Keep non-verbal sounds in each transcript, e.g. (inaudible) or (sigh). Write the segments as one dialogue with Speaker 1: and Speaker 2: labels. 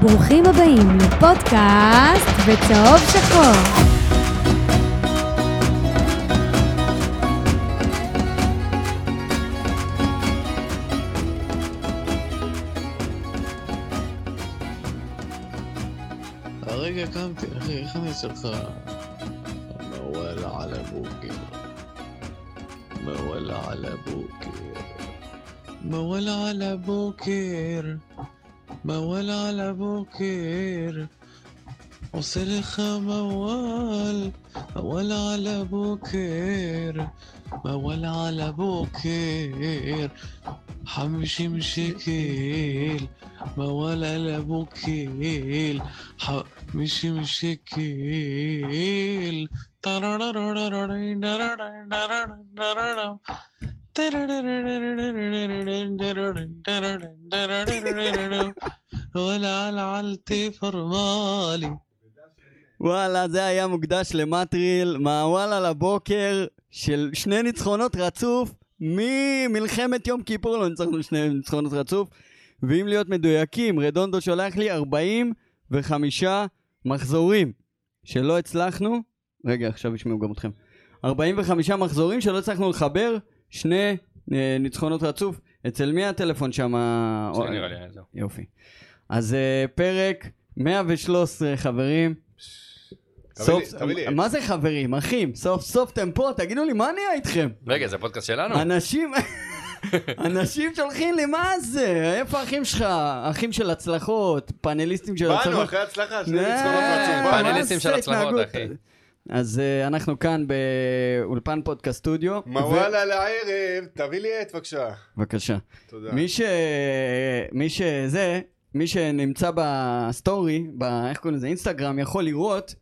Speaker 1: ברוכים הבאים לפודקאסט בצהוב שחור.
Speaker 2: הרגע קמתי, אחי, איך אני אעשה לך? מה וואלה על הבוקר? מה וואלה על הבוקר? מה וואלה על הבוקר? מה וואלה על הבוקר? עושה לך מוואל, וואלה על הבוקר, וואלה על הבוקר, חמישים שקל, וואלה על הבוקר, חמישים שקל. ولا على علتي فرمالي
Speaker 3: וואלה, זה היה מוקדש למטריל, מהוואלה לבוקר של שני ניצחונות רצוף ממלחמת יום כיפור, לא ניצחנו שני ניצחונות רצוף. ואם להיות מדויקים, רדונדו שולח לי 45 מחזורים שלא הצלחנו, רגע, עכשיו ישמעו גם אתכם. 45 מחזורים שלא הצלחנו לחבר שני אה, ניצחונות רצוף. אצל מי הטלפון שם?
Speaker 4: שלי נראה לי היה זהו.
Speaker 3: יופי. אז אה, פרק 113, חברים. סוף,
Speaker 5: תביא לי.
Speaker 3: מה זה חברים, אחים? סוף סוף אתם פה, תגידו לי, מה נהיה איתכם?
Speaker 4: רגע, זה הפודקאסט שלנו?
Speaker 5: לא. (laughs)
Speaker 3: אנשים, אנשים שולחים לי, מה זה? איפה האחים שלך? אחים של הצלחות, פאנליסטים של
Speaker 5: באנו
Speaker 3: הצלחות.
Speaker 5: אחרי הצלחה, שני
Speaker 3: נה,
Speaker 5: ניצחונות רצוף.
Speaker 3: מה
Speaker 5: באנו.
Speaker 4: פאנליסטים של
Speaker 3: זה
Speaker 4: הצלחות,
Speaker 3: התנהגות?
Speaker 4: אחי.
Speaker 3: אז אה, אנחנו כאן באולפן פודקאסט סטודיו.
Speaker 5: מה וואלה לערב, תביא לי עט בבקשה.
Speaker 3: בבקשה.
Speaker 5: תודה.
Speaker 3: מי ש... מי שזה, מי שנמצא בסטורי, ב... איך קוראים לזה? אינסטגרם, יכול לראות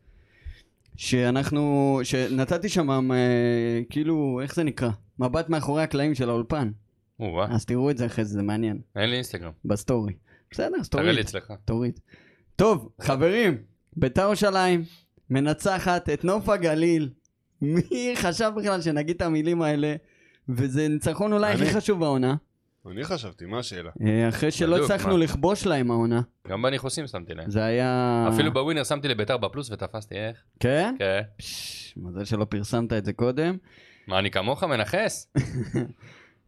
Speaker 3: שאנחנו... שנתתי שם אה, כאילו, איך זה נקרא? מבט מאחורי הקלעים של האולפן.
Speaker 4: או-אה,
Speaker 3: אז תראו את זה אחרי זה, זה מעניין.
Speaker 4: אין לי אינסטגרם.
Speaker 3: בסטורי. בסדר, אז
Speaker 4: תראה לי
Speaker 3: תוריד.
Speaker 4: אצלך.
Speaker 3: תוריד. טוב, חברים, ביתר ירושלים מנצחת את נוף הגליל. מי חשב בכלל שנגיד את המילים האלה? וזה ניצחון אולי הכי
Speaker 5: אני.
Speaker 3: חשוב בעונה.
Speaker 5: אני חשבתי, מה השאלה?
Speaker 3: אה, אחרי שלא
Speaker 4: בדיוק,
Speaker 3: הצלחנו
Speaker 4: מה?
Speaker 3: לכבוש להם העונה.
Speaker 4: גם בניחוסים שמתי להם.
Speaker 3: זה היה...
Speaker 4: אפילו בווינר שמתי לביתר בפלוס ותפסתי איך.
Speaker 3: (laughs) כן?
Speaker 4: כן.
Speaker 3: פש, מזל שלא פרסמת את זה קודם.
Speaker 4: מה, אני כמוך מנכס?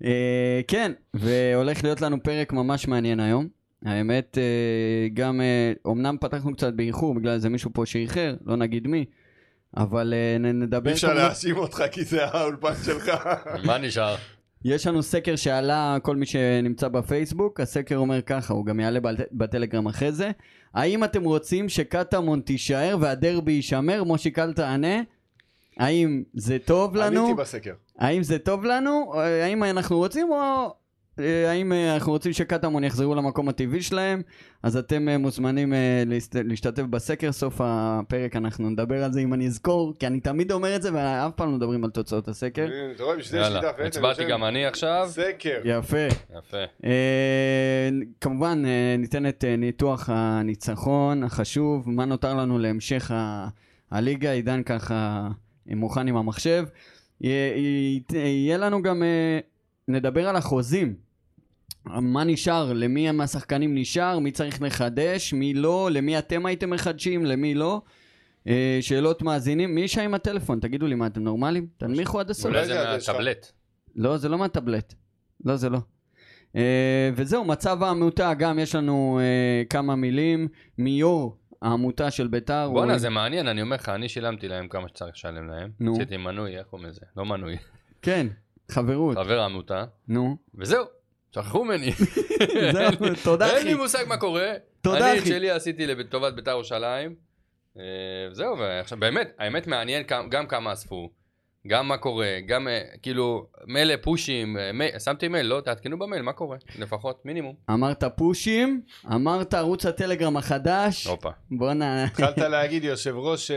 Speaker 3: אה, כן, והולך להיות לנו פרק ממש מעניין היום. האמת, אה, גם, אה, אומנם פתחנו קצת באיחור בגלל איזה מישהו פה שאיחר, לא נגיד מי, אבל אה, נ- נדבר...
Speaker 5: אי אפשר
Speaker 3: כמובן-
Speaker 5: להאשים אותך כי זה האולפן שלך.
Speaker 4: מה נשאר?
Speaker 3: יש לנו סקר שעלה כל מי שנמצא בפייסבוק, הסקר אומר ככה, הוא גם יעלה בט- בטלגרם אחרי זה. האם אתם רוצים שקטמון תישאר והדרבי יישמר? מושי קל תענה. האם זה טוב לנו?
Speaker 5: עניתי בסקר.
Speaker 3: האם זה טוב לנו? או האם אנחנו רוצים או... אה, האם אה, אנחנו רוצים שקטמון יחזרו למקום הטבעי שלהם? אז אתם אה, מוזמנים אה, להסת- להשתתף בסקר. סוף הפרק אנחנו נדבר על זה אם אני אזכור, כי אני תמיד אומר את זה ואף פעם לא מדברים על תוצאות הסקר.
Speaker 5: הנה, אתה רואה, בשביל זה יש לי
Speaker 4: יאללה,
Speaker 5: דף עט, אני
Speaker 4: הצבעתי
Speaker 5: יושב-
Speaker 4: גם אני עכשיו.
Speaker 5: סקר.
Speaker 3: יפה.
Speaker 4: יפה.
Speaker 3: אה, כמובן אה, ניתן את אה, ניתוח הניצחון החשוב, מה נותר לנו להמשך ה- הליגה, עידן ככה אה, מוכן עם המחשב. יה- יה- יהיה לנו גם, אה, נדבר על החוזים, מה נשאר, למי מהשחקנים נשאר, מי צריך לחדש, מי לא, למי אתם הייתם מחדשים, למי לא. אה, שאלות מאזינים, מי ישע עם הטלפון? תגידו לי מה אתם נורמלים? תנמיכו עד הסוף.
Speaker 4: אולי זה
Speaker 5: יודע, זה שלך.
Speaker 4: מהטאבלט.
Speaker 3: לא, זה לא מהטאבלט. לא, זה לא. Uh, וזהו, מצב העמותה, גם יש לנו uh, כמה מילים מיו"ר העמותה של ביתר.
Speaker 4: בואנה,
Speaker 3: הוא-
Speaker 4: זה מעניין, אני אומר לך, אני שילמתי להם כמה שצריך לשלם להם.
Speaker 3: נו.
Speaker 4: עשיתי מנוי, איך קוראים לזה? לא מנוי.
Speaker 3: כן, חברות.
Speaker 4: חבר העמותה. (laughs)
Speaker 3: נו.
Speaker 4: וזהו, שכחו ממני.
Speaker 3: זהו, תודה
Speaker 4: אין
Speaker 3: אחי.
Speaker 4: לי מושג מה קורה.
Speaker 3: תודה,
Speaker 4: אני את
Speaker 3: אחי.
Speaker 4: שלי עשיתי לטובת בית"ר ירושלים. אה, וזהו, ועכשיו באמת, האמת מעניין כמה- גם כמה אספו, גם מה קורה, גם אה, כאילו מילא פושים, אה, מי- שמתי מייל, לא, תעדכנו במייל, מה קורה? לפחות מינימום.
Speaker 3: אמרת פושים, אמרת ערוץ הטלגרם החדש.
Speaker 4: הופה. (laughs)
Speaker 3: בואנה.
Speaker 5: התחלת להגיד, יושב ראש אה,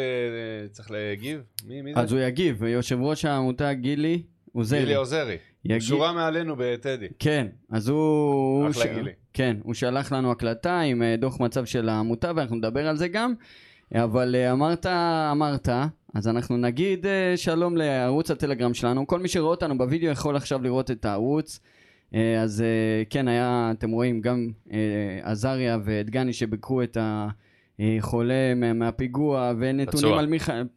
Speaker 5: צריך להגיב? מי מי
Speaker 3: אז
Speaker 5: זה?
Speaker 3: הוא יגיב, יושב ראש העמותה גילי עוזרי.
Speaker 5: גילי עוזרי.
Speaker 3: יגיב-
Speaker 5: שורה מעלינו בטדי.
Speaker 3: כן, אז הוא...
Speaker 5: אחלה
Speaker 3: הוא ש-
Speaker 5: גילי.
Speaker 3: כן, הוא שלח לנו הקלטה עם אה, דוח מצב של העמותה, ואנחנו נדבר על זה גם. אבל אה, אמרת, אמרת, אז אנחנו נגיד אה, שלום לערוץ הטלגרם שלנו. כל מי שרואה אותנו בווידאו יכול עכשיו לראות את הערוץ. אה, אז אה, כן, היה, אתם רואים, גם אה, עזריה ודגני שביקרו את החולה מה- מהפיגוע, ונתונים
Speaker 4: פצוע.
Speaker 3: על מיכאל...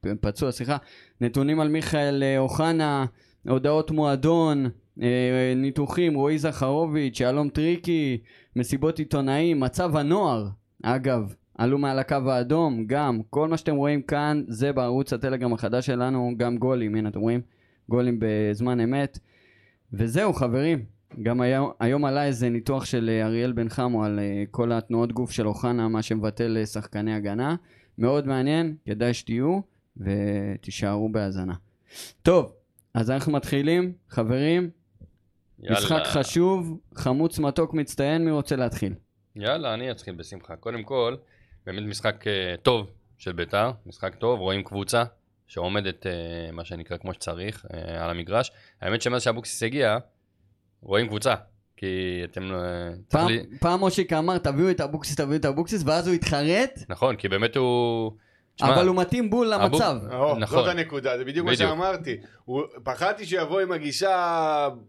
Speaker 3: פ- פצוע, סליחה. נתונים על מיכאל אה, אוחנה, הודעות מועדון, אה, ניתוחים, רועי זכרוביץ', שלום טריקי, מסיבות עיתונאים, מצב הנוער, אגב, עלו מעל הקו האדום, גם, כל מה שאתם רואים כאן, זה בערוץ הטלגרם החדש שלנו, גם גולים, הנה אתם רואים, גולים בזמן אמת. וזהו חברים, גם היום, היום עלה איזה ניתוח של אה, אריאל בן חמו על אה, כל התנועות גוף של אוחנה, מה שמבטל אה, שחקני הגנה. מאוד מעניין, כדאי שתהיו ותישארו בהאזנה. טוב, אז אנחנו מתחילים, חברים,
Speaker 4: יאללה.
Speaker 3: משחק חשוב, חמוץ מתוק מצטיין, מי רוצה להתחיל?
Speaker 4: יאללה, אני אתחיל בשמחה. קודם כל, באמת משחק אה, טוב של ביתר, משחק טוב, רואים קבוצה שעומדת, אה, מה שנקרא, כמו שצריך, אה, על המגרש. האמת שמאז שאבוקסיס הגיע, רואים קבוצה, כי אתם... אה, צריך
Speaker 3: פעם,
Speaker 4: לי-
Speaker 3: פעם מושיק אמר תביאו את אבוקסיס, תביאו את אבוקסיס, ואז הוא התחרט,
Speaker 4: נכון, כי באמת הוא... תשמע,
Speaker 3: אבל הוא מתאים בול
Speaker 4: אבוק-
Speaker 3: למצב.
Speaker 5: או,
Speaker 4: נכון.
Speaker 5: אה, זאת הנקודה, זה בדיוק מה
Speaker 4: בדיוק.
Speaker 5: שאמרתי. הוא- פחדתי שיבוא עם הגישה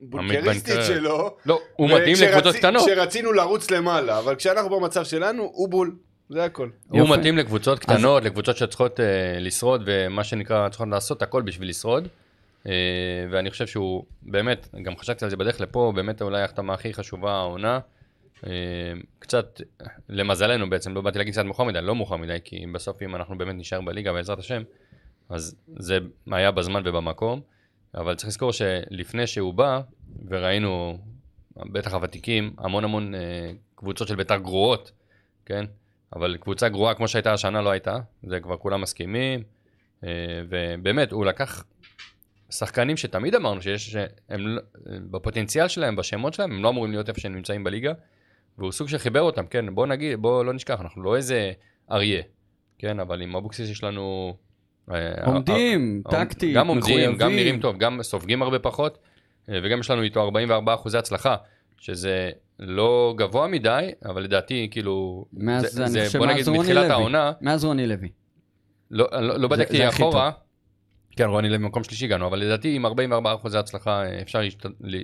Speaker 5: הבונקריסטית
Speaker 4: המתבנקרת.
Speaker 5: שלו.
Speaker 4: לא, הוא
Speaker 3: אה,
Speaker 4: מתאים
Speaker 5: וכשרצי-
Speaker 4: לקבוצות קטנות.
Speaker 5: אה, כשרצינו לרוץ למעלה, אבל כשאנחנו במצב שלנו, הוא בול. זה הכל.
Speaker 4: הוא
Speaker 3: יפה.
Speaker 4: מתאים לקבוצות קטנות, לקבוצות שצריכות אה, לשרוד, ומה שנקרא, צריכות לעשות הכל בשביל לשרוד. אה, ואני חושב שהוא, באמת, גם חשבתי על זה בדרך לפה, באמת אולי ההחתמה הכי חשובה העונה. אה, קצת, למזלנו בעצם, לא באתי להגיד קצת מאוחר מדי, לא מאוחר מדי, כי אם בסוף אם אנחנו באמת נשאר בליגה, בעזרת השם, אז זה היה בזמן ובמקום. אבל צריך לזכור שלפני שהוא בא, וראינו, בטח הוותיקים, המון המון אה, קבוצות של בית"ר גרועות, כן? אבל קבוצה גרועה כמו שהייתה השנה לא הייתה, זה כבר כולם מסכימים, אה, ובאמת, הוא לקח שחקנים שתמיד אמרנו שיש, שהם לא- בפוטנציאל שלהם, בשמות שלהם, הם לא אמורים להיות איפה שהם נמצאים בליגה, והוא סוג של חיבר אותם, כן, בוא נגיד, בוא לא נשכח, אנחנו לא איזה אריה, כן, אבל עם אבוקסיס יש לנו... אה,
Speaker 3: עומדים,
Speaker 4: העומד-
Speaker 3: טקטית,
Speaker 4: גם עומדים,
Speaker 3: מחויבים.
Speaker 4: גם נראים טוב, גם סופגים הרבה פחות, אה, וגם יש לנו איתו 44 אחוזי הצלחה, שזה לא גבוה מדי, אבל לדעתי, כאילו,
Speaker 3: מאז,
Speaker 4: זה-
Speaker 3: אני
Speaker 4: זה-
Speaker 3: חושב,
Speaker 4: בוא
Speaker 3: מאז
Speaker 4: נגיד
Speaker 3: רוני
Speaker 4: מתחילת
Speaker 3: לוי.
Speaker 4: העונה,
Speaker 3: מאז רוני לוי.
Speaker 4: לא- לא לא
Speaker 3: זה-
Speaker 4: בדקתי
Speaker 3: זה הכי
Speaker 4: אחורה, כן, רוני לוי במקום שלישי הגענו, אבל לדעתי עם 44 אחוזי הצלחה אה, אפשר, להשת- ל-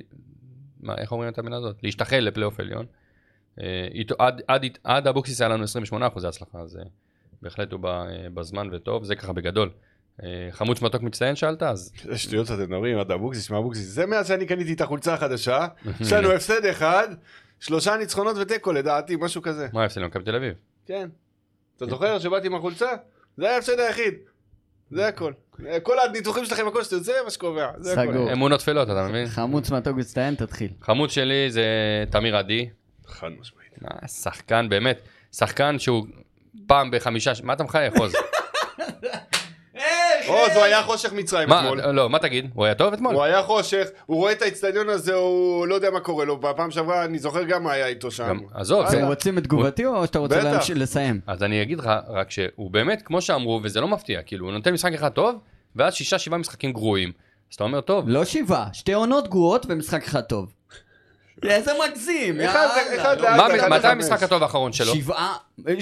Speaker 4: מה, איך אומרים את המילה הזאת? להשתחל לפלייאוף עליון. אה, איתו- עד- עד- עד אבוקסיס היה לנו 28 אחוזי הצלחה, אז אה, בהחלט הוא בא, אה, בזמן וטוב, זה ככה בגדול. אה, חמוץ מתוק מצטיין שאלת, אז
Speaker 5: איזה שטויות שאתם מדברים, עד אבוקסיס, מה אבוקסיס? זה מאז שאני קניתי את
Speaker 4: (laughs)
Speaker 5: החולצה החדשה, יש לנו הפסד אחד, שלושה ניצחונות ותיקו לדעתי, משהו כזה.
Speaker 4: מה ההפסד למכבי תל אביב?
Speaker 5: כן. אתה זוכר שבאתי עם החולצה? זה היה ההפסד היחיד. זה הכל. אה, כל הניתוחים שלכם, הכל שטויות, זה מה שקובע. זה הכל.
Speaker 3: סגור.
Speaker 4: אמונות טפלות, אתה מבין?
Speaker 3: חמוץ מתוק מצטיין, תתחיל.
Speaker 4: חמוץ שלי זה תמיר עדי,
Speaker 5: חד משמעית.
Speaker 4: אה, שחקן באמת, שחקן שהוא פעם בחמישה, ש- מה אתה מחייך
Speaker 3: (laughs)
Speaker 4: עוז? אה,
Speaker 5: או, זו היה חושך מצרים
Speaker 4: מה,
Speaker 5: אתמול.
Speaker 4: לא, מה תגיד? הוא היה טוב אתמול?
Speaker 5: הוא היה חושך, הוא רואה את האיצטדיון הזה, הוא לא יודע מה קורה לו. בפעם שעברה, אני זוכר גם מה היה איתו שם.
Speaker 4: גם- עזוב,
Speaker 5: וואלה.
Speaker 3: אתם רוצים את תגובתי או שאתה רוצה
Speaker 5: בטח.
Speaker 3: להמשיך- לסיים?
Speaker 4: אז אני אגיד לך רק שהוא באמת, כמו שאמרו, וזה לא מפתיע, כאילו, הוא נותן משחק אחד טוב, ואז שישה שבעה משחקים גרועים. אז אתה אומר, טוב,
Speaker 3: לא שבעה, שתי עונות גרועות ומשחק אחד טוב.
Speaker 4: אה,
Speaker 3: איזה מגזים,
Speaker 5: אחד- אחד
Speaker 3: יאללה.
Speaker 5: לארבע,
Speaker 4: מה-
Speaker 5: אחד
Speaker 4: מתי
Speaker 3: לא,
Speaker 5: לחמש.
Speaker 4: המשחק הטוב האחרון שלו?
Speaker 3: שבעה,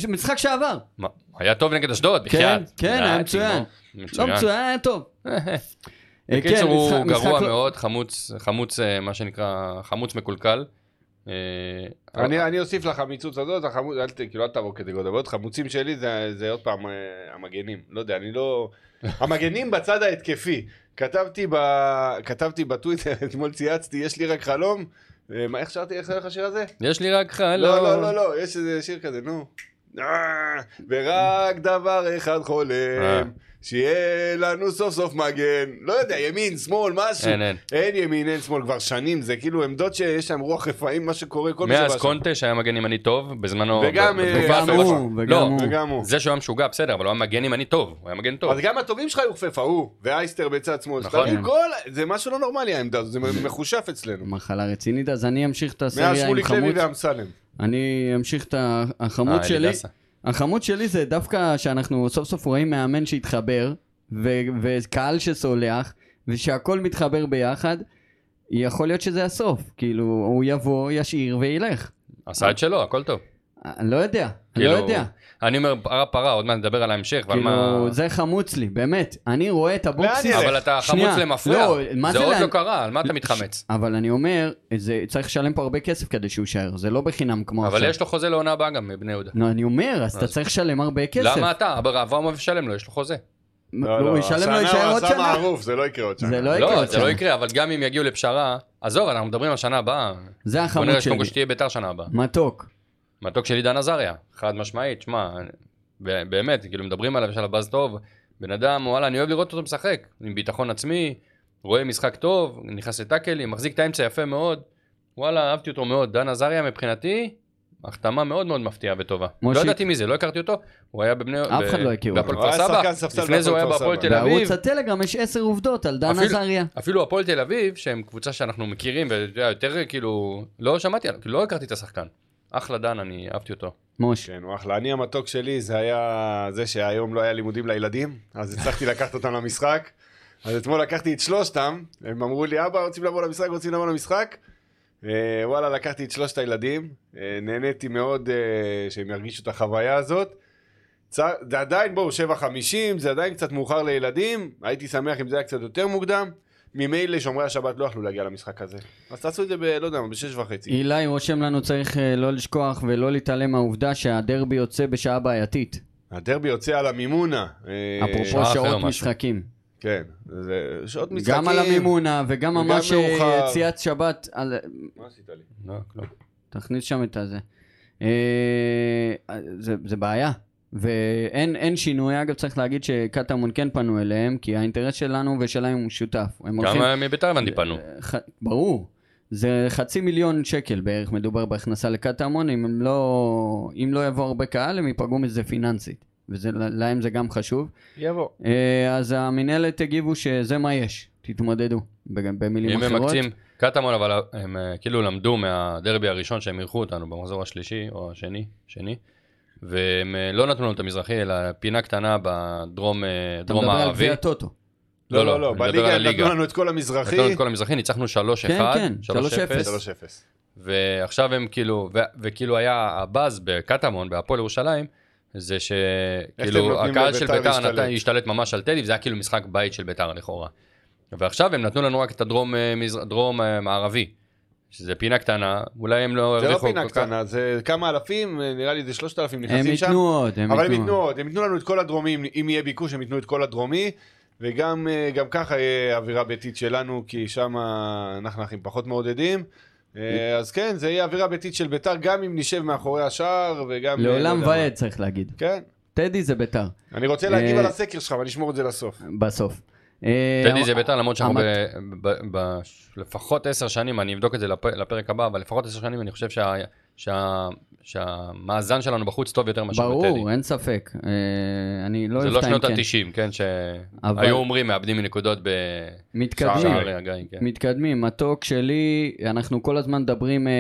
Speaker 3: משחק שעבר. לא
Speaker 4: מה, היה טוב נגד אשדוד,
Speaker 3: כן,
Speaker 4: בחייאת. אה,
Speaker 3: כן, היה
Speaker 4: יאללה,
Speaker 3: מצוין.
Speaker 4: תגמור.
Speaker 3: לא מצוין, היה
Speaker 4: (laughs)
Speaker 3: טוב. אה, כן,
Speaker 4: בקיצור, הוא
Speaker 3: משחק-
Speaker 4: גרוע
Speaker 3: משחק לא-
Speaker 4: מאוד, חמוץ, חמוץ, אה, מה שנקרא, חמוץ מקולקל. אה,
Speaker 5: אני אני אוסיף לחמיצות הזאת, החמוץ, אל ת- כאילו אל תבוא כדי גודל, ועוד חמוצים שלי זה- זה עוד פעם אה, המגנים, לא יודע, אני
Speaker 4: (laughs)
Speaker 5: לא... המגנים בצד ההתקפי, כתבתי ב- כתבתי בטוויטר, (laughs) אתמול צייצתי, יש לי רק חלום, אה, מה, איך שרתי, איך הולך השיר הזה?
Speaker 4: יש לי רק חלום.
Speaker 5: לא, לא, לא, לא, יש איזה שיר כזה, נו. אה, ורק דבר אחד
Speaker 4: אה.
Speaker 5: חולם, שיהיה לנו סוף סוף מגן, לא יודע, ימין, שמאל, משהו.
Speaker 4: אין, אין.
Speaker 5: אין ימין, אין שמאל, כבר שנים, זה כאילו עמדות שיש שם רוח רפאים, מה שקורה, כל מה שבא
Speaker 4: מאז
Speaker 5: שם.
Speaker 4: קונטה שהיה מגן ימני טוב, בזמנו...
Speaker 5: וגם,
Speaker 4: ב-
Speaker 5: אה,
Speaker 4: בתקופה
Speaker 3: וגם
Speaker 4: הטובה
Speaker 3: הוא,
Speaker 4: שלו.
Speaker 3: וגם
Speaker 4: לא,
Speaker 3: הוא.
Speaker 5: וגם הוא.
Speaker 4: זה שהוא היה משוגע בסדר, אבל הוא היה מגן ימני טוב, הוא היה מגן טוב.
Speaker 5: אז גם הטובים שלך היו חפפה, הוא, ואייסטר בצד שמאל.
Speaker 4: נכון.
Speaker 5: נכון. כל... זה משהו לא נורמלי העמדה הזו, זה
Speaker 4: (laughs)
Speaker 5: מחושף אצלנו.
Speaker 3: מחלה רצינית, אז אני אמשיך את
Speaker 5: מאז
Speaker 3: הסריה עם
Speaker 5: שמוליק לוי
Speaker 3: חמוץ.
Speaker 5: ואמסלם.
Speaker 3: אני אמשיך את ה-
Speaker 4: אה,
Speaker 3: החמוץ שלי.
Speaker 4: אלידסה.
Speaker 3: החמוץ שלי זה דווקא שאנחנו סוף סוף רואים מאמן שהתחבר, ו- וקהל שסולח, ושהכול מתחבר ביחד. יכול להיות שזה הסוף, כאילו, הוא יבוא, ישאיר וילך.
Speaker 4: עשה את שלו, הכל טוב.
Speaker 3: אני לא יודע.
Speaker 4: כאילו,
Speaker 3: יודע.
Speaker 4: אני אומר פרה פרה, עוד מעט נדבר על ההמשך ועל מה...
Speaker 3: כאילו, זה חמוץ לי, באמת. אני רואה את אבוקסיס.
Speaker 5: לאן
Speaker 4: אבל אתה חמוץ
Speaker 3: שנייה,
Speaker 4: למפרע.
Speaker 3: לא, מה
Speaker 4: זה
Speaker 3: זה
Speaker 4: עוד
Speaker 3: לאן?
Speaker 4: לא קרה, על מה אתה מתחמץ?
Speaker 3: אבל אני אומר, זה, צריך לשלם פה הרבה כסף כדי שהוא יישאר, זה לא בחינם כמו
Speaker 4: אבל
Speaker 3: עכשיו.
Speaker 4: יש לו חוזה לעונה הבאה גם מבני יהודה.
Speaker 3: נו, אני אומר, אז אתה
Speaker 4: אז-
Speaker 3: צריך לשלם הרבה כסף.
Speaker 4: למה אתה? אבל אברהם ישלם לו, יש לו חוזה.
Speaker 3: לא, הוא ישלם, לא
Speaker 5: השנה
Speaker 3: יישאר
Speaker 5: הוא
Speaker 3: עוד
Speaker 5: עשה
Speaker 3: שנה?
Speaker 5: מערוף, זה לא יקרה עוד שנה.
Speaker 3: זה לא יקרה
Speaker 4: לא,
Speaker 3: עוד
Speaker 4: זה לא
Speaker 3: שנה.
Speaker 4: יקרה, אבל גם אם יגיעו לפשרה, עזוב, אנחנו מדברים על שנה הבאה.
Speaker 3: זה
Speaker 4: בוא נראה
Speaker 3: החמוץ שלי.
Speaker 4: שקודם כל שתהיה ביתר שנה הבאה.
Speaker 3: מתוק.
Speaker 4: מתוק של עידן עזריה, חד משמעית, שמע, ב- באמת, כאילו מדברים עליו, יש עליו באז טוב, בן אדם, וואלה, אני אוהב לראות אותו משחק, עם ביטחון עצמי, רואה משחק טוב, נכנס לטאקלים, מחזיק את האמצע יפה מאוד, וואלה, אהבתי אותו מאוד, דן עזריה מבחינתי, החתמה מאוד מאוד מפתיעה וטובה.
Speaker 3: מושיק.
Speaker 4: לא ידעתי מי זה, לא הכרתי אותו, הוא היה בבני...
Speaker 3: אף אחד לא הכיר אותו.
Speaker 4: בהפועל
Speaker 5: הוא היה
Speaker 4: כפר
Speaker 5: שחקן ספסל
Speaker 4: סבא, לפני זה הוא היה
Speaker 5: בהפועל
Speaker 4: בהפועל
Speaker 5: כפר
Speaker 4: תל
Speaker 5: סבא.
Speaker 4: אביב,
Speaker 3: בערוץ הטלגרם יש עשר עובדות על דן
Speaker 4: אפילו-
Speaker 3: עזריה.
Speaker 4: אפילו הפועל תל אביב, שהם קבוצה שאנחנו מכירים, ואתה יודע, יותר כאילו, לא שמעתי עליו, כאילו, לא הכרתי את השחקן. אחלה דן, אני אהבתי אותו.
Speaker 3: מוש.
Speaker 5: כן, הוא אחלה. אני המתוק שלי זה היה זה שהיום לא היה לימודים לילדים, אז הצלחתי לקחת אותם למשחק. אז אתמול לקחתי את שלושתם, הם אמרו לי, אבא, רוצים לבוא למשחק, רוצים לבוא למשחק. אה, וואלה, לקחתי את שלושת הילדים, אה, נהניתי מאוד אה, שהם ירגישו את החוויה הזאת. צ... זה עדיין, בואו, 7.50, זה עדיין קצת מאוחר לילדים, הייתי שמח אם זה היה קצת יותר מוקדם. ממילא שומרי השבת לא יכלו להגיע למשחק הזה. אז תעשו את זה ב... לא יודע מה, בשש
Speaker 4: כן,
Speaker 5: וחצי.
Speaker 3: אילי רושם לנו צריך אה, לא לשכוח ולא להתעלם מהעובדה שהדרבי יוצא בשעה בעייתית.
Speaker 5: הדרבי יוצא על המימונה. אה,
Speaker 3: אפרופו
Speaker 4: שעה אחרי או
Speaker 3: שעות
Speaker 4: משהו.
Speaker 3: משחקים.
Speaker 5: כן, זה שעות משחקים.
Speaker 3: גם על המימונה וגם
Speaker 5: וגם
Speaker 3: ממש אה,
Speaker 5: מאוחר.
Speaker 3: יציאת שבת. על-
Speaker 5: מה עשית לי?
Speaker 4: לא, כלום.
Speaker 3: תכניס שם את הזה. אה, זה, זה בעיה. ואין אין שינוי, אגב צריך להגיד שקטמון כן פנו אליהם, כי האינטרס שלנו ושלהם הוא משותף. הם הולכים-
Speaker 4: גם אה, מביתר הבנתי פנו.
Speaker 3: ח... ברור. זה חצי מיליון שקל בערך מדובר בהכנסה לקטמון, אם הם לא... אם לא יבוא הרבה קהל, הם ייפגעו מזה פיננסית. ולהם זה גם חשוב.
Speaker 5: יבוא.
Speaker 3: אה, אז המינהלת הגיבו שזה מה יש, תתמודדו, בג- במילים
Speaker 4: אם
Speaker 3: אחרות.
Speaker 4: הם מקצים קטמון, אבל הם אה, כאילו למדו מהדרבי הראשון שהם אירחו אותנו במחזור השלישי או השני, שני, והם אה, לא נתנו לנו את המזרחי, אלא פינה קטנה בדרום אה,
Speaker 3: אתה
Speaker 4: דרום
Speaker 3: מדבר על
Speaker 4: הערבי.
Speaker 3: גביע טוטו.
Speaker 4: לא,
Speaker 5: לא, לא, לא,
Speaker 4: אני מדבר על
Speaker 5: בליגה הם
Speaker 4: הליגה.
Speaker 5: נתנו לנו את כל המזרחי.
Speaker 4: נתנו את כל המזרחי, ניצחנו 3-1,
Speaker 3: כן, 3-0.
Speaker 4: 3-0.
Speaker 5: 3-0.
Speaker 4: ועכשיו הם כאילו, ו- וכאילו היה הבאז בקטמון, בהפועל ירושלים, זה
Speaker 5: אתם
Speaker 4: שכאילו
Speaker 5: נותנים
Speaker 4: הקהל של
Speaker 5: לביתר
Speaker 4: ביתר
Speaker 5: להשתלט?
Speaker 4: נתן- השתלט ממש על טדי, וזה היה כאילו משחק בית של ביתר לכאורה. ועכשיו הם נתנו לנו רק את הדרום אה, מזר- דרום, אה, מערבי, שזה פינה קטנה, אולי הם לא
Speaker 5: זה לא
Speaker 4: הרוויחו
Speaker 5: פינה
Speaker 4: כל כך-
Speaker 5: קטנה, זה כמה אלפים, אה, נראה לי זה 3,000
Speaker 3: הם
Speaker 5: נכנסים שם.
Speaker 3: ייתנו עוד, הם
Speaker 5: אבל הם
Speaker 3: ייתנו
Speaker 5: ייתנו
Speaker 3: עוד.
Speaker 5: עוד, הם ייתנו לנו את כל הדרומי, אם- אם יהיה ביקוש הם ייתנו את כל הדרומי. וגם אה, גם ככה אה, אווירה ביתית שלנו, כי שם אנחנו הכי פחות מעודדים. אה, אז כן, זה יהיה אווירה ביתית של ביתר, גם אם נשב מאחורי השער וגם... אה, לא
Speaker 3: לעולם
Speaker 5: יודע מה.
Speaker 3: ועד צריך להגיד.
Speaker 5: כן.
Speaker 3: טדי זה ביתר,
Speaker 5: אני רוצה להגיב
Speaker 3: אה,
Speaker 5: על הסקר שלך, אבל נשמור את זה לסוף.
Speaker 3: בסוף. אה,
Speaker 4: טדי זה ביתר, למרות שאנחנו
Speaker 3: אמרת-
Speaker 4: ב- ב- ב- לפחות עשר שנים, אני אבדוק את זה לפ- לפרק הבא, אבל לפחות עשר שנים אני חושב שה- שה- שהמאזן שלנו בחוץ טוב יותר מאשר בטדי.
Speaker 3: ברור, אין ספק. אה, אני לא
Speaker 4: זה לא
Speaker 3: אופתע אם
Speaker 4: שנות
Speaker 3: כן.
Speaker 4: ה-90, כן,
Speaker 3: אבל-
Speaker 4: שהיו אומרים מאבדים מנקודות
Speaker 3: מתקדמים.
Speaker 4: בשערי הגיא, כן.
Speaker 3: מתקדמים, מתוק שלי, אנחנו כל הזמן מדברים אה,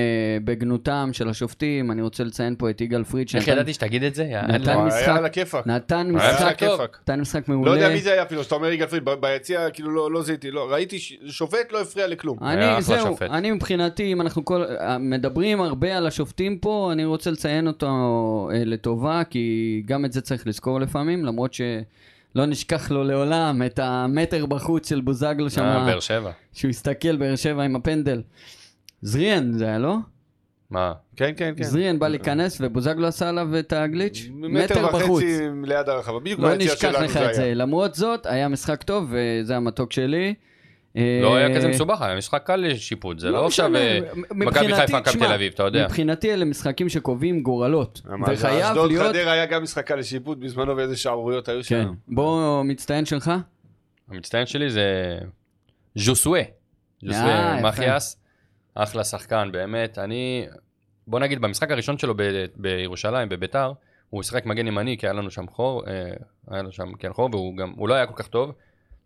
Speaker 3: בגנותם של השופטים, אני רוצה לציין פה את יגאל פריד,
Speaker 4: איך ידעתי שתגיד את זה? אה,
Speaker 3: נתן
Speaker 5: היה
Speaker 3: משחק-
Speaker 5: על הכיפאק.
Speaker 3: נתן
Speaker 4: היה
Speaker 3: משחק,
Speaker 4: משחק טוב.
Speaker 3: נתן משחק
Speaker 5: לא יודע
Speaker 3: מעולה,
Speaker 5: מי זה היה אפילו, שאתה אומר יגאל פריד, ב- ביציע כאילו לא, לא זיהיתי, לא, ראיתי ש- שופט לא הפריע לכלום.
Speaker 4: היה
Speaker 3: אני
Speaker 4: אחלה
Speaker 3: זהו,
Speaker 4: שופט.
Speaker 3: אני מבחינתי, אם אנחנו כל, אה, מדברים הרבה על השופטים פה, אני רוצה לציין אותו אה, לטובה, כי גם את זה צריך לזכור לפעמים, למרות שלא נשכח לו לעולם את המטר בחוץ של בוזגלו
Speaker 4: אה,
Speaker 3: שם,
Speaker 4: באר שבע.
Speaker 3: שהוא הסתכל באר שבע עם הפנדל. זריאן זה היה, לא?
Speaker 4: מה?
Speaker 5: כן, כן, כן.
Speaker 3: זריאן בא להיכנס ובוזגלו עשה עליו את הגליץ', מטר
Speaker 5: מטר
Speaker 3: בחוץ.
Speaker 5: וחצי ליד הרחבה, בדיוק
Speaker 3: לא
Speaker 5: ביציע
Speaker 3: נשכח
Speaker 5: שלנו
Speaker 3: לך את
Speaker 5: זה היה.
Speaker 3: זה. למרות זאת, היה משחק טוב, וזה המתוק שלי. אה,
Speaker 4: לא היה כזה מסובך, היה משחק קל לשיפוט, זה לא עכשיו אה, מכבי חיפה, מכבי תל אביב, אתה יודע.
Speaker 3: מבחינתי אלה משחקים שקובעים גורלות.
Speaker 5: אמרת,
Speaker 3: וחייב
Speaker 5: אשדוד
Speaker 3: להיות...
Speaker 5: חדרה היה גם משחקה לשיפוט בזמנו ואיזה שערוריות היו
Speaker 3: כן.
Speaker 5: שם.
Speaker 3: בוא, מצטיין שלך.
Speaker 4: המצטיין שלי זה ז'וסווה.
Speaker 3: אה,
Speaker 4: ז'וסווה
Speaker 3: יפה.
Speaker 4: מחיאס. אחלה שחקן, באמת. אני... בוא נגיד, במשחק הראשון שלו ב- בירושלים, בביתר, הוא שיחק מגן ימני, כי היה לנו שם חור, אה, היה לו שם כן חור, והוא גם, הוא לא היה כל כך טוב.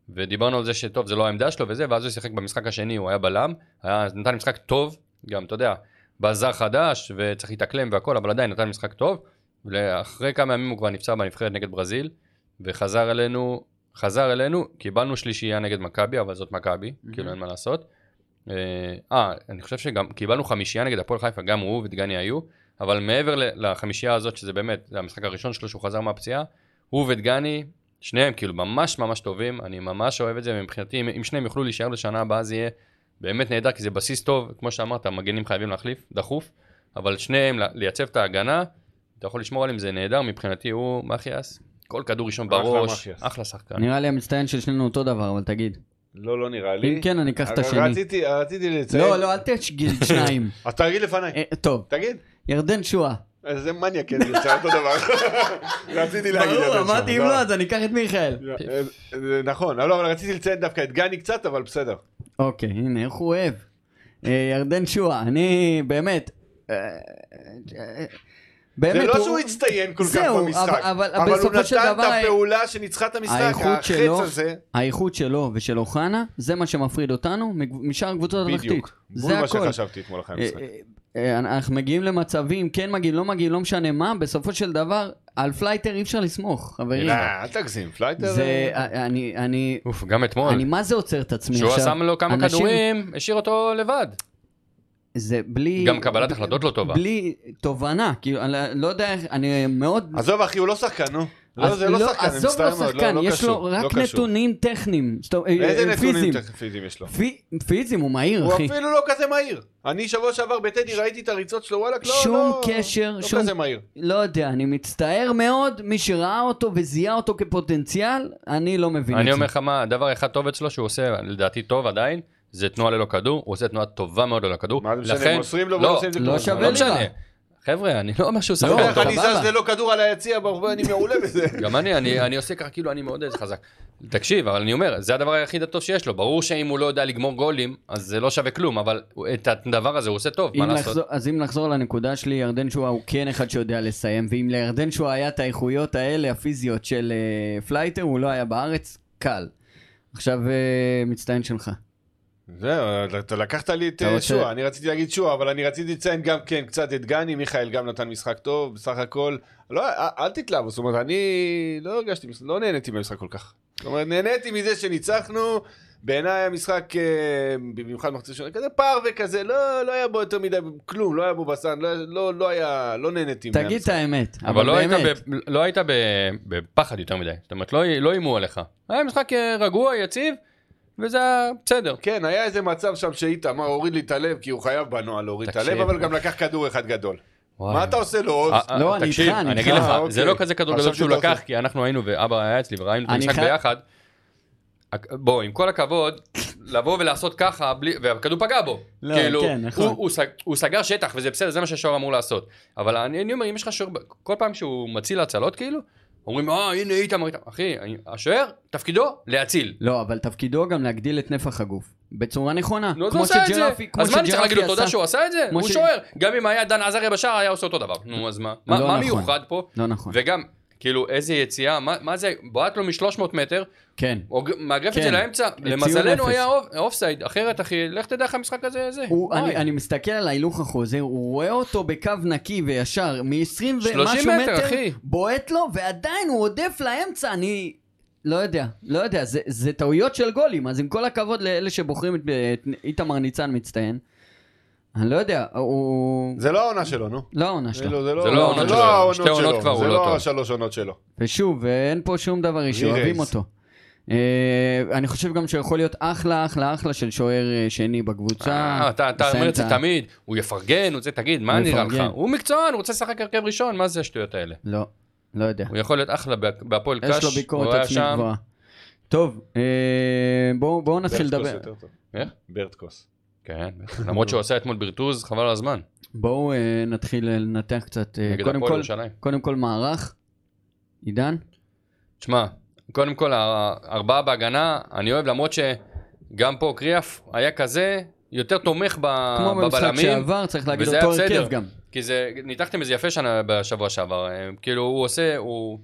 Speaker 4: ודיברנו על זה שטוב, זה לא העמדה שלו וזה, ואז הוא שיחק במשחק השני, הוא היה בלם, היה, נתן משחק טוב, גם, אתה יודע, בזר חדש, וצריך להתאקלם והכל, אבל עדיין נתן משחק טוב. ואחרי כמה ימים הוא כבר נפצע בנבחרת נגד ברזיל, וחזר אלינו חזר אלינו, קיבלנו שלישייה נגד מכבי, אבל זאת מכבי,
Speaker 3: Mhm.
Speaker 4: כאילו אין מה לעשות. אה, אה, אני חושב שגם קיבלנו חמישייה נגד הפועל חיפה, גם הוא ודגני היו, אבל מעבר ל- לחמישייה הזאת, שזה באמת, זה המשחק הראשון שלו שהוא חזר מהפציעה, הוא ודגני, שניהם כאילו ממש ממש טובים, אני ממש אוהב את זה, ומבחינתי, אם- אם שניהם יוכלו להישאר לשנה הבאה, זה יהיה באמת נהדר, כי זה בסיס טוב, כמו שאמרת, מגנים חייבים להחליף, דחוף, אבל שניהם, ל- לייצב את ההגנה, אתה יכול לשמור עליהם, זה נהדר, מבחינתי הוא מחיאס, כל כדור ראשון
Speaker 5: אחלה
Speaker 4: בראש,
Speaker 5: מחיאס.
Speaker 4: אחלה שחקן.
Speaker 3: נראה לי המצטיין של שנינו אותו דבר, אבל תגיד.
Speaker 5: לא, לא נראה לי.
Speaker 3: אם כן, אני אקח את
Speaker 4: אה,
Speaker 3: השני.
Speaker 5: אבל רציתי, רציתי לציין.
Speaker 3: לא, לא, אל
Speaker 4: (laughs)
Speaker 3: תשגיל שניים.
Speaker 5: אז תגיד לפניי.
Speaker 3: אה, טוב,
Speaker 5: תגיד.
Speaker 3: ירדן שואה.
Speaker 5: איזה מניאק, כן, זה יוצא אותו
Speaker 3: (laughs)
Speaker 5: דבר. רציתי להגיד את
Speaker 3: ברור,
Speaker 5: זה.
Speaker 3: אמרתי אם
Speaker 5: לא.
Speaker 3: לא, אז אני אקח את מיכאל.
Speaker 5: לא, אה, זה נכון, לא, אבל רציתי לציין דווקא את גני קצת, אבל בסדר.
Speaker 3: אוקיי, הנה, איך הוא אוהב. אה, ירדן שואה, אני באמת... אה, אה, באמת,
Speaker 5: זה לא
Speaker 3: הוא-
Speaker 5: שהוא הצטיין כל כך
Speaker 3: זהו,
Speaker 5: במשחק,
Speaker 3: אבל- אבל
Speaker 5: אבל הוא
Speaker 3: בסופו של
Speaker 5: נתן את
Speaker 3: דבר-
Speaker 5: הפעולה שניצחה את המשחק,
Speaker 3: האיכות שלו,
Speaker 5: החץ הזה.
Speaker 3: האיכות שלו ושל אוחנה, זה מה שמפריד אותנו מג- משאר הקבוצות התחתית.
Speaker 5: בדיוק.
Speaker 3: זה
Speaker 5: זה מה
Speaker 3: הכל.
Speaker 5: שחשבתי אתמול אחרי
Speaker 3: אה,
Speaker 5: המשחק.
Speaker 3: אה, אה, אנחנו מגיעים למצבים, כן מגיעים, לא מגיעים, לא משנה מה, בסופו של דבר, על פלייטר אי אפשר לסמוך, חברים.
Speaker 5: לא, אל תגזים, פלייטר.
Speaker 3: זה, אה, אני, אני,
Speaker 4: אוף, גם אתמול,
Speaker 3: אני מה זה עוצר את עצמי
Speaker 4: שהוא
Speaker 3: עכשיו?
Speaker 4: שם לו כמה
Speaker 3: אנשים-
Speaker 4: כדורים, השאיר אותו לבד.
Speaker 3: זה בלי...
Speaker 4: גם קבלת החלטות לא טובה.
Speaker 3: בלי תובנה, כאילו, אני לא יודע איך, אני מאוד...
Speaker 5: עזוב אחי, הוא לא שחקן, נו. לא,
Speaker 3: אז
Speaker 5: זה לא שחקן, אני
Speaker 3: עזוב
Speaker 5: מצטער
Speaker 3: לא
Speaker 5: מאוד,
Speaker 3: שחקן,
Speaker 5: לא
Speaker 3: יש לו
Speaker 5: קשור, לא
Speaker 3: רק
Speaker 5: קשור.
Speaker 3: נתונים טכניים, זאת אומרת,
Speaker 5: איזה
Speaker 3: אה, פיזיים.
Speaker 5: נתונים תכף פיזיים יש לו?
Speaker 3: פי- פיזיים, הוא מהיר,
Speaker 5: הוא
Speaker 3: אחי.
Speaker 5: אפילו לא כזה מהיר. אני שבוע שעבר בטדי ראיתי את הריצות שלו, וואלכ, לא,
Speaker 3: שום
Speaker 5: לא,
Speaker 3: קשר,
Speaker 5: לא
Speaker 3: שום-
Speaker 5: כזה מהיר.
Speaker 3: לא יודע, אני מצטער מאוד, מי שראה אותו וזיהה אותו כפוטנציאל, אני לא מבין את
Speaker 4: אני
Speaker 3: זה.
Speaker 4: אומר לך מה, דבר אחד טוב אצלו שהוא עושה, לדעתי טוב עדיין, זה תנועה ללא כדור, הוא עושה תנועה טובה מאוד ללא כדור.
Speaker 5: מה זה משנה,
Speaker 4: לכן-
Speaker 5: מוסרים לו
Speaker 4: לא,
Speaker 5: ועושים את זה
Speaker 3: לא
Speaker 5: כמו-
Speaker 3: שווה
Speaker 4: לא
Speaker 3: לי.
Speaker 4: משנה.
Speaker 3: לירה.
Speaker 4: חבר'ה, אני לא אומר שהוא
Speaker 3: לא,
Speaker 4: שחקן
Speaker 5: איך
Speaker 4: טוב.
Speaker 5: אני זז
Speaker 3: סבבה.
Speaker 5: ללא כדור על היציע, ברוך הוא, אני מעולה (laughs) בזה.
Speaker 4: גם אני, אני, אני עושה ככה כאילו אני מאוד איזה חזק. תקשיב, אבל אני אומר, זה הדבר היחיד הטוב שיש לו. ברור שאם הוא לא יודע לגמור גולים, אז זה לא שווה כלום, אבל הוא- את הדבר הזה הוא עושה טוב, מה
Speaker 3: אם
Speaker 4: לעשות?
Speaker 3: לחזור, אז אם נחזור לנקודה שלי, ירדן שואה הוא כן אחד שיודע לסיים, ואם לירדן שואה היה את האיכויות האלה, הפיזיות של אה, פלייטר, הוא לא היה בארץ, קל. עכשיו, אה, מצטיין שלך.
Speaker 5: זהו, אתה- אתה לקחת לי את
Speaker 3: אתה
Speaker 5: אה,
Speaker 3: רוצה-
Speaker 5: שועה, אני רציתי להגיד שועה, אבל אני רציתי לציין גם כן קצת את גני, מיכאל גם נתן משחק טוב, בסך הכל, לא, אל- אל תתלהבו, זאת אומרת, אני לא הרגשתי, מש- לא נהניתי מהמשחק כל כך. זאת אומרת, נהניתי מזה שניצחנו, בעיניי המשחק, אה, במיוחד מחצית ראשונה, כזה פער וכזה, לא, לא היה בו יותר מדי כלום, לא היה בו בסן, לא, לא, לא היה, לא נהניתי
Speaker 3: תגיד את האמת,
Speaker 4: אבל לא היית,
Speaker 3: באמת.
Speaker 4: ב, לא היית ב, בפחד יותר מדי. זאת אומרת, לא לא איימו עליך. היה משחק אה, רגוע, יציב, וזה היה בסדר.
Speaker 5: כן, היה איזה מצב שם שאיתמר הוריד לי את הלב, כי הוא חייב בנוהל להוריד את
Speaker 4: תקשיב.
Speaker 5: הלב, אבל גם לקח כדור אחד גדול.
Speaker 4: וואי.
Speaker 5: מה אתה עושה לו עוד?
Speaker 4: אה, אה,
Speaker 3: לא, אני
Speaker 4: תקשיב,
Speaker 3: איתך, אני
Speaker 4: אני
Speaker 3: איתך.
Speaker 4: אגיד לך,
Speaker 5: אה,
Speaker 4: זה
Speaker 5: אוקיי.
Speaker 4: לא כזה כדור גדול
Speaker 5: חשבתי
Speaker 4: שהוא
Speaker 5: שאתה
Speaker 4: לקח,
Speaker 5: עושה.
Speaker 4: כי אנחנו היינו, ואבא היה אצלי וראינו את
Speaker 3: אני
Speaker 4: המשחק
Speaker 3: חייב-
Speaker 4: ביחד. הק- בוא, עם כל הכבוד, לבוא ולעשות ככה, בלי- והכדור פגע בו.
Speaker 3: לא,
Speaker 4: כאילו,
Speaker 3: כן,
Speaker 4: הוא-
Speaker 3: נכון.
Speaker 4: הוא סג- הוא סגר שטח, וזה בסדר, זה מה שהשוער אמור לעשות. אבל אני אני אומר, אם יש לך שוער, ב- כל פעם שהוא מציל הצלות, כאילו, אומרים, אה, הנה איתמר, איתמר." אחי, אני- השוער, תפקידו להציל.
Speaker 3: לא, אבל תפקידו גם להגדיל את נפח הגוף. בצורה נכונה.
Speaker 4: נו, אז
Speaker 3: כמו
Speaker 4: הוא עשה את זה.
Speaker 3: שג'רפי- כמו
Speaker 4: אז מה אני צריך
Speaker 3: שג'רפי
Speaker 4: להגיד לו תודה
Speaker 3: עשה-
Speaker 4: שהוא עשה את זה?
Speaker 3: כמו
Speaker 4: הוא
Speaker 3: ש-
Speaker 4: שוער. גם אם היה דן עזריה בשער, היה עושה אותו דבר. נו, אז מה?
Speaker 3: לא
Speaker 4: מה מה
Speaker 3: נכון.
Speaker 4: מיוחד פה?
Speaker 3: לא נכון.
Speaker 4: וגם, כאילו, איזה יציאה, מה, מה זה, בועט לו מ-300 מטר,
Speaker 3: כן.
Speaker 4: או ג- מאגף את
Speaker 3: כן.
Speaker 4: זה לאמצע,
Speaker 3: ציון
Speaker 4: למזלנו
Speaker 3: אפס.
Speaker 4: היה אוף, אופסייד, אחרת אחי, לך תדע איך המשחק הזה, זה.
Speaker 3: הוא,
Speaker 4: וואי.
Speaker 3: אני, אני מסתכל על ההילוך החוזר, הוא רואה אותו בקו נקי וישר, מ-20 ומשהו
Speaker 4: 30
Speaker 3: מטר,
Speaker 4: מטר, אחי.
Speaker 3: בועט לו, ועדיין הוא עודף לאמצע, אני לא יודע, לא יודע, זה, זה טעויות של גולים, אז עם כל הכבוד לאלה שבוחרים את, את איתמר ניצן מצטיין, אני לא יודע, הוא...
Speaker 5: זה לא העונה שלו, נו.
Speaker 3: לא העונה שלו.
Speaker 5: לא, זה
Speaker 4: זה לא
Speaker 5: לא
Speaker 4: העונות
Speaker 5: זה
Speaker 4: שלו.
Speaker 5: לא העונות
Speaker 4: שתי עונות כבר
Speaker 5: שלו,
Speaker 4: הוא
Speaker 5: זה
Speaker 4: לא
Speaker 5: לא
Speaker 4: טוב.
Speaker 5: השלוש עונות שלו.
Speaker 3: ושוב, אין פה שום דבר אישי,
Speaker 5: בלי
Speaker 3: אוהבים
Speaker 5: רייס.
Speaker 3: אותו. אה, אני חושב גם שהוא יכול להיות אחלה, אחלה, אחלה של שוער אה, שני בקבוצה.
Speaker 4: אה, אתה אתה
Speaker 3: מסיים
Speaker 4: אומר את זה
Speaker 3: ה-
Speaker 4: תמיד, הוא יפרגן, הוא זה, תגיד, מה
Speaker 3: הוא
Speaker 4: נראה לך?
Speaker 3: יפרגן.
Speaker 4: הוא מקצוען, הוא רוצה לשחק הרכב ראשון, מה זה השטויות האלה?
Speaker 3: לא, לא יודע.
Speaker 4: הוא יכול להיות אחלה בה- בהפועל קש,
Speaker 3: יש לו
Speaker 4: הוא
Speaker 3: ביקורת
Speaker 4: היה
Speaker 3: עצמית
Speaker 4: שם.
Speaker 3: גבוהה. טוב, אה, בואו בואו נתחיל
Speaker 5: ברטקוס
Speaker 3: לדבר.
Speaker 5: יותר טוב.
Speaker 4: איך?
Speaker 5: ברטקוס.
Speaker 4: כן, בטח. למרות שהוא עשה אתמול ברטוז, חבל על הזמן,
Speaker 3: בואו אה, נתחיל אה, לנתח קצת. אה,
Speaker 4: נגד
Speaker 3: קודם
Speaker 4: הפועל
Speaker 3: כל,
Speaker 4: ירושלים. אה,
Speaker 3: קודם כל מערך. עידן?
Speaker 4: תשמע, קודם כל, הארבעה בהגנה, אני אוהב, למרות שגם פה קריאף היה כזה, יותר תומך ב-
Speaker 3: כמו במשחק
Speaker 4: בבלמים,
Speaker 3: שעבר, צריך להגיד
Speaker 4: וזה
Speaker 3: אותו
Speaker 4: היה בסדר.
Speaker 3: הרכב גם.
Speaker 4: כי זה, ניתחתם את זה יפה שנה בשבוע שעבר, אה, כאילו הוא עושה, הוא,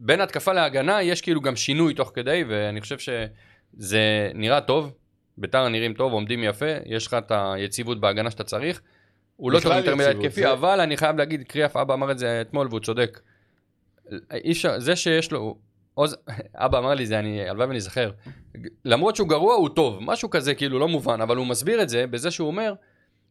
Speaker 4: בין התקפה להגנה יש כאילו גם שינוי תוך כדי, ואני חושב שזה נראה טוב, ביתר נראים טוב, עומדים יפה, יש לך את היציבות בהגנה שאתה צריך, הוא לא
Speaker 5: בכלל
Speaker 4: טוב יותר מדי
Speaker 5: יציבות,
Speaker 4: התקפי,
Speaker 5: זה-
Speaker 4: אבל אני חייב להגיד, קריאף אבא אמר את זה אתמול והוא צודק. אי אפשר, זה שיש לו, עוז, אבא אמר לי זה, אני, הלוואי ואני אזכר. למרות שהוא גרוע, הוא טוב. משהו כזה, כאילו, לא מובן, אבל הוא מסביר את זה בזה שהוא אומר,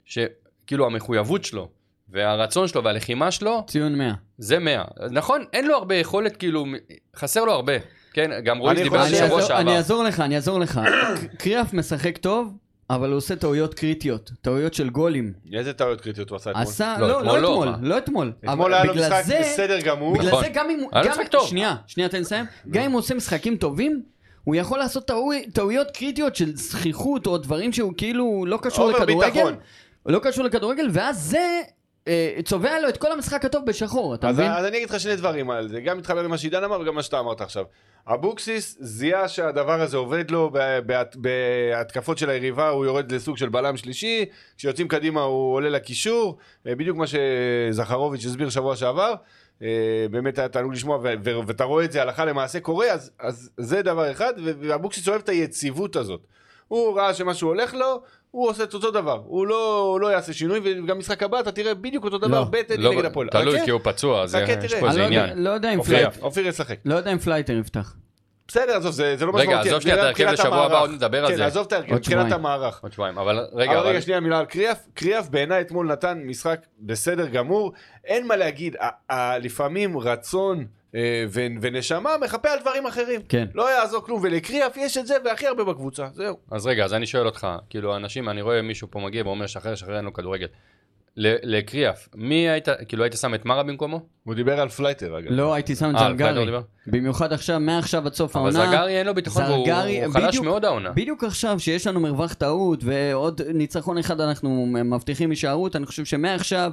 Speaker 4: שכאילו כאילו, המחויבות שלו, והרצון שלו והלחימה שלו,
Speaker 3: ציון 100.
Speaker 4: זה 100. נכון, אין לו הרבה יכולת, כאילו, מ- חסר לו הרבה. כן, גם רועי
Speaker 5: אני
Speaker 4: דיבר על
Speaker 5: חושב-
Speaker 4: זה
Speaker 3: אני
Speaker 4: שבוע
Speaker 3: אעזור- אני
Speaker 4: שעבר.
Speaker 3: אעזור לך, אני אעזור לך. (coughs) קריאף משחק טוב, אבל הוא עושה טעויות קריטיות, טעויות של גולים.
Speaker 5: איזה טעויות קריטיות הוא עשה אתמול?
Speaker 3: עשה,
Speaker 4: לא,
Speaker 3: לא,
Speaker 4: אתמול
Speaker 3: לא
Speaker 4: לא,
Speaker 3: אתמול,
Speaker 4: מה?
Speaker 3: לא אתמול.
Speaker 5: אתמול
Speaker 3: אבל
Speaker 5: היה לו
Speaker 3: בגלל
Speaker 5: משחק
Speaker 3: זה-
Speaker 5: בסדר גמור. לא.
Speaker 3: בגלל
Speaker 4: נכון.
Speaker 3: זה גם אם הוא...
Speaker 4: היה לו
Speaker 3: גם-
Speaker 4: משחק טוב.
Speaker 3: שנייה, שנייה, תן לי לסיים. גם אם הוא עושה משחקים טובים, הוא יכול לעשות טעו- טעויות קריטיות של זכיחות או דברים שהוא כאילו לא קשור
Speaker 5: אובר
Speaker 3: לכדורגל.
Speaker 5: ביטחון.
Speaker 3: לא קשור לכדורגל, ואז זה אה, צובע לו את כל המשחק הטוב בשחור, אתה
Speaker 5: אז,
Speaker 3: מבין?
Speaker 5: אז אני אגיד לך שני דברים על זה, גם מתחבר למה שעידן אמר וגם מה שאתה אמרת עכשיו. אבוקסיס זיהה שהדבר הזה עובד לו בה- בה- בהתקפות של היריבה, הוא יורד לסוג של בלם שלישי, כשיוצאים קדימה הוא עולה לקישור, אה, בדיוק מה שזכרוביץ' הסביר שבוע שעבר, אה, באמת היה תענוג לשמוע, ו- ו- ואתה רואה את זה הלכה למעשה קורה, אז, אז זה דבר אחד, ו- ואבוקסיס אוהב את היציבות הזאת. הוא ראה שמשהו הולך לו, הוא עושה את אותו דבר, הוא לא, הוא לא יעשה שינוי, וגם משחק הבא אתה תראה בדיוק אותו דבר,
Speaker 3: לא,
Speaker 5: בטדי
Speaker 4: לא,
Speaker 5: נגד הפועל.
Speaker 4: תלוי,
Speaker 5: אוקיי?
Speaker 4: כי הוא פצוע, אז
Speaker 5: חכה,
Speaker 4: יש
Speaker 5: תראה.
Speaker 3: אני
Speaker 4: פה איזה
Speaker 3: לא יודע-
Speaker 4: עניין. אוקיי.
Speaker 3: לא יודע אם
Speaker 4: אופיר.
Speaker 3: פלייט-
Speaker 5: אופיר- אופיר ישחק.
Speaker 3: לא יודע אם פלייטר יפתח.
Speaker 5: בסדר, עזוב, זה זה לא משמעותי.
Speaker 4: רגע, עזוב שנייה את
Speaker 5: מבחינת
Speaker 4: ההרכב לשבוע הבא,
Speaker 5: המערך.
Speaker 4: עוד נדבר על
Speaker 5: כן,
Speaker 4: זה.
Speaker 5: עזוב את ההרכב,
Speaker 3: עוד
Speaker 5: מבחינת
Speaker 3: שבועיים.
Speaker 5: המערך.
Speaker 4: עוד שבועיים, אבל רגע,
Speaker 5: רגע,
Speaker 4: אבל-
Speaker 5: רגע, שנייה מילה על קריאף. קריאף בעיניי אתמול נתן משחק בסדר גמור, אין מה להגיד, ה- ה- לפעמים רצון אה, ו- ונשמה מחפה על דברים אחרים.
Speaker 3: כן.
Speaker 5: לא יעזור כלום, ולקריאף יש את זה והכי הרבה בקבוצה, זהו.
Speaker 4: אז רגע, אז אני שואל אותך, כאילו, אנשים, אני רואה מישהו פה מגיע ואומר, שחרר, שחרר, אין לו כדורגל. ל- לקריאף, מי היית, כאילו, היית שם את מרה במקומו?
Speaker 5: הוא דיבר על פלייטר אגב.
Speaker 3: לא, הייתי שם את
Speaker 4: אה, על פלייטר
Speaker 3: זרגרי.
Speaker 4: דיבר?
Speaker 3: במיוחד עכשיו, מעכשיו עד סוף
Speaker 4: אבל
Speaker 3: העונה.
Speaker 4: זרגרי אין לו ביטחון, והוא
Speaker 3: זרגרי-
Speaker 4: הוא חלש
Speaker 3: בדיוק-
Speaker 4: מאוד העונה.
Speaker 3: בדיוק עכשיו שיש לנו מרווח טעות ועוד ניצחון אחד אנחנו מבטיחים הישארות, אני חושב שמעכשיו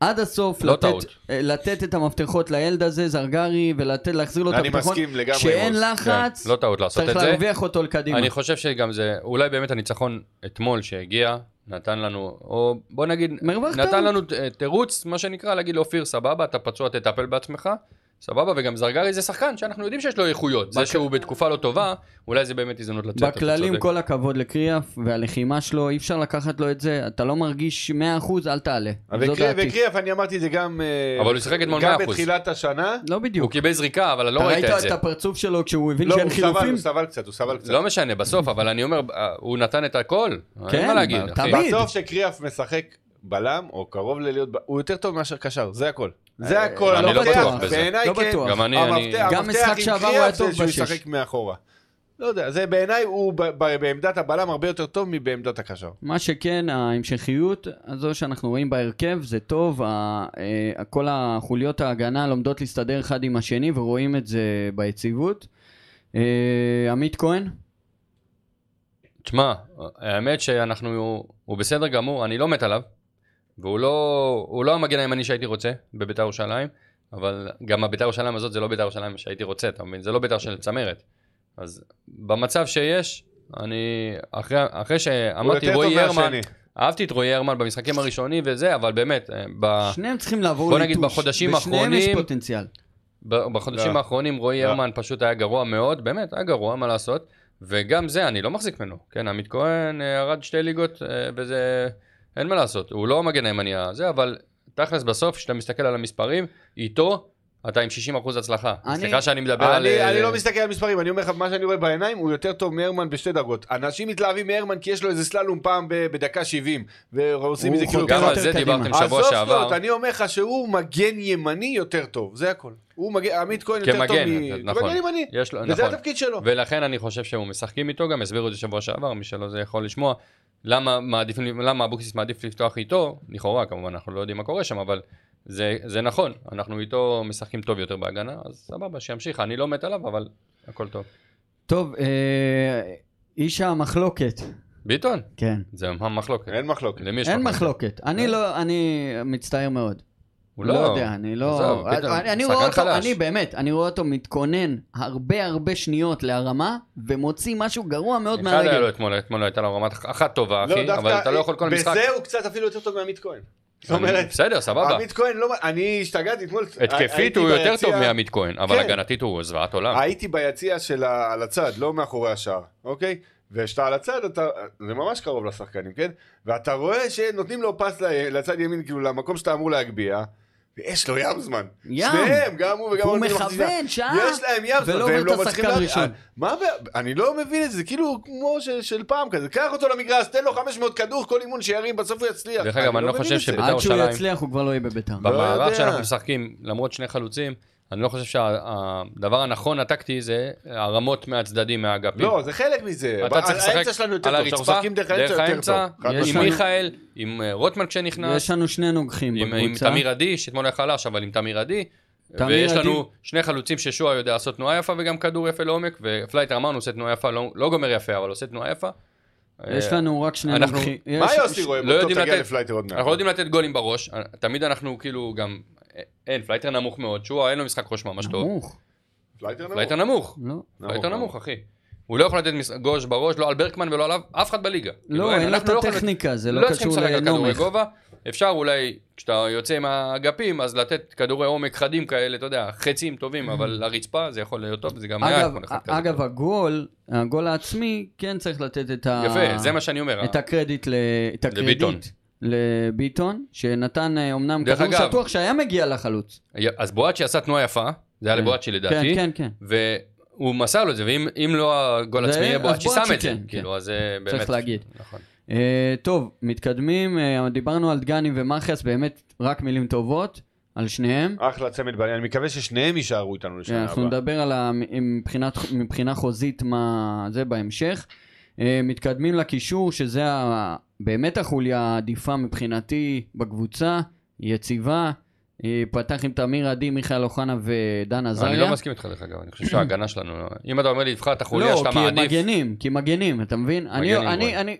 Speaker 3: עד הסוף
Speaker 4: לא
Speaker 3: לתת,
Speaker 4: טעות.
Speaker 3: אה, לתת את המפתחות לילד הזה, זרגרי, ולתת להחזיר לו את
Speaker 5: אני
Speaker 3: הביטחון.
Speaker 5: מסכים לגמרי עם
Speaker 3: שאין
Speaker 5: עוז.
Speaker 3: לחץ,
Speaker 4: לא טעות לעשות
Speaker 3: צריך
Speaker 4: את זה.
Speaker 3: להרוויח אותו לקדימה.
Speaker 4: אני חושב שגם זה, אולי באמת הניצחון אתמול שהגיע, נתן לנו, או בוא נגיד,
Speaker 3: מרווח טעות.
Speaker 4: נתן לנו ת- תירוץ, מה שנקרא, להגיד לאופיר, סבבה, אתה פצוע, תטפל בעצמך, סבבה, וגם זרגרי זה שחקן שאנחנו יודעים שיש לו איכויות. זה שהוא בתקופה לא טובה, אולי זה באמת הזדמנות לצאת. אתה
Speaker 3: בכללים
Speaker 4: צודק.
Speaker 3: כל הכבוד לקריאף והלחימה שלו, אי אפשר לקחת לו את זה, אתה לא מרגיש 100% אל תעלה. זו
Speaker 5: וקריאף,
Speaker 3: דעתי.
Speaker 5: וקריאף, אני אמרתי את זה גם... אה,
Speaker 4: אבל הוא שיחק אתמול
Speaker 5: גם
Speaker 4: 100%.
Speaker 5: בתחילת השנה.
Speaker 3: לא
Speaker 4: הוא
Speaker 3: בדיוק.
Speaker 4: קיבל זריקה, אבל לא
Speaker 3: אתה
Speaker 4: ראית
Speaker 3: ראית
Speaker 4: את
Speaker 3: את
Speaker 4: זה.
Speaker 3: הפרצוף שלו כשהוא הבין
Speaker 5: לא,
Speaker 3: שאין
Speaker 5: הוא סבל,
Speaker 3: חילופים?
Speaker 5: הוא סבל קצת, הוא סבל קצת.
Speaker 4: לא משנה, בסוף, אבל אני אומר, אה, הוא נתן את הכל.
Speaker 3: כן,
Speaker 4: אין מה להגיד,
Speaker 3: אבל
Speaker 4: אחי.
Speaker 3: תמיד.
Speaker 5: בסוף שקריאף משחק בלם, או קרוב ללהיות, ב- הוא יותר טוב מאשר קשר, זה הכל. זה הכל,
Speaker 4: אני לא
Speaker 5: המפתח,
Speaker 4: בטוח בזה.
Speaker 5: בעיניי
Speaker 3: לא
Speaker 5: כן,
Speaker 3: בטוח.
Speaker 4: גם אני, אני...
Speaker 5: המפתח-
Speaker 3: גם
Speaker 5: המפתח
Speaker 3: משחק
Speaker 5: עם
Speaker 3: שעבר הוא
Speaker 5: קריאף
Speaker 3: היה
Speaker 5: זה
Speaker 3: טוב
Speaker 5: שהוא
Speaker 3: בשש.
Speaker 5: ישחק מאחורה. לא יודע, זה בעיניי הוא ב- ב- בעמדת הבלם הרבה יותר טוב מבעמדת הקשר.
Speaker 3: מה שכן, ההמשכיות הזו שאנחנו רואים בהרכב זה טוב, ה- אה, כל החוליות ההגנה לומדות להסתדר אחד עם השני ורואים את זה ביציבות. אה, עמית כהן?
Speaker 4: תשמע, האמת שאנחנו, הוא בסדר גמור, אני לא מת עליו, והוא לא, הוא לא המגן הימני שהייתי רוצה בביתר ירושלים, אבל גם הביתר ירושלים הזאת זה לא ביתר ירושלים שהייתי רוצה, אתה מבין? זה לא ביתר של צמרת. אז במצב שיש, אני, אחרי, אחרי
Speaker 5: הוא
Speaker 4: שאמרתי
Speaker 5: יותר טוב
Speaker 4: רועי הרמן,
Speaker 5: מהשני.
Speaker 4: אהבתי את רועי הרמן במשחקים הראשונים וזה, אבל באמת, אה, ב,
Speaker 3: שניהם צריכים לעבור ליטוש.
Speaker 4: בוא נגיד בחודשים
Speaker 3: בשניהם יש
Speaker 4: האחרונים-
Speaker 3: פוטנציאל.
Speaker 4: ב- בחודשים
Speaker 5: לא.
Speaker 4: האחרונים רועי
Speaker 5: לא.
Speaker 4: הרמן פשוט היה גרוע מאוד, באמת, היה גרוע, מה לעשות? וגם זה, אני לא מחזיק ממנו. כן, עמית כהן אה, ירד שתי ליגות, אה, וזה... אין מה לעשות, הוא לא המגן הימני הזה, אבל תכלס בסוף, כשאתה מסתכל על המספרים, איתו אתה עם 60% הצלחה.
Speaker 3: אני-
Speaker 4: סליחה שאני מדבר על...
Speaker 5: אני,
Speaker 4: אה,
Speaker 5: אני לא מסתכל על מספרים, אני אומר לך, מה שאני רואה בעיניים, הוא יותר טוב מהרמן בשתי דרגות. אנשים מתלהבים מהרמן כי יש לו איזה סללום פעם ב- בדקה 70, ועושים
Speaker 3: הוא
Speaker 5: מזה כאילו...
Speaker 3: חותר
Speaker 4: גם על
Speaker 3: יותר
Speaker 4: זה
Speaker 3: קדימה.
Speaker 4: דיברתם שבוע
Speaker 5: עזוב
Speaker 4: שעבר.
Speaker 5: סלוט, אני אומר לך שהוא מגן ימני יותר טוב, זה הכל. הוא מגן, עמית כהן יותר טוב
Speaker 4: כמגן,
Speaker 5: מ...
Speaker 4: נכון.
Speaker 5: כמגן ימני,
Speaker 4: יש לו,
Speaker 5: וזה
Speaker 4: נכון.
Speaker 5: התפקיד שלו.
Speaker 4: ולכן אני חושב שהוא משחקים איתו, גם הסבירו את זה שבוע שעבר, מי שלא זה יכול לשמוע. למה מעדיפים, למה אבוקסיס מעדיף לפתוח איתו, לכאורה כמובן, אנחנו לא יודעים מה קורה שם, אבל זה, זה נכון, אנחנו איתו משחקים טוב יותר בהגנה, אז סבבה, שימשיך, אני לא מת עליו, אבל הכל טוב.
Speaker 3: טוב, אה, איש המחלוקת.
Speaker 4: ביטון,
Speaker 3: כן.
Speaker 4: זה המחלוקת.
Speaker 5: אין מחלוקת.
Speaker 4: למי יש אה.
Speaker 3: אין מחלוקת. אני לא, אני מצטער מאוד.
Speaker 4: הוא
Speaker 3: לא יודע, אני
Speaker 4: עזוב,
Speaker 3: לא...
Speaker 4: ביטון,
Speaker 3: אני- אני
Speaker 4: שחקן
Speaker 3: רואה אותו,
Speaker 4: חלש.
Speaker 3: אני באמת, אני רואה אותו מתכונן הרבה הרבה שניות להרמה, ומוציא משהו גרוע מאוד
Speaker 4: אחד היה לו
Speaker 3: מהרגל.
Speaker 4: אתמול, אתמול לא הייתה לו רמת אחת טובה, אחי,
Speaker 5: דווקא-
Speaker 4: אבל אתה לא יכול כל משחק.
Speaker 5: בזה הוא קצת אפילו יותר טוב מעמית כהן. זאת אומרת,
Speaker 4: בסדר, סבבה.
Speaker 5: עמית כהן לא... אני השתגעתי אתמול.
Speaker 4: התקפית
Speaker 5: הייתי
Speaker 4: הוא יותר
Speaker 5: ביציע-
Speaker 4: טוב מעמית כהן, אבל
Speaker 5: כן.
Speaker 4: הגנתית הוא זוועת עולם.
Speaker 5: הייתי ביציע של ה- על הצד, לא מאחורי השער, אוקיי? וכשאתה על הצד, אתה, זה ממש קרוב לשחקנים, כן? ואתה רואה שנותנים לו פס ל- לצד ימין, כאילו למקום שאתה אמור להגביה, יש לו ים זמן.
Speaker 3: ים.
Speaker 5: שניהם, גם הוא וגם
Speaker 3: הוא
Speaker 5: אוהד מחצית
Speaker 3: מכוון,
Speaker 5: זמן.
Speaker 3: שעה.
Speaker 5: יש להם ים זמן,
Speaker 3: ולא
Speaker 5: והם
Speaker 3: עובר את
Speaker 5: לא מצליחים...
Speaker 3: השחקן
Speaker 5: לה-
Speaker 3: הראשון.
Speaker 5: מה הבעיה? אני לא מבין את זה, זה כאילו כמו של- של פעם כזה. קח אותו למגרש, תן לו 500 כדור, כל אימון שירים, בסוף הוא יצליח.
Speaker 4: דרך אגב, אני לא
Speaker 5: מבין
Speaker 4: חושב
Speaker 5: את זה.
Speaker 4: שב- בית"ר
Speaker 3: עד שהוא
Speaker 4: ירושלים.
Speaker 3: יצליח הוא כבר לא יהיה בביתר.
Speaker 5: לא יודע.
Speaker 4: במערך שאנחנו משחקים, למרות שני חלוצים, אני לא חושב שהדבר הנכון הטקטי זה הרמות מהצדדים, מהאגפים.
Speaker 5: לא, זה חלק מזה.
Speaker 4: אתה
Speaker 5: ב-
Speaker 4: צריך לשחק
Speaker 5: האמצע שלנו יותר
Speaker 4: על
Speaker 5: טוב, כשאנחנו
Speaker 4: הרצפה,
Speaker 5: משחקים דרך
Speaker 4: דרך
Speaker 5: האמצע יותר
Speaker 4: האמצע,
Speaker 5: טוב. חד
Speaker 3: יש
Speaker 5: משמעית.
Speaker 4: עם
Speaker 3: לנו-
Speaker 4: מיכאל, עם אה, רוטמן כשנכנס,
Speaker 3: יש לנו שני נוגחים
Speaker 4: עם- עם
Speaker 3: בקבוצה.
Speaker 4: תמיר עדי, שאתמול היה חלש, אבל עם תמיר עדי.
Speaker 3: תמיר
Speaker 4: ויש
Speaker 3: עדי.
Speaker 4: לנו שני חלוצים ששועה יודע לעשות תנועה יפה וגם כדור יפה לעומק, ופלייטר אמרנו עושה תנועה יפה, לא לא גומר יפה, אבל עושה תנועה יפה.
Speaker 3: יש
Speaker 4: אה,
Speaker 3: לנו רק שני
Speaker 4: אנחנו-
Speaker 3: נוגחים. יש-
Speaker 5: מה יוסי רואה?
Speaker 4: לא
Speaker 5: בוא, טוב,
Speaker 4: יודעים
Speaker 5: תגיע
Speaker 4: לתת-
Speaker 5: לפלייטר עוד מעט.
Speaker 4: אנחנו לא יודעים לתת גולים בראש, אה, תמיד אנחנו כאילו גם, אין, פלייטר נמוך מאוד, שועה אין לו משחק ראש ממש טוב.
Speaker 3: נמוך.
Speaker 5: פלייטר נמוך.
Speaker 4: פלייטר נמוך,
Speaker 3: לא.
Speaker 4: פלייטר נמוך אחי. הוא לא יכול לתת מס- גוש בראש, לא על ברקמן ולא עליו, אף אחד בליגה. כאילו,
Speaker 3: לא, אין לו את
Speaker 4: אנחנו יכולים-
Speaker 3: הטכניקה, זה לא
Speaker 4: לא צריכים
Speaker 3: קשור
Speaker 4: לשחק על כדורי
Speaker 3: לנומך.
Speaker 4: גובה, אפשר אולי, כשאתה יוצא מהאגפים, אז לתת כדורי עומק חדים כאלה, אתה יודע, חצים טובים, אבל לרצפה זה יכול להיות טוב, זה גם היה
Speaker 3: Mm. אגב,
Speaker 4: יכול אחד כזה.
Speaker 3: אגב, הגול, הגול העצמי, כן צריך לתת את ה...
Speaker 4: יפה, זה מה שאני אומר.
Speaker 3: את הקרדיט ל... את הקרדיט
Speaker 4: לביטון.
Speaker 3: לביטון, שנתן אה, אומנם
Speaker 4: דרך
Speaker 3: כדור
Speaker 4: אגב-
Speaker 3: שטוח שהיה מגיע לחלוץ.
Speaker 4: אז בואצ'י עשה תנועה יפה, זה היה
Speaker 3: כן.
Speaker 4: לבואצ'י
Speaker 3: כן,
Speaker 4: לדעתי,
Speaker 3: כן, כן.
Speaker 4: והוא מסר לו את זה, ואם אם לא הגול
Speaker 3: זה-
Speaker 4: עצמי יהיה
Speaker 3: אז
Speaker 4: בואצ'י שם
Speaker 3: בואצ'י
Speaker 4: את זה,
Speaker 3: כן, כן.
Speaker 4: כאילו, אז זה באמת...
Speaker 3: צריך להגיד.
Speaker 4: נכון.
Speaker 3: אה, טוב, מתקדמים, אה, דיברנו על דגני ומחיאס, באמת רק מילים טובות, על שניהם. אה,
Speaker 5: אחלה צמד בעניין, אני מקווה ששניהם יישארו איתנו לשנה
Speaker 3: אנחנו
Speaker 5: הבאה.
Speaker 3: נדבר על ה... מבחינת, מבחינה חוזית מה זה בהמשך. אה, מתקדמים לקישור, שזה ה... באמת החוליה העדיפה מבחינתי בקבוצה, יציבה. אה, פתח עם תמיר עדי, מיכאל אוחנה ודן עזריה.
Speaker 4: אני לא מסכים איתך דרך אגב, אני חושב שההגנה שלנו, לא- אם אתה אומר לי, תבחר את החוליה
Speaker 3: לא,
Speaker 4: שאתה
Speaker 3: כי
Speaker 4: מעדיף,
Speaker 3: מגנים, כי מגנים, אתה מבין? אני,
Speaker 4: מגנים,
Speaker 3: אני,
Speaker 4: בואי.
Speaker 3: אני,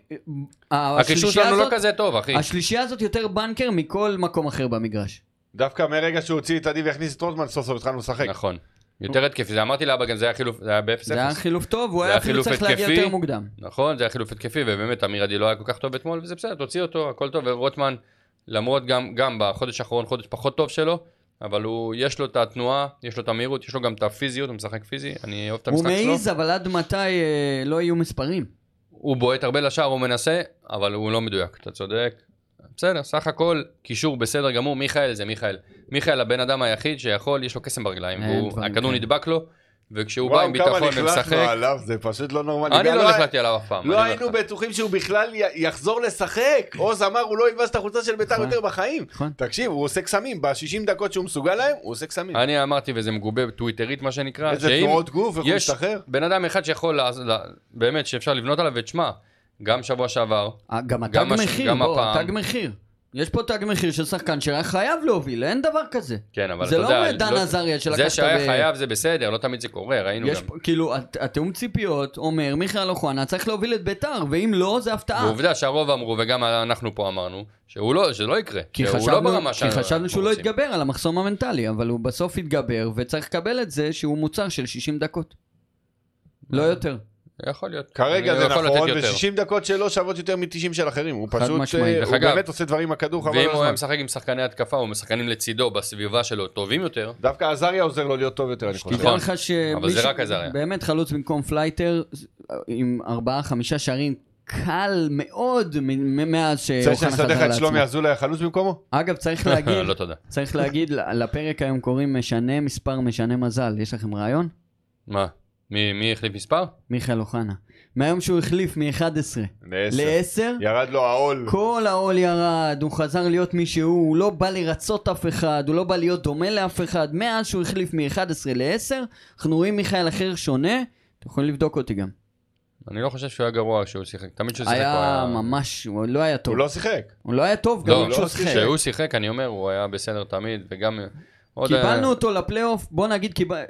Speaker 4: הקישור
Speaker 3: השלישייה
Speaker 4: שלנו לא
Speaker 3: הזאת-
Speaker 4: כזה טוב, אחי.
Speaker 3: השלישייה הזאת יותר בנקר מכל מקום אחר במגרש.
Speaker 5: דווקא מרגע שהוא הוציא את עדי והכניס את רוטמן, סוף סוף התחלנו לשחק.
Speaker 4: נכון. יותר התקפי, זה אמרתי לאבא גם, זה היה חילוף, זה היה
Speaker 3: זה היה
Speaker 4: ב-0-0.
Speaker 3: חילוף טוב, הוא
Speaker 4: זה
Speaker 3: היה
Speaker 4: היה
Speaker 3: אפילו
Speaker 4: חילוף
Speaker 3: צריך להגיע
Speaker 4: התקפי.
Speaker 3: יותר מוקדם.
Speaker 4: נכון, זה היה חילוף התקפי, ובאמת, אמיר עדי לא היה כל כך טוב אתמול, וזה בסדר, תוציא אותו, הכל טוב, ורוטמן, למרות גם, גם בחודש האחרון, חודש פחות טוב שלו, אבל הוא, יש לו את התנועה, יש לו את המהירות, יש לו גם את הפיזיות, הוא משחק פיזי, אני אוהב את
Speaker 3: הוא
Speaker 4: המשחק שלו.
Speaker 3: מעיז, אבל עד מתי אה, לא יהיו מספרים.
Speaker 4: הוא בועט הרבה לשער, הוא מנסה, אבל הוא לא מדויק, אתה צודק. בסדר, סך הכל, קישור בסדר גמור, מיכאל זה מיכאל. מיכאל הבן אדם היחיד שיכול, יש לו קסם ברגליים,
Speaker 3: אין
Speaker 4: והוא-
Speaker 3: דברים
Speaker 4: הכדור
Speaker 3: כאלה.
Speaker 4: נדבק לו, וכשהוא בא
Speaker 5: וואו,
Speaker 4: עם
Speaker 5: כמה
Speaker 4: ביטחון
Speaker 5: נחלקנו
Speaker 4: ומשחק,
Speaker 5: עליו, זה פשוט לא נורמלי.
Speaker 4: אני
Speaker 5: והיה-
Speaker 4: לא נכון. נחלטתי עליו אף פעם.
Speaker 5: לא
Speaker 4: אני
Speaker 5: היינו בטוחים שהוא בכלל י- יחזור לשחק. עוז אמר, הוא לא ילבש את החולצה של ביתר
Speaker 3: נכון.
Speaker 5: יותר בחיים.
Speaker 3: נכון.
Speaker 5: תקשיב, הוא עושה קסמים, ב-60 דקות שהוא מסוגל להם, הוא עושה קסמים.
Speaker 4: אני אמרתי, וזה מגובה בטוויטרית, מה שנקרא,
Speaker 5: איזה
Speaker 4: שאם
Speaker 5: תנועות גוף, איך הוא
Speaker 4: יש
Speaker 5: משתחרר.
Speaker 4: בן אדם אחד שיכול, לעז- לה- באמת, שאפשר לבנות עליו, ותשמע, גם שבוע שעבר,
Speaker 3: אה, גם התג
Speaker 4: גם הש-
Speaker 3: מחיר,
Speaker 4: גם
Speaker 3: בוא,
Speaker 4: הפעם.
Speaker 3: תג מחיר. יש פה תג מחיר של שחקן שהיה חייב להוביל, אין דבר כזה.
Speaker 4: כן, אבל
Speaker 3: זה לא
Speaker 4: אתה יודע,
Speaker 3: אומר דן עזריה שלקחת
Speaker 4: זה שהיה
Speaker 3: ב-
Speaker 4: חייב זה בסדר, לא תמיד זה קורה, ראינו
Speaker 3: יש
Speaker 4: גם.
Speaker 3: פה, כאילו, הת- התיאום ציפיות אומר, מיכאל אוחנה צריך להוביל את ביתר, ואם לא, זה הפתעה.
Speaker 4: ועובדה שהרוב אמרו, וגם אנחנו פה אמרנו, שהוא לא, שזה לא יקרה.
Speaker 3: כי
Speaker 4: שהוא
Speaker 3: חשבנו,
Speaker 4: לא ברמה
Speaker 3: כי
Speaker 4: שאנחנו
Speaker 3: חשבנו שהוא לא
Speaker 4: רוצים.
Speaker 3: יתגבר על המחסום המנטלי, אבל הוא בסוף יתגבר, וצריך לקבל את זה שהוא מוצר של 60 דקות. לא
Speaker 4: נכון.
Speaker 3: יותר.
Speaker 4: יכול להיות.
Speaker 5: כרגע
Speaker 4: אני לא
Speaker 5: זה
Speaker 4: יכול לתת
Speaker 5: נכון,
Speaker 4: יותר.
Speaker 5: ו-60 דקות שלו שוות יותר מ-90 של אחרים. הוא
Speaker 3: חד
Speaker 5: פשוט,
Speaker 3: משמעית.
Speaker 5: אה,
Speaker 4: דרך
Speaker 5: הוא
Speaker 4: אגב,
Speaker 5: באמת עושה דברים עם הכדור לא חבל
Speaker 4: ואם
Speaker 5: על
Speaker 4: הוא היה
Speaker 5: הזמן.
Speaker 4: משחק עם שחקני התקפה, או עם שחקנים לצידו, בסביבה שלו, טובים יותר,
Speaker 5: דווקא עזריה עוזר לו להיות טוב יותר, אני חושב.
Speaker 3: תדע
Speaker 4: נכון.
Speaker 3: לך שמי
Speaker 4: אבל זה
Speaker 3: ש-
Speaker 4: רק עזריה.
Speaker 3: באמת חלוץ במקום פלייטר, עם ארבעה, חמישה שערים, קל מאוד מ- מ- מאז שאוחנה
Speaker 5: צריך
Speaker 3: חזר
Speaker 5: שנסדר לך
Speaker 3: לעצמו.
Speaker 5: את שלומי אזולאי החלוץ במקומו?
Speaker 3: אגב, צריך להגיד,
Speaker 4: (laughs) לא תודה.
Speaker 3: צריך להגיד, ל- לפרק היום קוראים משנה מספר, משנה מזל. יש לכם רעיון?
Speaker 4: מה? מי מי החליף מספר?
Speaker 3: מיכאל אוחנה. מהיום שהוא החליף מ-11
Speaker 5: לעשר.
Speaker 3: ל-10,
Speaker 5: ירד לו העול.
Speaker 3: כל העול ירד, הוא חזר להיות מי שהוא, הוא לא בא לרצות אף אחד, הוא לא בא להיות דומה לאף אחד. מאז שהוא החליף מ-11 ל-10, אנחנו רואים מיכאל אחר שונה, אתם יכולים לבדוק אותי גם.
Speaker 4: אני לא חושב שהוא היה גרוע כשהוא שיחק. תמיד כשהוא שיחק הוא
Speaker 3: היה ממש, הוא לא היה טוב.
Speaker 5: הוא לא שיחק.
Speaker 3: הוא לא היה טוב
Speaker 4: לא,
Speaker 3: גם כשהוא
Speaker 5: לא,
Speaker 3: שיחק.
Speaker 4: כשהוא שיחק, אני אומר, הוא היה בסדר תמיד, וגם... עוד- אה,
Speaker 5: אה,
Speaker 3: קיבלנו אותו לפלייאוף, בוא נגיד, קיבל-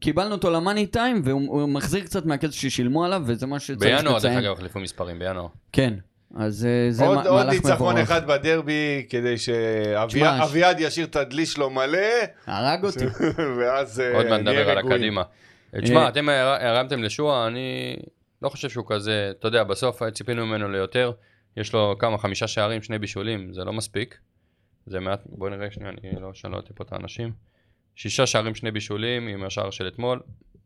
Speaker 3: קיבלנו אותו למאני טיים, והוא הוא מחזיר קצת מהכסף ששילמו עליו, וזה מה שצריך לציין.
Speaker 4: בינואר, דרך אגב, החליפו מספרים, בינואר.
Speaker 3: כן, אז אה, זה
Speaker 5: עוד,
Speaker 3: מה-
Speaker 5: עוד
Speaker 3: מהלך
Speaker 5: ניצחון
Speaker 3: מבורך.
Speaker 5: אחד בדרבי כדי
Speaker 3: תשמע,
Speaker 5: שאביעד ישאיר את הדלי שלו מלא, (laughs)
Speaker 3: הרג אותי.
Speaker 5: ואז אה,
Speaker 4: עוד מעט
Speaker 5: נהיה
Speaker 4: נדבר על
Speaker 5: רגועים.
Speaker 4: הקדימה.
Speaker 3: אה.
Speaker 4: תשמע, אתם הר- הרמתם לשועה, אני לא חושב שהוא כזה, אתה יודע, בסוף ציפינו ממנו ליותר. יש לו כמה, חמישה שערים, שני בישולים, זה לא מספיק. זה מעט, בוא נראה שנייה, אני לא שאלתי פה את האנשים. שישה שערים, שני בישולים, עם השער של אתמול.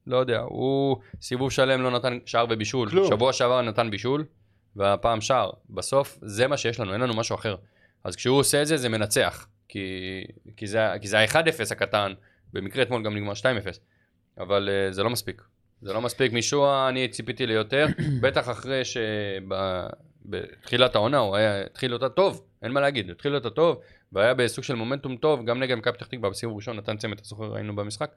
Speaker 4: לא יודע, הוא סיבוב שלם לא נתן שער ובישול.
Speaker 5: כלום.
Speaker 4: שבוע שעבר נתן בישול, והפעם שער. בסוף, זה מה שיש לנו, אין לנו משהו אחר. אז כשהוא עושה את זה, זה מנצח. כי, כי זה, ה- כי זה ה-1-0 הקטן, במקרה אתמול גם נגמר 2-0, אבל אה, זה לא מספיק. זה לא מספיק משועה, אני ציפיתי
Speaker 5: (clears throat)
Speaker 4: ליותר, בטח אחרי שבתחילת העונה הוא היה, התחיל אותה טוב, אין מה להגיד, התחיל אותה טוב, והיה בסוג של מומנטום טוב, גם נגד מכבי פתח תקווה בסיבוב הראשון נתן צמד, אתה זוכר, ראינו במשחק.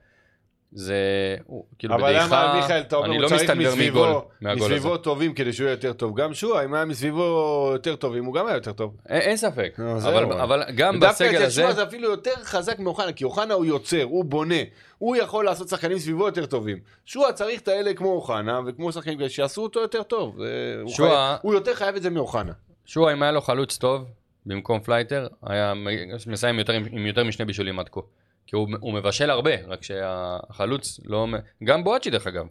Speaker 4: זה, הוא, כאילו
Speaker 5: אבל למה
Speaker 4: בדעיכה,
Speaker 5: מיכאל, אתה אומר,
Speaker 4: אני
Speaker 5: הוא
Speaker 4: לא
Speaker 5: צריך
Speaker 4: מסתנגר מגול,
Speaker 5: מסביבו,
Speaker 4: מהגול הזה.
Speaker 5: מסביבו טובים כדי שהוא יהיה יותר טוב. גם שועה, אם היה מסביבו יותר טובים, הוא גם היה יותר טוב.
Speaker 4: אין, אין ספק,
Speaker 5: לא, זהו.
Speaker 4: אבל, אבל גם
Speaker 5: דווקא
Speaker 4: בסגל
Speaker 5: אצל
Speaker 4: הזה,
Speaker 5: שועה זה אפילו יותר חזק מאוחנה, כי אוחנה הוא יוצר, הוא בונה, הוא יכול לעשות שחקנים סביבו יותר טובים. שועה צריך את האלה כמו אוחנה, וכמו שחקנים כאלה, שיעשו אותו יותר טוב. זה- הוא
Speaker 4: שועה-
Speaker 5: חייב- הוא יותר חייב את זה מאוחנה.
Speaker 4: שועה, אם היה לו חלוץ טוב, במקום פלייטר, היה מ- מסיים יותר, עם- עם יותר משני בישולים עד כה. כי הוא, הוא מבשל הרבה, רק שהחלוץ לא... מ- גם בואצ'י דרך אגב.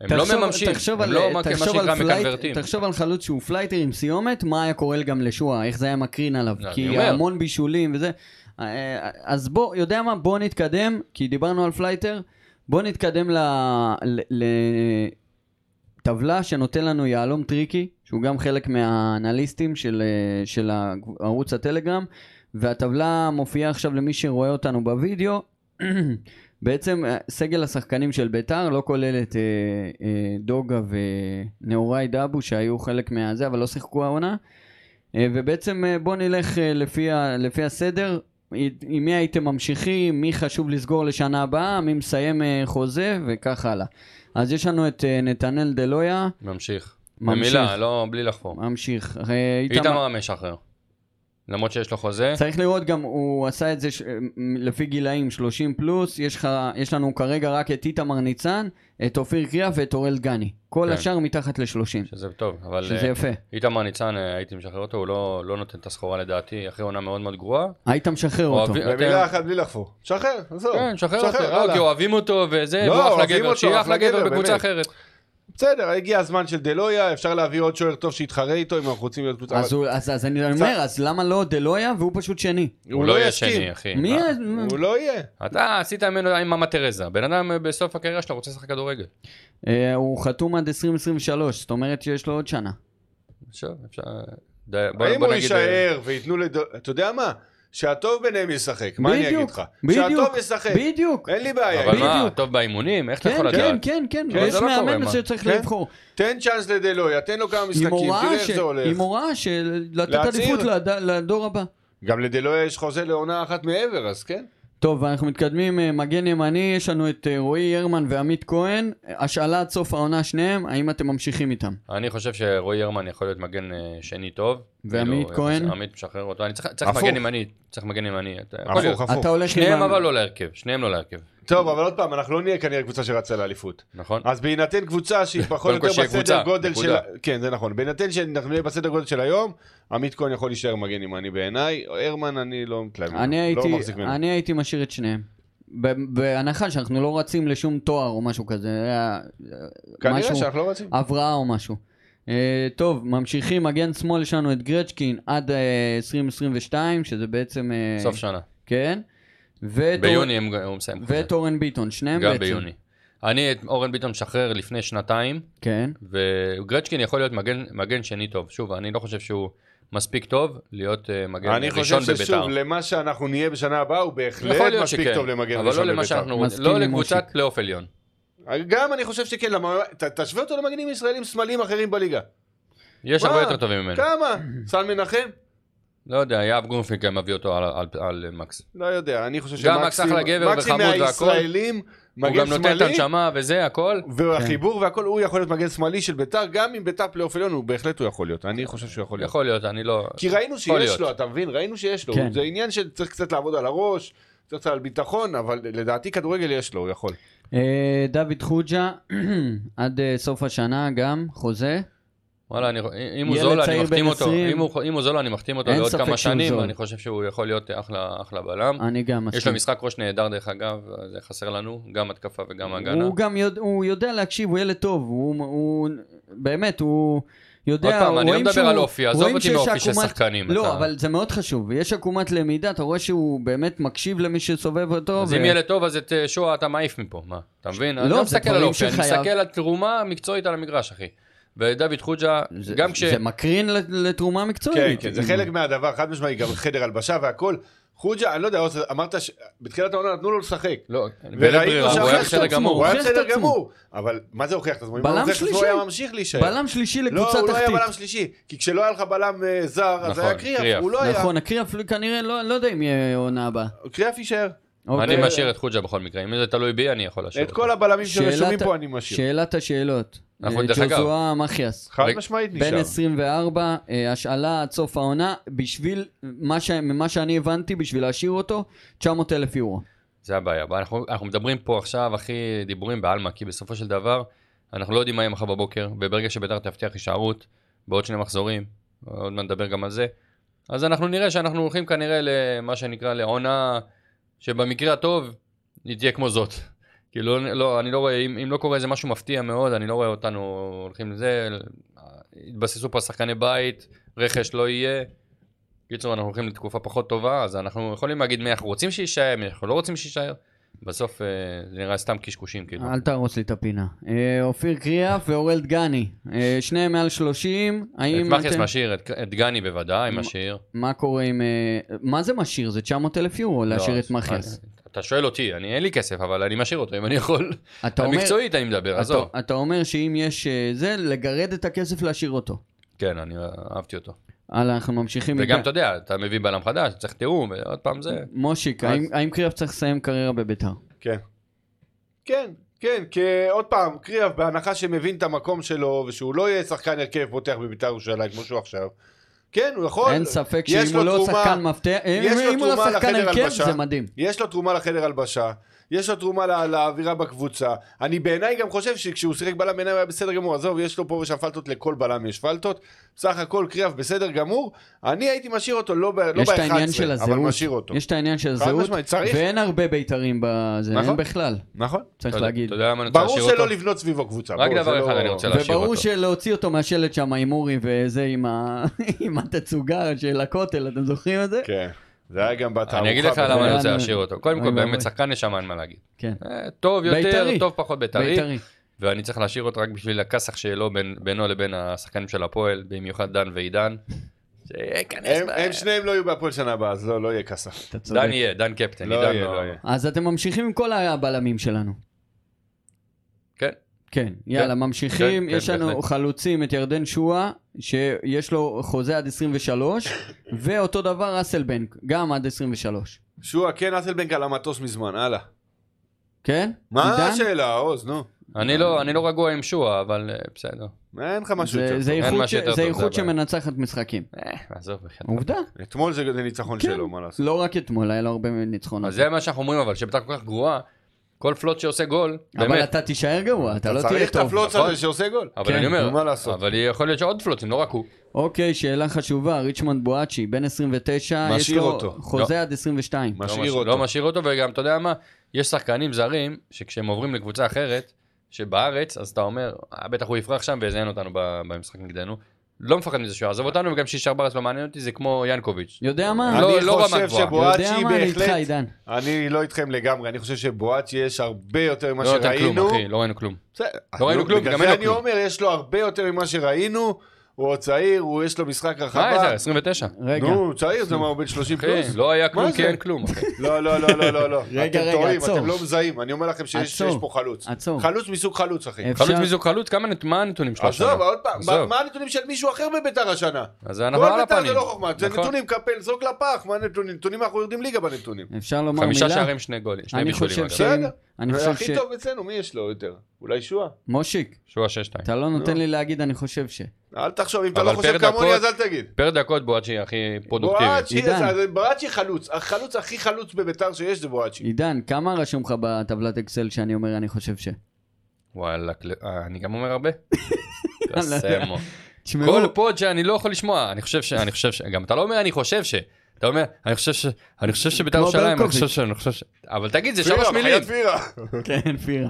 Speaker 4: הם לא מממשים,
Speaker 3: תחשוב
Speaker 4: הם
Speaker 3: על- אה,
Speaker 4: לא מה מה
Speaker 3: תחשוב על
Speaker 4: שנקרא
Speaker 3: פלייט-
Speaker 4: מקנברטים.
Speaker 3: תחשוב על חלוץ שהוא פלייטר עם סיומת, מה היה קורה גם לשועה, איך זה היה מקרין עליו,
Speaker 4: לא, אני
Speaker 3: כי
Speaker 4: אומר.
Speaker 3: המון בישולים וזה. אה, אה, אז בוא, יודע מה, בוא נתקדם, כי דיברנו על פלייטר, בוא נתקדם לטבלה שנותן לנו יהלום טריקי, שהוא גם חלק מהאנליסטים של, אה, של ערוץ הטלגרם, והטבלה מופיעה עכשיו למי שרואה אותנו בווידאו. (clears throat) בעצם אה, סגל השחקנים של ביתר לא כולל את אה, אה, דוגה ונאורי דאבו שהיו חלק מהזה אבל לא שיחקו העונה אה, ובעצם אה, בוא נלך אה, לפי, ה, לפי הסדר עם עם מי הייתם ממשיכים, מי חשוב לסגור לשנה הבאה, מי מסיים אה, חוזה וכך הלאה. אז יש לנו את אה, נתנאל דלויה,
Speaker 4: ממשיך.
Speaker 3: ממשיך.
Speaker 4: במילה, לא, בלי לחפור.
Speaker 3: ממשיך. אה,
Speaker 4: איתמר המשחרר. למרות שיש לו חוזה,
Speaker 3: צריך לראות גם, הוא עשה את זה ש... מ- לפי גילאים 30 פלוס, יש, לך, יש לנו כרגע רק את איתמר ניצן, את אופיר קריאה ואת אורל דגני. כל
Speaker 4: כן.
Speaker 3: השאר מתחת ל-30,
Speaker 4: שזה טוב, אבל
Speaker 3: שזה
Speaker 4: אה,
Speaker 3: יפה.
Speaker 4: איתמר ניצן, אה, הייתי משחרר אותו, הוא לא לא נותן את הסחורה לדעתי, אחרי עונה מאוד מאוד גרועה.
Speaker 3: היית משחרר אותו.
Speaker 4: אוהבים-
Speaker 5: במילה אחת בלי לחפור. שחרר, עזוב.
Speaker 4: כן, שחרר אותו, לא,
Speaker 5: הלאה.
Speaker 4: כי אוהבים אותו וזה,
Speaker 5: לא,
Speaker 4: והוא אחלה
Speaker 5: אוהבים
Speaker 4: גבר,
Speaker 5: אותו,
Speaker 4: שיהיה אחלה
Speaker 5: אחלה
Speaker 4: גבר
Speaker 5: גבר,
Speaker 4: בקבוצה
Speaker 5: באמת.
Speaker 4: אחרת.
Speaker 5: בסדר, הגיע הזמן של דלויה, אפשר להביא עוד שוער טוב שיתחרה איתו אם אנחנו רוצים להיות קבוצה.
Speaker 3: אז, הוא, אז, אז אני אומר, אז למה לא דלויה והוא פשוט שני?
Speaker 4: הוא לא יהיה שני, אחי.
Speaker 3: מי...
Speaker 4: מה?
Speaker 3: ה-
Speaker 5: כן, הוא לא יהיה.
Speaker 4: אתה עשית ממנו עם ממה תרזה. בן אדם אה, בסוף הקריירה שלו רוצה לשחק כדורגל.
Speaker 3: אה, הוא חתום עד 2023, זאת אומרת שיש לו עוד שנה.
Speaker 4: עכשיו, אפשר... די, בוא,
Speaker 5: האם
Speaker 4: בוא
Speaker 5: הוא
Speaker 4: נגיד... אה,
Speaker 5: יישאר וייתנו לדו... אתה יודע מה? שהטוב ביניהם ישחק, מה אני
Speaker 3: בדיוק,
Speaker 5: אגיד לך?
Speaker 3: בדיוק,
Speaker 5: שהטוב ישחק, אה,
Speaker 3: בדיוק.
Speaker 5: אין לי בעיה.
Speaker 4: אבל מה,
Speaker 3: בדיוק.
Speaker 4: טוב באימונים? איך אתה
Speaker 3: כן,
Speaker 4: יכול לדעת?
Speaker 3: כן, כן, כן,
Speaker 4: אבל
Speaker 3: יש
Speaker 4: זה לא קורה,
Speaker 3: מאמן
Speaker 4: מה?
Speaker 3: שצריך
Speaker 5: כן.
Speaker 3: לבחור.
Speaker 5: תן צ'אנס לדלויה, תן לו כמה
Speaker 3: עם
Speaker 5: משחקים, תראה
Speaker 3: הוראה
Speaker 5: איך
Speaker 3: ש-
Speaker 5: זה הולך.
Speaker 3: עם הוראה של לתת
Speaker 5: להצהיר.
Speaker 3: עדיפות לד- לדור הבא.
Speaker 5: גם לדלויה יש חוזה לעונה אחת מעבר, אז כן.
Speaker 3: טוב, אנחנו מתקדמים, אה, מגן ימני, יש לנו את אה, רועי הרמן ועמית כהן, השאלה עד סוף העונה שניהם, האם אתם ממשיכים איתם?
Speaker 4: אני חושב שרועי הרמן יכול להיות מגן אה, שני טוב.
Speaker 3: ועמית
Speaker 4: כאילו,
Speaker 3: כהן?
Speaker 4: יחס- עמית משחרר אותו. אני צריך צריך
Speaker 5: הפוך.
Speaker 4: מגן ימני. צריך מגן ימני. אתה- יכול להיות.
Speaker 5: הפוך,
Speaker 3: אתה
Speaker 5: הפוך.
Speaker 3: הולך
Speaker 4: שניהם
Speaker 3: עם ה-
Speaker 4: אבל לא להרכב. שניהם לא להרכב.
Speaker 5: טוב, אבל עוד פעם, אנחנו לא נהיה כנראה קבוצה שרצה לאליפות.
Speaker 4: נכון?
Speaker 5: אז בהינתן קבוצה שהיא פחות
Speaker 4: קודם
Speaker 5: או
Speaker 4: כל
Speaker 5: יותר
Speaker 4: שיהיה קבוצה,
Speaker 5: בסדר גודל של...
Speaker 4: נקודה.
Speaker 5: כן, זה נכון. בהינתן שאנחנו נהיה בסדר גודל של היום, עמית כהן יכול להישאר מגן ימני בעיניי. הרמן, אני לא מתלהב ממנו.
Speaker 3: אני הייתי-
Speaker 5: לא מחזיק ממנו.
Speaker 3: אני הייתי משאיר את שניהם. ב- בהנחה שאנחנו לא רצים לשום תואר או משהו כזה, אה,
Speaker 5: כנראה
Speaker 3: משהו-
Speaker 5: שאנחנו לא רצים.
Speaker 3: הבראה או משהו. אה, טוב, ממשיכים, מגן שמאל יש לנו את גרצ'קין עד אה, 2022, שזה בעצם... אה,
Speaker 4: סוף שנה.
Speaker 3: כן. ואת אור-
Speaker 4: ביוני הם- הוא מסיים. חוזה.
Speaker 3: ואת אורן ביטון, שניהם בעצם.
Speaker 4: גם ביוני. אני את אורן ביטון משחרר לפני שנתיים.
Speaker 3: כן.
Speaker 4: וגרצ'קין יכול להיות מגן, מגן שני טוב. שוב, אני לא חושב שהוא מספיק טוב להיות אה, מגן
Speaker 5: אני
Speaker 4: ראשון
Speaker 5: חושב
Speaker 4: בביתר.
Speaker 5: ששוב, למה שאנחנו נהיה בשנה הבאה, הוא
Speaker 4: יכול
Speaker 5: בהחלט
Speaker 4: להיות
Speaker 5: מספיק
Speaker 4: שכן,
Speaker 5: טוב למגן
Speaker 4: אבל
Speaker 5: ראשון
Speaker 4: לא למה
Speaker 5: בביתר.
Speaker 4: שאנחנו רוצים,
Speaker 3: מסכים
Speaker 4: לא
Speaker 3: עם
Speaker 4: לקבוצת
Speaker 3: מושיק.
Speaker 4: פלייאוף עליון.
Speaker 5: גם אני חושב שכן, למה... ת- תשווה אותו למגנים ישראלים שמאליים אחרים בליגה.
Speaker 4: יש
Speaker 5: מה? כן.
Speaker 4: הרבה יותר טובים ממנו.
Speaker 5: כמה? סן מנחם?
Speaker 4: לא יודע, יהב גרונפינק גם מביא אותו על- על- על מקס.
Speaker 5: לא יודע, אני חושב
Speaker 4: גם מקס אחלה גבר
Speaker 5: מקסים
Speaker 4: וחמוד והכל.
Speaker 5: מהישראלים,
Speaker 4: הוא
Speaker 5: מגן
Speaker 4: גם נותן את
Speaker 5: שמאלי,
Speaker 4: הנשמה וזה, הכל.
Speaker 5: והחיבור והכל, הוא יכול להיות מגן שמאלי של ביתר, גם אם ביתר פלייאוף עליון, הוא בהחלט הוא יכול להיות, אני חושב שהוא יכול להיות.
Speaker 4: יכול להיות, אני לא...
Speaker 5: כי ראינו
Speaker 4: יכול
Speaker 5: שיש
Speaker 4: להיות.
Speaker 5: לו, אתה מבין? ראינו שיש לו.
Speaker 3: כן.
Speaker 5: זה עניין שצריך קצת לעבוד על הראש, צריך קצת על ביטחון, אבל לדעתי כדורגל יש לו, הוא יכול.
Speaker 3: אה, דוד חוג'ה, (clears throat) עד אה, סוף השנה גם, חוזה.
Speaker 4: וואלה, אני- אם הוא
Speaker 3: ילד
Speaker 4: זול, אני
Speaker 3: צעיר
Speaker 4: מחתים
Speaker 3: בן
Speaker 4: אותו.
Speaker 3: 20.
Speaker 4: אם הוא- אם הוא זול, אני מחתים אותו
Speaker 3: אין
Speaker 4: לעוד
Speaker 3: ספק
Speaker 4: כמה
Speaker 3: שהוא
Speaker 4: שנים,
Speaker 3: זול.
Speaker 4: אני חושב שהוא יכול להיות אחלה אחלה בלם.
Speaker 3: אני גם מסכים.
Speaker 4: יש לו משחק ראש נהדר, דרך אגב, זה חסר לנו, גם התקפה וגם הגנה.
Speaker 3: הוא גם יודע, הוא יודע להקשיב, הוא ילד טוב, הוא, הוא באמת, הוא יודע,
Speaker 4: עוד פעם, אני לא
Speaker 3: רואים
Speaker 4: מדבר
Speaker 3: שהוא-
Speaker 4: על אופי, עזוב
Speaker 3: רואים
Speaker 4: אותי
Speaker 3: שיש
Speaker 4: מאופי של
Speaker 3: עקומת-
Speaker 4: שחקנים,
Speaker 3: לא,
Speaker 4: אתה-
Speaker 3: אבל זה מאוד חשוב, יש עקומת למידה, אתה רואה שהוא באמת מקשיב למי שסובב אותו.
Speaker 4: אז
Speaker 3: ו-
Speaker 4: אם ילד טוב, אז את אה, שואה אתה מעיף מפה, מה? אתה מבין?
Speaker 3: לא,
Speaker 4: אני לא
Speaker 3: זה
Speaker 4: מסתכל
Speaker 3: דברים
Speaker 4: על אופי, אני
Speaker 3: שחייב-
Speaker 4: מסתכל על תרומה מקצועית על המגרש, אחי. ודוד חוג'ה,
Speaker 3: זה-
Speaker 4: גם כש...
Speaker 3: זה מקרין לת- לתרומה
Speaker 5: כן,
Speaker 3: מקצועית.
Speaker 5: כן, זה חלק מהדבר, חד משמעי, גם חדר הלבשה והכל. חוג'ה, אני לא יודע, אוס- אמרת ש- בתחילת העונה נתנו לו לשחק.
Speaker 4: לא,
Speaker 5: וראינו
Speaker 4: בלית ברירה,
Speaker 5: שהוכיח
Speaker 4: הוא היה
Speaker 5: את
Speaker 4: בסדר
Speaker 5: עצמו,
Speaker 4: גמור.
Speaker 5: הוא היה
Speaker 3: הוכיח את
Speaker 5: בסדר
Speaker 3: עצמו.
Speaker 5: גמור, אבל מה זה הוכיח את עצמו? אם
Speaker 3: בלם
Speaker 5: הוא הוכיח את עצמו, הוא
Speaker 3: שלישי.
Speaker 5: היה ממשיך להישאר.
Speaker 3: בלם שלישי לקבוצה תחתית.
Speaker 5: לא, הוא לא היה בלם שלישי, כי כשלא היה לך בלם אה, זר, אז
Speaker 4: נכון,
Speaker 5: היה קריאף,
Speaker 4: קריאף.
Speaker 5: הוא לא היה,
Speaker 3: נכון, הקריאף כנראה, לא לא יודע אם יהיה עונה הבאה.
Speaker 5: קריאף יישאר.
Speaker 4: אני
Speaker 3: אוקיי.
Speaker 4: משאיר את חוג'ה בכל מקרה, אם זה תלוי בי אני יכול להשאיר
Speaker 5: את
Speaker 4: אותו.
Speaker 5: כל הבלמים
Speaker 3: שאלת-
Speaker 5: שרשומים פה אני משאיר.
Speaker 3: שאלת השאלות.
Speaker 4: נכון,
Speaker 3: אה,
Speaker 4: דרך אגב.
Speaker 3: ג'וזואה מחיאס.
Speaker 5: חד
Speaker 4: רגע,
Speaker 5: משמעית
Speaker 3: בן
Speaker 5: נשאר.
Speaker 3: 24, אה, השאלה עד סוף העונה, בשביל, מה ש- ממה שאני הבנתי, בשביל להשאיר אותו, 900 אלף יורו.
Speaker 4: זה הבעיה. אבל אנחנו, אנחנו מדברים פה עכשיו, הכי דיבורים בעלמא, כי בסופו של דבר, אנחנו לא יודעים מה יהיה מחר בבוקר, וברגע שביתר תבטיח הישארות, בעוד שני מחזורים, עוד מעט נדבר גם על זה, אז אנחנו נראה שאנחנו הולכים כנראה למה שנקרא לעונה, שבמקרה הטוב, היא תהיה כמו זאת. (laughs) כאילו, לא- לא, אני לא רואה, אם, אם לא קורה איזה משהו מפתיע מאוד, אני לא רואה אותנו הולכים לזה, התבססו פה שחקני בית, רכש לא יהיה. בקיצור, אנחנו הולכים לתקופה פחות טובה, אז אנחנו יכולים להגיד מי אנחנו רוצים שיישאר, מי אנחנו לא רוצים שיישאר. בסוף אה, זה נראה סתם קשקושים, כאילו.
Speaker 3: אל תהרוס לי את הפינה. אה, אופיר קריאף ואורל דגני, אה, שניהם מעל 30,
Speaker 4: את
Speaker 3: האם...
Speaker 4: מכיאס
Speaker 3: אתם-
Speaker 4: משאיר, את- את גני בוודאי
Speaker 3: מה-
Speaker 4: משאיר.
Speaker 3: מה קורה עם... אה, מה זה משאיר? זה 900 אלף יורו להשאיר
Speaker 4: לא,
Speaker 3: את מכיאס.
Speaker 4: אני- אתה שואל אותי, אני אין לי כסף, אבל אני משאיר אותו אם אני יכול.
Speaker 3: אתה אומר-
Speaker 4: מקצועית אני מדבר,
Speaker 3: אתה-
Speaker 4: עזוב.
Speaker 3: אתה אומר שאם יש אה, זה, לגרד את הכסף להשאיר אותו.
Speaker 4: כן, אני אהבתי אותו.
Speaker 3: הלאה, אנחנו ממשיכים.
Speaker 4: וגם,
Speaker 3: מגע-
Speaker 4: אתה יודע, אתה מביא בלם חדש, צריך תיאום, ועוד פעם זה.
Speaker 3: מושיק,
Speaker 5: אז-
Speaker 3: האם- האם קריאף צריך לסיים קריירה בביתר?
Speaker 5: כן. כן, כן, כי עוד פעם, קריאף, בהנחה שמבין את המקום שלו, ושהוא לא יהיה שחקן הרכב פותח בביתר ירושלים כמו שהוא עכשיו, כן, הוא יכול.
Speaker 3: אין ספק
Speaker 5: יש
Speaker 3: שאם
Speaker 5: לו
Speaker 3: הוא לא
Speaker 5: תרומה-
Speaker 3: שחקן מפתח,
Speaker 5: יש
Speaker 3: אם
Speaker 5: לו
Speaker 3: אם הוא לא
Speaker 5: תרומה
Speaker 3: שחקן
Speaker 5: לחדר
Speaker 3: הרכב
Speaker 5: הלבשה.
Speaker 3: זה מדהים.
Speaker 5: יש לו תרומה לחדר הלבשה, יש לו תרומה לא, לאווירה בקבוצה. אני בעיניי גם חושב שכשהוא שיחק בלם בעיניי הוא היה בסדר גמור, עזוב, יש לו פה ושם פלטות, לכל בלם יש פלטות. בסך הכל קריאף בסדר גמור, אני הייתי משאיר אותו לא ב-11, לא
Speaker 3: יש את
Speaker 5: ב-
Speaker 3: העניין
Speaker 5: 11,
Speaker 3: של
Speaker 5: אבל
Speaker 3: הזהות,
Speaker 5: משאיר אותו.
Speaker 3: יש את העניין של
Speaker 5: חד
Speaker 3: הזהות,
Speaker 5: משמעית, צריך.
Speaker 3: ואין הרבה בית"רים בזה, אין
Speaker 5: נכון.
Speaker 3: בכלל,
Speaker 5: נכון.
Speaker 3: צריך
Speaker 4: אתה יודע-
Speaker 3: להגיד.
Speaker 4: אתה יודע למה אני רוצה
Speaker 5: ברור
Speaker 4: להשאיר
Speaker 5: שלא
Speaker 4: אותו?
Speaker 5: לבנות סביבו קבוצה.
Speaker 4: רק
Speaker 5: בוא, זה
Speaker 4: דבר
Speaker 5: לא-
Speaker 4: אחד אני רוצה להשאיר
Speaker 3: וברור
Speaker 4: אותו.
Speaker 3: שלהוציא אותו מהשלט שם עם אורי וזה עם ה- (laughs) עם התצוגה של הכותל, אתם זוכרים את זה?
Speaker 5: כן, זה היה גם בתערוכה.
Speaker 4: אני אגיד לך
Speaker 5: בזה.
Speaker 4: למה אני רוצה
Speaker 3: אני-
Speaker 4: להשאיר אותו. קודם
Speaker 3: אוי
Speaker 4: כל,
Speaker 3: ואבוי.
Speaker 4: באמת, שחקן נשמה, אין מה להגיד.
Speaker 3: כן.
Speaker 4: אה, טוב יותר,
Speaker 3: בית"רי.
Speaker 4: טוב פחות בית"רי.
Speaker 3: בית"רי.
Speaker 4: ואני צריך להשאיר אותו רק בשביל הכסח שלו בין- בינו לבין השחקנים של הפועל, במיוחד דן ועידן. שייכנס
Speaker 5: הם-
Speaker 4: ב-
Speaker 5: הם שניהם לא יהיו בהפועל שנה הבאה, אז לא, לא יהיה כסף.
Speaker 3: אתה צודק.
Speaker 4: דן יהיה, דן קפטן,
Speaker 5: לא
Speaker 4: עידן
Speaker 5: יהיה,
Speaker 4: לא...
Speaker 5: לא יהיה.
Speaker 3: אז אתם ממשיכים עם כל הבלמים שלנו.
Speaker 4: כן.
Speaker 3: כן, יאללה, ממשיכים.
Speaker 4: כן, כן,
Speaker 3: יש לנו
Speaker 4: בהחלט.
Speaker 3: חלוצים, את ירדן שואה, שיש לו חוזה עד 23, ואותו דבר אסלבנק, גם עד 23.
Speaker 5: שועה, כן, אסלבנק על המטוס מזמן, הלאה.
Speaker 3: כן?
Speaker 5: מה
Speaker 3: עידן?
Speaker 5: השאלה, עוז, נו?
Speaker 4: אני לא- אני לא רגוע עם שועה, אבל אה, בסדר.
Speaker 5: אין לך משהו
Speaker 3: זה-
Speaker 5: יותר
Speaker 3: זה
Speaker 5: טוב.
Speaker 4: אין
Speaker 3: איכות
Speaker 4: מה
Speaker 3: ש- זה
Speaker 4: שיותר טוב, כן. זה
Speaker 3: איכות
Speaker 4: הבעיה.
Speaker 3: שמנצחת משחקים.
Speaker 5: אה,
Speaker 4: עזוב, בחייאת.
Speaker 3: עובדה.
Speaker 5: אתמול זה זה ניצחון
Speaker 3: כן.
Speaker 5: שלו, מה לעשות.
Speaker 3: לא רק אתמול, היה לו הרבה ניצחונות.
Speaker 4: אז זה מה שאנחנו אומרים, אבל שביתר כל כך גרועה, כל פלוט שעושה גול,
Speaker 3: אבל
Speaker 4: באמת.
Speaker 3: אתה תישאר גרוע, אתה
Speaker 5: אתה
Speaker 3: לא תהיה
Speaker 5: צריך את
Speaker 3: טוב.
Speaker 5: הפלוץ
Speaker 4: נכון?
Speaker 5: הזה שעושה גול.
Speaker 4: אבל
Speaker 3: כן,
Speaker 4: אני אומר,
Speaker 5: נו, מה לעשות?
Speaker 4: אבל יכול להיות שעוד פלוטים, לא רק הוא.
Speaker 3: אוקיי, שאלה חשובה, ריצ'מונד בואצ'י, בן 29, יש
Speaker 5: משאיר
Speaker 3: לו
Speaker 5: אותו.
Speaker 3: חוזה עד 22.
Speaker 4: לא
Speaker 5: משאיר
Speaker 4: מש-
Speaker 5: אותו.
Speaker 4: לא משאיר אותו, וגם, אתה יודע מה, יש שחקנים זרים, שכשהם עוברים לקבוצה אחרת, שבארץ, אז אתה אומר, "אה, בטח הוא יפרח שם ויזיין אותנו ב- במשחק נגדנו. לא מפחד מזה שהוא יעזוב אותנו, וגם שישר בארץ לא מעניין אותי, זה כמו ינקוביץ'.
Speaker 3: יודע מה?
Speaker 4: לא-
Speaker 5: אני
Speaker 4: לא רמה
Speaker 5: חושב
Speaker 4: גבוהה.
Speaker 5: שבואצ'י
Speaker 3: יודע מה, אני איתך,
Speaker 5: בהחלט...
Speaker 3: עידן.
Speaker 5: אני לא איתכם לגמרי, אני חושב שבואצ'י יש הרבה יותר ממה
Speaker 4: לא נותן
Speaker 5: שראינו.
Speaker 4: כלום, אחי, לא ראינו כלום.
Speaker 5: בסדר.
Speaker 4: לא ראינו כלום,
Speaker 5: בגלל
Speaker 4: גם אין
Speaker 5: זה
Speaker 4: לו
Speaker 5: אני
Speaker 4: כלום.
Speaker 5: אומר, יש לו הרבה יותר ממה שראינו. הוא עוד צעיר, הוא יש לו משחק
Speaker 4: מה
Speaker 5: רחבה.
Speaker 4: זה, 29.
Speaker 3: רגע.
Speaker 5: נו, צעיר זה מה, הוא בן 30
Speaker 4: אחי,
Speaker 5: פלוס?
Speaker 4: לא היה כלום,
Speaker 5: לא מה
Speaker 4: כי
Speaker 5: זה?
Speaker 4: אין כלום, אחי.
Speaker 5: לא, לא, לא, לא, לא, לא.
Speaker 3: (laughs) רגע,
Speaker 5: אתם
Speaker 3: רגע,
Speaker 5: טועים,
Speaker 3: עצור.
Speaker 5: אתם לא מזהים. אני אומר לכם שיש
Speaker 3: עצור.
Speaker 5: שיש פה חלוץ.
Speaker 3: עצור.
Speaker 5: חלוץ מסוג חלוץ, אחי.
Speaker 3: אפשר-
Speaker 4: חלוץ מזוג חלוץ, כמה נת- מה הנתונים שלו?
Speaker 5: עזוב,
Speaker 4: השנה?
Speaker 5: עוד פעם, מה-
Speaker 4: עזוב.
Speaker 5: מה הנתונים של מישהו אחר בביתר השנה?
Speaker 4: אז אנחנו
Speaker 5: כל
Speaker 4: על
Speaker 5: ביתר זה
Speaker 4: הפנים.
Speaker 5: לא חוכמה, זה
Speaker 4: נכון.
Speaker 5: נתונים, קפל, זרוק לפח, מה הנתונים? נתונים אנחנו יורדים ליגה בנתונים.
Speaker 3: אפשר לומר מילה?
Speaker 4: חמישה שערים, שני גולים, שני
Speaker 3: אני
Speaker 4: בישולים,
Speaker 3: חושב
Speaker 4: אגב.
Speaker 3: ש...
Speaker 5: בסדר.
Speaker 3: אני
Speaker 5: זה
Speaker 3: חושב ש...
Speaker 5: הכי טוב אצלנו, מי יש לו יותר? אולי שועה?
Speaker 3: מושיק,
Speaker 4: שועה 6-2.
Speaker 3: אתה לא נותן לי להגיד אני חושב ש...
Speaker 5: אל תחשוב, אם אתה
Speaker 4: אבל
Speaker 5: לא חושב
Speaker 4: פר
Speaker 5: כמוני
Speaker 4: דקות-
Speaker 5: אז אל תגיד.
Speaker 4: פר דקות בואצ'י הכי פרודוקטיבי.
Speaker 5: בואצ'י,
Speaker 3: עידן.
Speaker 5: אז- אז בואצ'י חלוץ, החלוץ הכי חלוץ בביתר שיש זה בואצ'י.
Speaker 3: עידן, כמה רשום לך בטבלת אקסל שאני אומר אני חושב ש...
Speaker 4: וואלה, כל- אה, אני גם אומר הרבה.
Speaker 3: לא יודע.
Speaker 4: תסמו.
Speaker 3: תשמעו,
Speaker 4: כל פוד שאני לא יכול לשמוע, אני חושב ש... אני חושב ש... גם אתה לא אומר אני חושב ש... אתה אומר, אני חושב ש... אני חושב שבית"ר
Speaker 3: כמו
Speaker 4: ירושלים, אני
Speaker 3: ברקוביץ'.
Speaker 4: חושב ש... אני חושב ש... אבל תגיד, זה
Speaker 5: פירה,
Speaker 4: שלוש מילים.
Speaker 5: בחיית פירה.
Speaker 3: כן, פירה.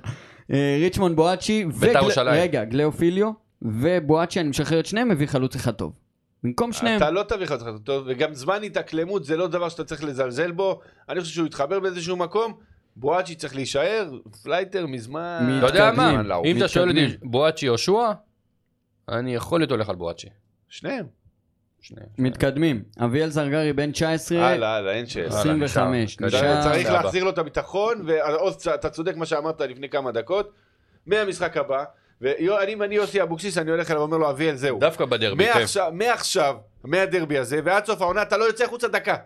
Speaker 3: אה, ריצ'מונד בואצ'י ו...
Speaker 4: בית"ר ירושלים.
Speaker 3: רגע, גליאופיליו ובואצ'י, אני משחרר את שניהם, מביא חלוץ אחד טוב. במקום שניהם.
Speaker 5: אתה לא תביך אותך טוב, וגם זמן התאקלמות זה לא דבר שאתה צריך לזלזל בו. אני חושב שהוא יתחבר באיזשהו מקום. בואצ'י צריך להישאר, פלייטר מזמן...
Speaker 3: מי-
Speaker 4: אתה יודע מה,
Speaker 3: מתקדמים.
Speaker 5: לעוף.
Speaker 4: אם אתה שואל אותי
Speaker 3: מתקדמים.
Speaker 4: בואצ'י או שועה, אני יכול להיות הולך על בואצ'י.
Speaker 5: שניהם.
Speaker 4: שניהם.
Speaker 3: מתקדמים. אביאל זרגרי בן 19,
Speaker 5: הלאה, הלאה, אין שאלה.
Speaker 4: הלאה,
Speaker 3: 25.
Speaker 4: נשאר.
Speaker 3: נשאר.
Speaker 4: אתה
Speaker 5: צריך
Speaker 4: סבבה.
Speaker 5: להחזיר לו את הביטחון, ועוז, אתה צודק מה שאמרת לפני כמה דקות, מהמשחק הבא, ואני ואני יוסי אבוקסיס, אני הולך אליו ואומר לו, אביאל, זהו.
Speaker 4: דווקא בדרבי, כן.
Speaker 5: מעכשיו, מעכשיו, מהדרבי הזה, ועד סוף העונה, אתה לא יוצא החוצה דקה.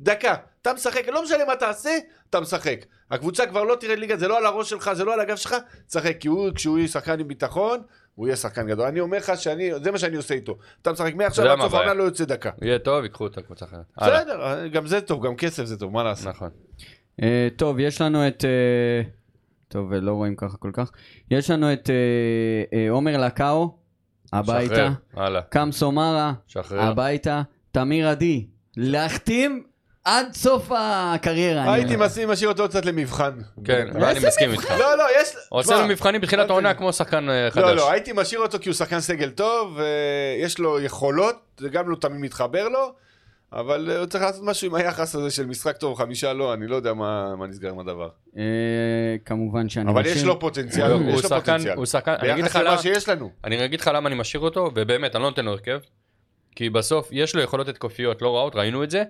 Speaker 5: דקה. אתה משחק, לא משנה מה תעשה, אתה משחק. הקבוצה כבר לא תרד ליגה, זה לא על הראש שלך, זה לא על הגב שלך, תשחק. כי הוא, כשהוא יהיה שחקן עם ביטחון, הוא יהיה שחקן גדול. אני אומר לך שאני, זה מה שאני עושה איתו. אתה משחק מעכשיו
Speaker 4: יודע
Speaker 5: עד
Speaker 4: מה
Speaker 5: סוף
Speaker 4: הבעיה.
Speaker 5: העונה, לא יוצא דקה.
Speaker 4: יהיה טוב, ייקחו אותה קבוצה אחרת. הלאה.
Speaker 5: בסדר, גם זה טוב, גם כסף זה טוב, מה לעשות?
Speaker 4: נכון.
Speaker 3: אה, טוב, יש לנו את... אה, טוב, לא רואים ככה כל כך. יש לנו את אה, אה, עומר לקאו, הביתה.
Speaker 4: שחרר, הלאה.
Speaker 3: קם סומרה,
Speaker 4: שחרר.
Speaker 3: הביתה. תמיר עדי, להחתים עד סוף הקריירה. אני
Speaker 5: הייתי
Speaker 3: אומר.
Speaker 5: משים- משאיר אותו קצת למבחן.
Speaker 4: כן, אבל אני
Speaker 3: איזה
Speaker 4: מסכים איתך.
Speaker 5: לא, לא, יש...
Speaker 4: עושה
Speaker 5: תשמע,
Speaker 4: לנו מבחנים בתחילת
Speaker 5: אל
Speaker 4: העונה
Speaker 5: לא, תגיד.
Speaker 4: כמו שחקן אה, חדש.
Speaker 5: לא, לא, הייתי משאיר אותו כי הוא שחקן סגל טוב, אה, יש לו יכולות, זה גם לא תמיד מתחבר לו, אבל אה, הוא צריך לעשות משהו עם היחס הזה של משחק טוב, חמישה לא, אני לא יודע מה מה נסגר עם הדבר.
Speaker 3: אה, כמובן שאני
Speaker 5: אבל
Speaker 3: משאיר.
Speaker 5: יש לו פוטנציאל,
Speaker 4: הוא- הוא
Speaker 5: יש לו
Speaker 4: שחקן,
Speaker 5: פוטנציאל.
Speaker 4: הוא שחקן, אני אגיד
Speaker 5: ביחס
Speaker 4: לך
Speaker 5: למה
Speaker 4: למה,
Speaker 5: שיש לנו.
Speaker 4: אני אגיד לך למה אני משאיר אותו, ובאמת, אני לא נותן לו הרכב, כי בסוף יש לו יכולות התקפיות לא רעות, ראינו את זה,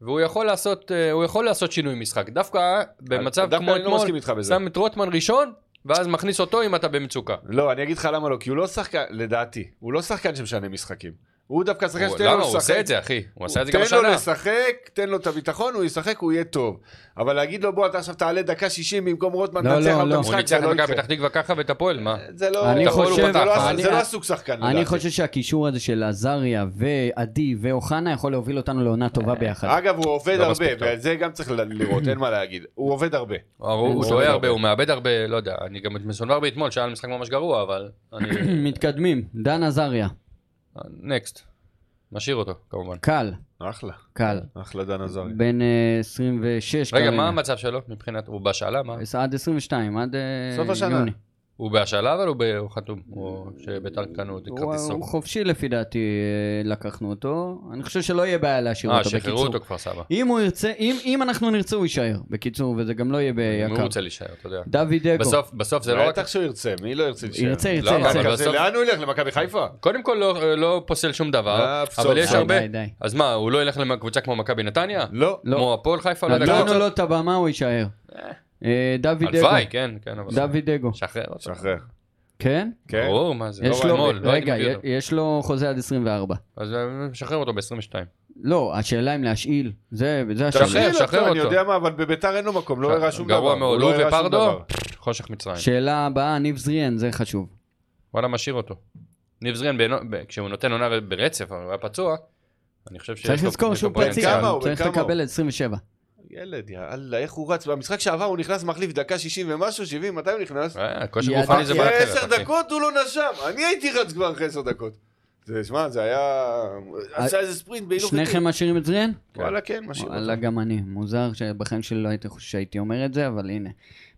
Speaker 4: והוא יכול לעשות, אה, הוא יכול לעשות שינוי משחק. דווקא במצב
Speaker 5: דווקא
Speaker 4: כמו
Speaker 5: אני לא
Speaker 4: אתמול,
Speaker 5: מסכים איתך בזה.
Speaker 4: שם את רוטמן ראשון, ואז מכניס אותו אם אתה במצוקה.
Speaker 5: לא, אני אגיד לך למה לא, כי הוא לא שחקן, לדעתי, הוא לא שחקן שמשנה משחקים. הוא דווקא שחקן
Speaker 4: הוא-
Speaker 5: שתן לו לשחק.
Speaker 4: למה? הוא עושה את זה, אחי. הוא עשה את זה גם
Speaker 5: תן לו
Speaker 4: השנה.
Speaker 5: לשחק, תן לו את הביטחון, הוא ישחק, הוא יהיה טוב. אבל להגיד לו, בוא, אתה עכשיו תעלה דקה 60 במקום רוטמן,
Speaker 3: לא,
Speaker 5: תנצח
Speaker 3: לא,
Speaker 5: לנו את
Speaker 3: לא.
Speaker 5: המשחק",
Speaker 4: הוא
Speaker 5: זה
Speaker 4: ניצח
Speaker 5: לא
Speaker 4: את מכבי
Speaker 5: יקרה.
Speaker 4: פתח תקווה ככה ואת הפועל, מה?
Speaker 5: זה לא...
Speaker 3: אני
Speaker 5: אתה יכול,
Speaker 3: חושב-
Speaker 5: הוא פתח, זה לא-
Speaker 3: אני-
Speaker 5: זה לא הסוג שחקן,
Speaker 3: אני
Speaker 5: לדעתי.
Speaker 3: חושב שהקישור הזה של עזריה ועדי ואוחנה יכול להוביל אותנו לעונה טובה
Speaker 5: אה,
Speaker 3: ביחד.
Speaker 5: אגב, הוא עובד
Speaker 4: לא
Speaker 5: הרבה,
Speaker 4: מספיק טוב.
Speaker 5: ואת זה גם צריך ל- לראות, אין מה להגיד. הוא עובד הרבה.
Speaker 4: הוא הוא
Speaker 5: עובד
Speaker 4: טועה
Speaker 5: הרבה.
Speaker 4: הרבה, הוא מאבד הרבה, לא יודע, אני גם מסונבר באתמול, שהיה משחק ממש גרוע, אבל...
Speaker 3: (coughs)
Speaker 4: אני-
Speaker 3: (clears throat) מתקדמים, דן עזריה,
Speaker 4: נקסט. משאיר אותו, כמובן.
Speaker 3: קל,
Speaker 5: אחלה,
Speaker 3: קל,
Speaker 5: אחלה דן עזרי.
Speaker 3: בן אה, 26
Speaker 4: רגע,
Speaker 3: כרגע.
Speaker 4: מה המצב שלו מבחינת... הוא בהשאלה? מה?
Speaker 3: עד 22, עד אה,
Speaker 5: סוף השנה.
Speaker 3: יוני.
Speaker 4: הוא בהשאלה אבל הוא ב- הוא חתום? או שביתר קנו את
Speaker 3: הוא
Speaker 4: כרטיס
Speaker 3: הוא
Speaker 4: סוף?
Speaker 3: חופשי לפי דעתי, אה, לקחנו אותו. אני חושב שלא יהיה בעיה להשאיר
Speaker 4: אה,
Speaker 3: אותו,
Speaker 4: שחררו
Speaker 3: בקיצור.
Speaker 4: אותו כפר סבא.
Speaker 3: אם הוא ירצה, אם אם אנחנו נרצה הוא יישאר, בקיצור, וזה גם לא יהיה
Speaker 4: הוא
Speaker 3: ביקר.
Speaker 4: רוצה להישאר, אתה יודע.
Speaker 3: דוד דקו,
Speaker 4: בסוף, בסוף זה לא רק...
Speaker 5: בטח שהוא ירצה, מי לא ירצה להישאר?
Speaker 3: ירצה, ירצה,
Speaker 4: למה?
Speaker 3: ירצה.
Speaker 4: אבל
Speaker 5: כזה,
Speaker 4: בסוף-
Speaker 5: לאן הוא ילך? למכבי חיפה?
Speaker 4: קודם כל לא- לא פוסל שום דבר,
Speaker 5: אה, בסוף,
Speaker 4: אבל יש
Speaker 5: די,
Speaker 4: הרבה...
Speaker 3: די, די.
Speaker 4: אז מה, הוא לא ילך לקבוצה כמו מכבי נתניה?
Speaker 5: לא.
Speaker 3: לא.
Speaker 4: כמו הפועל חיפה? לא יודע,
Speaker 3: נתנו
Speaker 4: קבוצה-
Speaker 3: לו את הבמה, הוא יישאר. אה, דוד דגו,
Speaker 4: הלוואי, כן, כן, אבל...
Speaker 3: דוד דגו,
Speaker 4: שחרר אותו.
Speaker 5: שחרר.
Speaker 3: כן?
Speaker 5: כן.
Speaker 4: ברור, מה זה?
Speaker 3: יש
Speaker 4: לא
Speaker 3: לו,
Speaker 4: אתמול, לא הייתי
Speaker 3: רגע,
Speaker 4: מביא אותו.
Speaker 3: יש לו חוזה עד 24.
Speaker 4: אז אה, שחרר אותו ב-22.
Speaker 3: לא, השאלה אם להשאיל, זה זה השאלה.
Speaker 5: שחרר
Speaker 4: שחרר
Speaker 5: אותו, אני
Speaker 4: אותו.
Speaker 5: יודע מה, אבל בביתר אין לו מקום, לא הראה שום דבר.
Speaker 4: גרוע מאוד,
Speaker 5: לא
Speaker 4: הוא
Speaker 5: הראה שום
Speaker 4: ופרדו,
Speaker 5: דבר.
Speaker 4: חושך מצרים.
Speaker 3: שאלה הבאה, ניב זריאן, זה חשוב.
Speaker 4: וואלה, משאיר אותו. ניב זריאן, בעינו- ב- כשהוא נותן עונה ב- ברצף, אבל הוא היה פצוע, אני חושב שיש
Speaker 3: צריך
Speaker 4: לו-
Speaker 3: לזכור
Speaker 4: יש
Speaker 3: שהוא
Speaker 4: לו פוטנציאל.
Speaker 3: פציע,
Speaker 5: כמה הוא? בן
Speaker 3: צריך
Speaker 5: כמה הוא? כאילו
Speaker 3: לקבל 27.
Speaker 5: ילד, יאללה, איך הוא רץ? במשחק שעבר הוא נכנס מחליף דקה 60 ומשהו, 70, מתי הוא נכנס?
Speaker 4: אה, כושר
Speaker 3: ידע-
Speaker 4: גופני זה בעיה
Speaker 5: אחרי
Speaker 4: אחרת.
Speaker 5: עשר
Speaker 4: אחי.
Speaker 5: דקות הוא לא נשם, אני הייתי רץ כבר אחרי עשר דקות. זה, שמע, זה היה... עשה איזה ספרינט בהילוך איטי.
Speaker 3: אה, שניכם משאירים את זריאן?
Speaker 5: וואלה, כן, כאילו- משאיר אותו.
Speaker 3: וואלה, גם אני. מוזר שבחיים שלי לא הייתי חושב שהייתי אומר את זה, אבל הנה.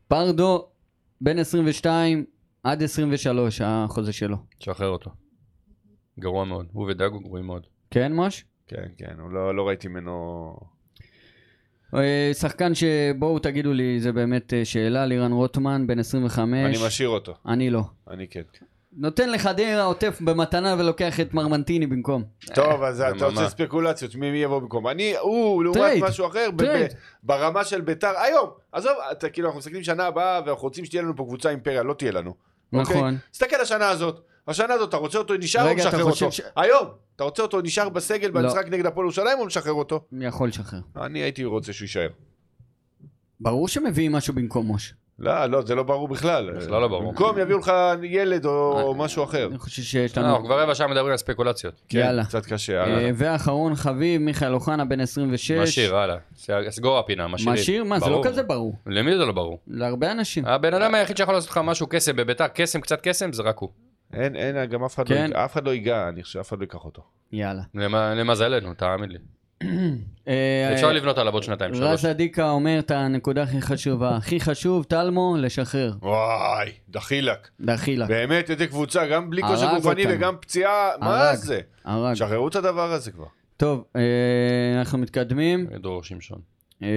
Speaker 3: פרדו, בן 22 עד 23, החוזה שלו.
Speaker 4: שחרר אותו. גרוע מאוד. הוא ודגו גרועים מאוד.
Speaker 3: כן, מוש?
Speaker 5: כן, כן, הוא לא, לא ראיתי ממנו...
Speaker 3: אה, שחקן שבואו תגידו לי, זה באמת אה, שאלה, לירן רוטמן, בן 25.
Speaker 5: אני משאיר אותו,
Speaker 3: אני לא.
Speaker 5: אני כן.
Speaker 3: נותן לחדרה עוטף במתנה ולוקח את מרמנטיני במקום.
Speaker 4: אוקיי.
Speaker 5: טוב, אז אתה
Speaker 4: יממה.
Speaker 5: רוצה ספקולציות, מי מי יבוא במקום? אני, הוא, לעומת
Speaker 3: טרייד.
Speaker 5: משהו אחר, ב-
Speaker 3: טרייד.
Speaker 5: ב- ברמה של ביתר, היום, עזוב, אתה, כאילו, אנחנו מסתכלים שנה הבאה, ואנחנו רוצים שתהיה לנו פה קבוצה אימפריה, לא תהיה לנו. אוקיי?
Speaker 3: נכון.
Speaker 5: תסתכל על השנה הזאת, השנה הזאת, אתה רוצה אותו נשאר או
Speaker 3: רגע, אתה
Speaker 5: משחרר
Speaker 3: חושב
Speaker 5: אותו?
Speaker 3: ש-
Speaker 5: היום, אתה רוצה אותו נשאר בסגל
Speaker 3: לא.
Speaker 5: במשחק נגד הפועל ירושלים או משחרר אותו?
Speaker 3: יכול לשחרר.
Speaker 5: אני הייתי רוצה שהוא יישאר.
Speaker 3: ברור שמביאים משהו במקום מוש.
Speaker 5: לא, לא, זה לא ברור אה, כן. בכלל.
Speaker 4: בכלל לא ברור.
Speaker 5: במקום יביאו לך ילד או משהו אחר.
Speaker 3: אני חושב שיש
Speaker 4: אה, אנחנו
Speaker 3: לנו...
Speaker 4: כבר רבע שעה מדברים על ספקולציות.
Speaker 5: כן,
Speaker 3: יאללה.
Speaker 5: קצת קשה,
Speaker 3: אה,
Speaker 5: הלאה.
Speaker 3: ואחרון חביב, מיכאל אוחנה, בן 26.
Speaker 4: משאיר, הלאה. ס- סגור הפינה, משאירים.
Speaker 3: משאיר? מה, זה
Speaker 4: ברור. אה.
Speaker 3: לא כזה ברור.
Speaker 4: למי זה לא ברור?
Speaker 3: להרבה אנשים.
Speaker 4: הבן אדם היחיד שיכול לעשות לך משהו קסם בביתר, קסם, קצת קסם, זה רק הוא.
Speaker 5: אין, אין, גם אף אחד לא
Speaker 3: כן.
Speaker 5: ייגע- אף אחד לא ייגע, אני חושב, אף אחד לא ייקח אותו.
Speaker 3: יאללה.
Speaker 4: למ- למזלנו, תאמין לי.
Speaker 3: אה,
Speaker 4: אפשר לבנות עליו עוד שנתיים, שלוש.
Speaker 3: רז אדיקה אומר את הנקודה הכי חשובה. הכי חשוב, טלמו, לשחרר.
Speaker 5: וואי, דחילק.
Speaker 3: דחילה.
Speaker 5: באמת, איזה קבוצה, גם בלי כושר
Speaker 3: אה. הרג
Speaker 5: גופני
Speaker 3: אותנו.
Speaker 5: וגם פציעה, מה
Speaker 3: הרג.
Speaker 5: זה?
Speaker 3: הרג.
Speaker 5: שחררו את הדבר הזה כבר.
Speaker 3: טוב, אה, אנחנו מתקדמים.
Speaker 4: דרור שמשון.
Speaker 3: אה,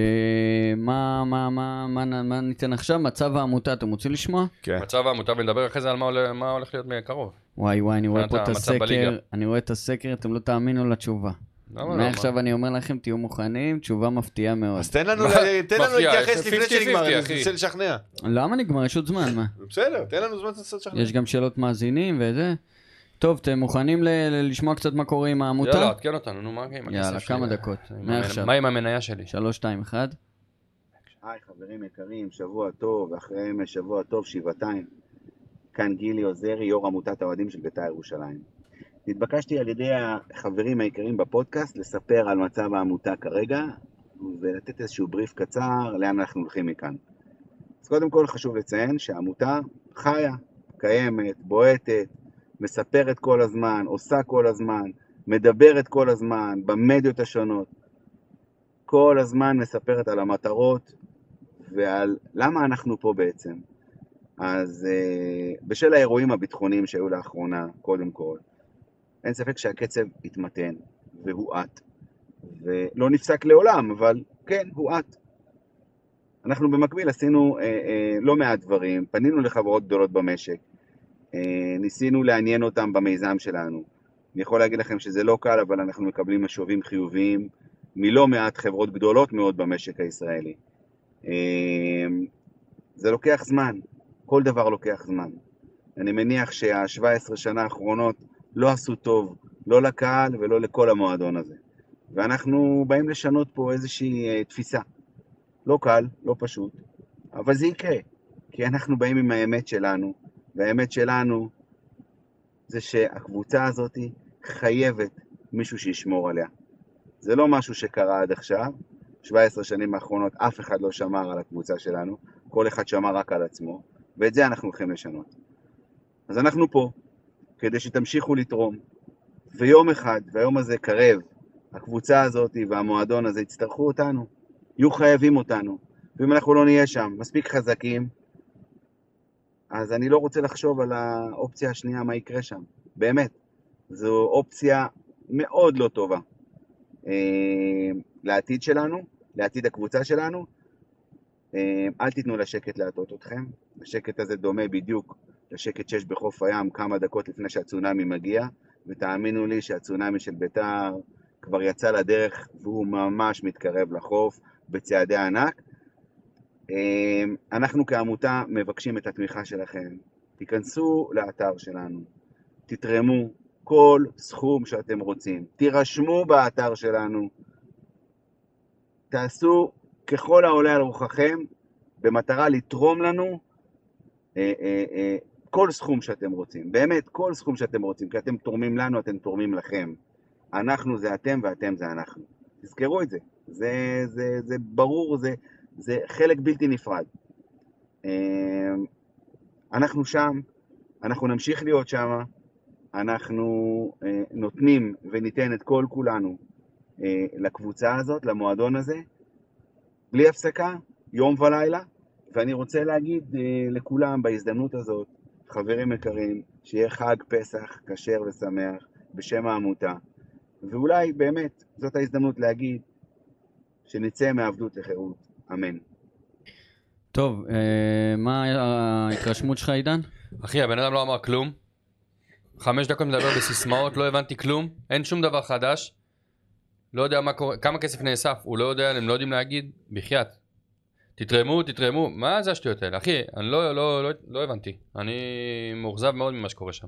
Speaker 3: מה, מה, מה, מה, נ- מה ניתן עכשיו? מצב העמותה, אתם רוצים לשמוע?
Speaker 5: כן.
Speaker 4: מצב העמותה ונדבר אחרי זה על מה הולך- מה הולך להיות מקרוב.
Speaker 3: וואי וואי, אני רואה
Speaker 4: מבחינת
Speaker 3: פה את
Speaker 4: המצב בליגה.
Speaker 3: הסקר, אני רואה את הסקר, אתם לא תאמינו לתשובה.
Speaker 4: למה לא?
Speaker 3: מעכשיו אני אומר לכם, תהיו מוכנים, תשובה מפתיעה מאוד.
Speaker 5: אז תן לנו
Speaker 4: מה?
Speaker 5: ל- תן לנו
Speaker 4: מפריע,
Speaker 5: להתייחס
Speaker 4: זה
Speaker 5: לפני
Speaker 4: 50-50,
Speaker 5: שנגמר, אני
Speaker 4: אחי.
Speaker 5: מנסה לשכנע.
Speaker 3: למה נגמר? יש עוד זמן, מה?
Speaker 5: בסדר, תן לנו זמן לנסות לשכנע.
Speaker 3: יש גם שאלות מאזינים וזה. טוב, אתם מוכנים ל- ל- לשמוע קצת מה קורה עם העמותה?
Speaker 4: יאללה, עדכן אותנו, נו, מה עם הכסף
Speaker 3: יאללה,
Speaker 4: שלי?
Speaker 3: כמה דקות,
Speaker 4: מה עם-
Speaker 3: מעכשיו.
Speaker 4: מה עם המניה שלי?
Speaker 3: שלוש, שתיים, אחד.
Speaker 6: היי חברים יקרים, שבוע טוב, אחרי אמש שבוע טוב, שבעתיים. כאן גילי עוזרי, יו"ר עמותת האוהדים של בית"ר ירושלים. נתבקשתי על ידי החברים היקרים בפודקאסט לספר על מצב העמותה כרגע, ולתת איזשהו בריף קצר לאן אנחנו הולכים מכאן. אז קודם כל חשוב לציין שהעמותה חיה, קיימת, בועטת, מספרת כל הזמן, עושה כל הזמן, מדברת כל הזמן, במדיות השונות. כל הזמן מספרת על המטרות ועל למה אנחנו פה בעצם. אז אה, בשל האירועים הביטחוניים שהיו לאחרונה, קודם כל, אין ספק שהקצב התמתן והואט, ולא נפסק לעולם, אבל כן, הואט. אנחנו במקביל עשינו אה, אה, לא מעט דברים, פנינו לחברות גדולות במשק, אה, ניסינו לעניין אותם במיזם שלנו. אני יכול להגיד לכם שזה לא קל, אבל אנחנו מקבלים משובים חיוביים מלא מעט חברות גדולות מאוד במשק הישראלי. אה, זה לוקח זמן, כל דבר לוקח זמן. אני מניח שה-17 שנה האחרונות לא עשו טוב, לא לקהל ולא לכל המועדון הזה. ואנחנו באים לשנות פה איזושהי אה, תפיסה. לא קל, לא פשוט, אבל זה יקרה, כי אנחנו באים עם האמת שלנו, והאמת שלנו זה שהקבוצה הזאת חייבת מישהו שישמור עליה. זה לא משהו שקרה עד עכשיו. 17 שנים האחרונות אף אחד לא שמר על הקבוצה שלנו, כל אחד שמר רק על עצמו, ואת זה אנחנו הולכים לשנות. אז אנחנו פה, כדי שתמשיכו לתרום, ויום אחד, והיום הזה קרב, הקבוצה הזאת והמועדון הזה יצטרכו אותנו, יהיו חייבים אותנו, ואם אנחנו לא נהיה שם מספיק חזקים, אז אני לא רוצה לחשוב על האופציה השנייה, מה יקרה שם, באמת. זו אופציה מאוד לא טובה. אה, לעתיד שלנו, לעתיד הקבוצה שלנו. אה, אל תיתנו לשקט להטות אתכם. השקט הזה דומה בדיוק לשקט שיש בחוף הים כמה דקות לפני שהצונאמי מגיע, ותאמינו לי שהצונאמי של ביתר כבר יצא לדרך והוא ממש מתקרב לחוף בצעדי ענק. אה, אנחנו כעמותה מבקשים את התמיכה שלכם. תיכנסו לאתר שלנו, תתרמו, כל סכום שאתם רוצים. תירשמו באתר שלנו, תעשו ככל העולה על רוחכם, במטרה לתרום לנו אה, אה, אה, כל סכום שאתם רוצים. באמת, כל סכום שאתם רוצים, כי אתם תורמים לנו, אתם תורמים לכם. אנחנו זה אתם ואתם זה אנחנו. תזכרו את זה. זה, זה, זה ברור, זה, זה חלק בלתי נפרד. אה, אנחנו שם, אנחנו נמשיך להיות שמה. אנחנו אה, נותנים וניתן את כל כולנו אה, לקבוצה הזאת, למועדון הזה, בלי הפסקה, יום ולילה, ואני רוצה להגיד אה, לכולם בהזדמנות הזאת, חברים יקרים, שיהיה חג פסח כשר ושמח בשם העמותה, ואולי באמת זאת ההזדמנות להגיד שנצא מעבדות לחירות, אמן.
Speaker 3: טוב, אה, מה ההתרשמות שלך, עידן?
Speaker 4: אחי, הבן אדם לא אמר כלום. חמש דקות מדבר בסיסמאות, לא הבנתי כלום, אין שום דבר חדש. לא יודע מה קורה, כמה כסף נאסף, הוא לא יודע, הם לא יודעים להגיד, בחייאת. תתרמו, תתרמו, מה זה השטויות האלה? אחי, אני לא, לא, לא, לא הבנתי. אני מאוכזב מאוד ממה שקורה שם.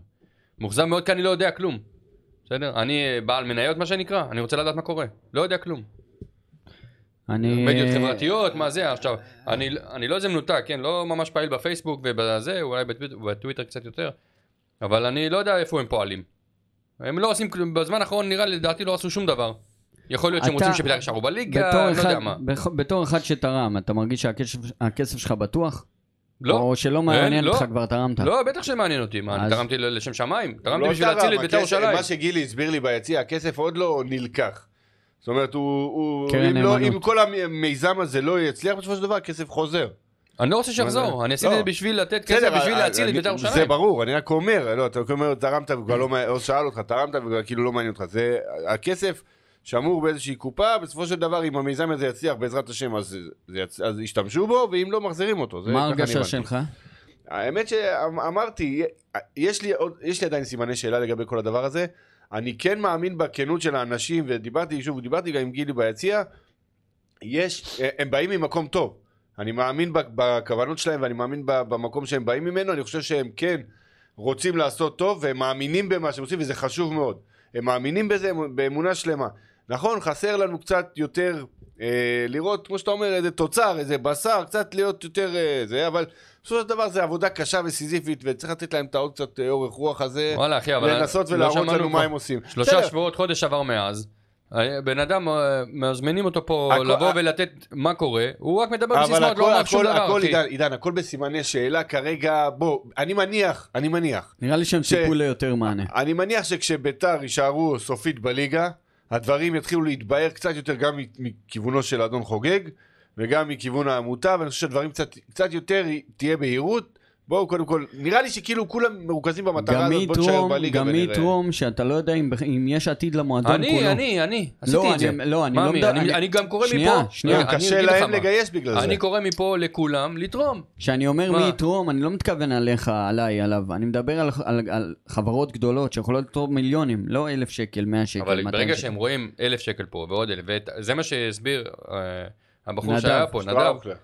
Speaker 4: מאוכזב מאוד כי אני לא יודע כלום. בסדר? אני אה, בעל מניות מה שנקרא, אני רוצה לדעת מה קורה. לא יודע כלום.
Speaker 3: אני...
Speaker 4: מדיות חברתיות, מה זה? עכשיו, אני, אני לא איזה מנותק, כן? לא ממש פעיל בפייסבוק ובזה, אולי בטוויט- בטוויטר קצת יותר, אבל אני לא יודע איפה הם פועלים. הם לא עושים כלום, בזמן האחרון נראה לי, לדעתי לא עשו שום דבר. יכול להיות שהם
Speaker 3: אתה-
Speaker 4: רוצים שבית"ר יישארו בליגה,
Speaker 3: בתור
Speaker 4: לא
Speaker 3: אחד-
Speaker 4: יודע מה.
Speaker 3: בכ- בתור אחד שתרם, אתה מרגיש שהכסף הכסף שלך בטוח?
Speaker 4: לא,
Speaker 3: או שלא מעניין
Speaker 4: לא.
Speaker 3: אותך כבר תרמת?
Speaker 4: לא, בטח שמעניין אותי, מה, אני
Speaker 3: אז-
Speaker 4: תרמתי ל- לשם שמיים? תרמתי
Speaker 5: לא
Speaker 4: בשביל
Speaker 5: תרם,
Speaker 4: להציל את בית"ר
Speaker 5: הכסף-
Speaker 4: ירושלים.
Speaker 5: מה שגילי הסביר לי ביציע, הכסף עוד לא נלקח. זאת אומרת, הוא, הוא
Speaker 3: קרן
Speaker 5: אם, לא,
Speaker 3: כן, נאמנות.
Speaker 5: אם כל המיזם הזה לא יצליח, בסופו של דבר הכסף חוזר.
Speaker 4: אני לא רוצה שיחזור,
Speaker 5: לא.
Speaker 4: אני עשיתי את זה בשביל לתת כסף,
Speaker 5: בסדר,
Speaker 4: בשביל
Speaker 5: אני-
Speaker 4: להציל את
Speaker 5: אני-
Speaker 4: בית"ר
Speaker 5: זה
Speaker 4: ירושלים.
Speaker 5: ברור, אני רק אומר, לא, אתה אומר, תרמת וכבר לא, מעניין- או שאל אותך, תרמת וכבר כאילו לא מעניין אותך. זה, הכסף שמור באיזושהי קופה, בסופו של דבר אם המיזם הזה יצליח בעזרת השם אז, זה יצ... אז ישתמשו בו, ואם לא מחזירים אותו. זה
Speaker 3: מה
Speaker 5: ככה אני
Speaker 3: ההרגשה
Speaker 5: הבנתי.
Speaker 3: שלך?
Speaker 5: האמת שאמרתי, יש לי, עוד, יש לי עדיין סימני שאלה לגבי כל הדבר הזה. אני כן מאמין בכנות של האנשים, ודיברתי, שוב, דיברתי גם עם גילי ביציע, יש, הם באים ממקום טוב. אני מאמין בכ- בכוונות שלהם ואני מאמין ב- במקום שהם באים ממנו, אני חושב שהם כן רוצים לעשות טוב והם מאמינים במה שהם עושים וזה חשוב מאוד. הם מאמינים בזה הם- באמונה שלמה. נכון, חסר לנו קצת יותר אה, לראות, כמו שאתה אומר, איזה תוצר, איזה בשר, קצת להיות יותר אה, זה, אבל בסופו של דבר זה עבודה קשה וסיזיפית וצריך לתת להם את העוד קצת אה, אורך רוח הזה,
Speaker 4: וואלה אחי, אבל...
Speaker 5: לנסות
Speaker 4: לא
Speaker 5: ולהראות
Speaker 4: שמענו
Speaker 5: לנו
Speaker 4: פה.
Speaker 5: מה הם עושים.
Speaker 4: שלושה
Speaker 5: בסדר,
Speaker 4: שבועות, חודש עבר מאז. אה, בן אדם, אה, מזמינים אותו פה
Speaker 5: הכל-
Speaker 4: לבוא
Speaker 5: אה-
Speaker 4: ולתת מה קורה, הוא רק מדבר
Speaker 5: אבל
Speaker 4: בסיסמאות,
Speaker 5: הכל,
Speaker 4: לא אומר שום
Speaker 5: הכל,
Speaker 4: דבר,
Speaker 5: הכל,
Speaker 4: אחי.
Speaker 5: עידן, עידן, הכל בסימני שאלה כרגע, בוא, אני מניח, אני מניח,
Speaker 3: נראה לי שהם
Speaker 5: ש-
Speaker 3: ציפו ליותר מענה.
Speaker 5: אני מניח שכשביתר יישארו סופית בליגה, הדברים יתחילו להתבהר קצת יותר גם מכיוונו של אדון חוגג, וגם מכיוון העמותה, ואני חושב שדברים קצת, קצת יותר תהיה בהירות. בואו קודם כל, נראה לי שכאילו כולם מרוכזים במטרה
Speaker 3: גם
Speaker 5: הזאת,
Speaker 3: מי
Speaker 5: בוא תשאר
Speaker 3: יתרום,
Speaker 5: בליגה
Speaker 3: גם מי
Speaker 5: ונראה.
Speaker 3: יתרום, שאתה לא יודע אם בכ- אם יש עתיד למועדון כולו.
Speaker 4: אני, אני, אני, עשיתי
Speaker 3: לא,
Speaker 4: את זה.
Speaker 3: אני- לא, אני
Speaker 4: מה
Speaker 3: לא
Speaker 4: מי?
Speaker 3: מדבר-
Speaker 4: אני-
Speaker 3: אני-
Speaker 4: אני גם קורא
Speaker 3: שנייה,
Speaker 4: מפה,
Speaker 3: שנייה.
Speaker 4: אני
Speaker 5: קשה
Speaker 4: אגיד לך
Speaker 5: להם
Speaker 4: מה.
Speaker 5: לגייס בגלל זה.
Speaker 4: אני קורא מפה לכולם לתרום.
Speaker 3: כשאני אומר
Speaker 4: מה?
Speaker 3: מי יתרום, אני לא מתכוון עליך, עליי, עליו. אני מדבר על, על, על חברות גדולות שיכולות לתרום מיליונים, לא אלף שקל, מאה שקל,
Speaker 4: אבל
Speaker 3: 200
Speaker 4: ברגע
Speaker 3: שקל.
Speaker 4: שהם רואים אלף שקל פה ועוד אלף, וזה מה שהסביר אה, הבחור
Speaker 3: נדב,
Speaker 4: שהיה פה, נדב,
Speaker 5: שטראוקלר.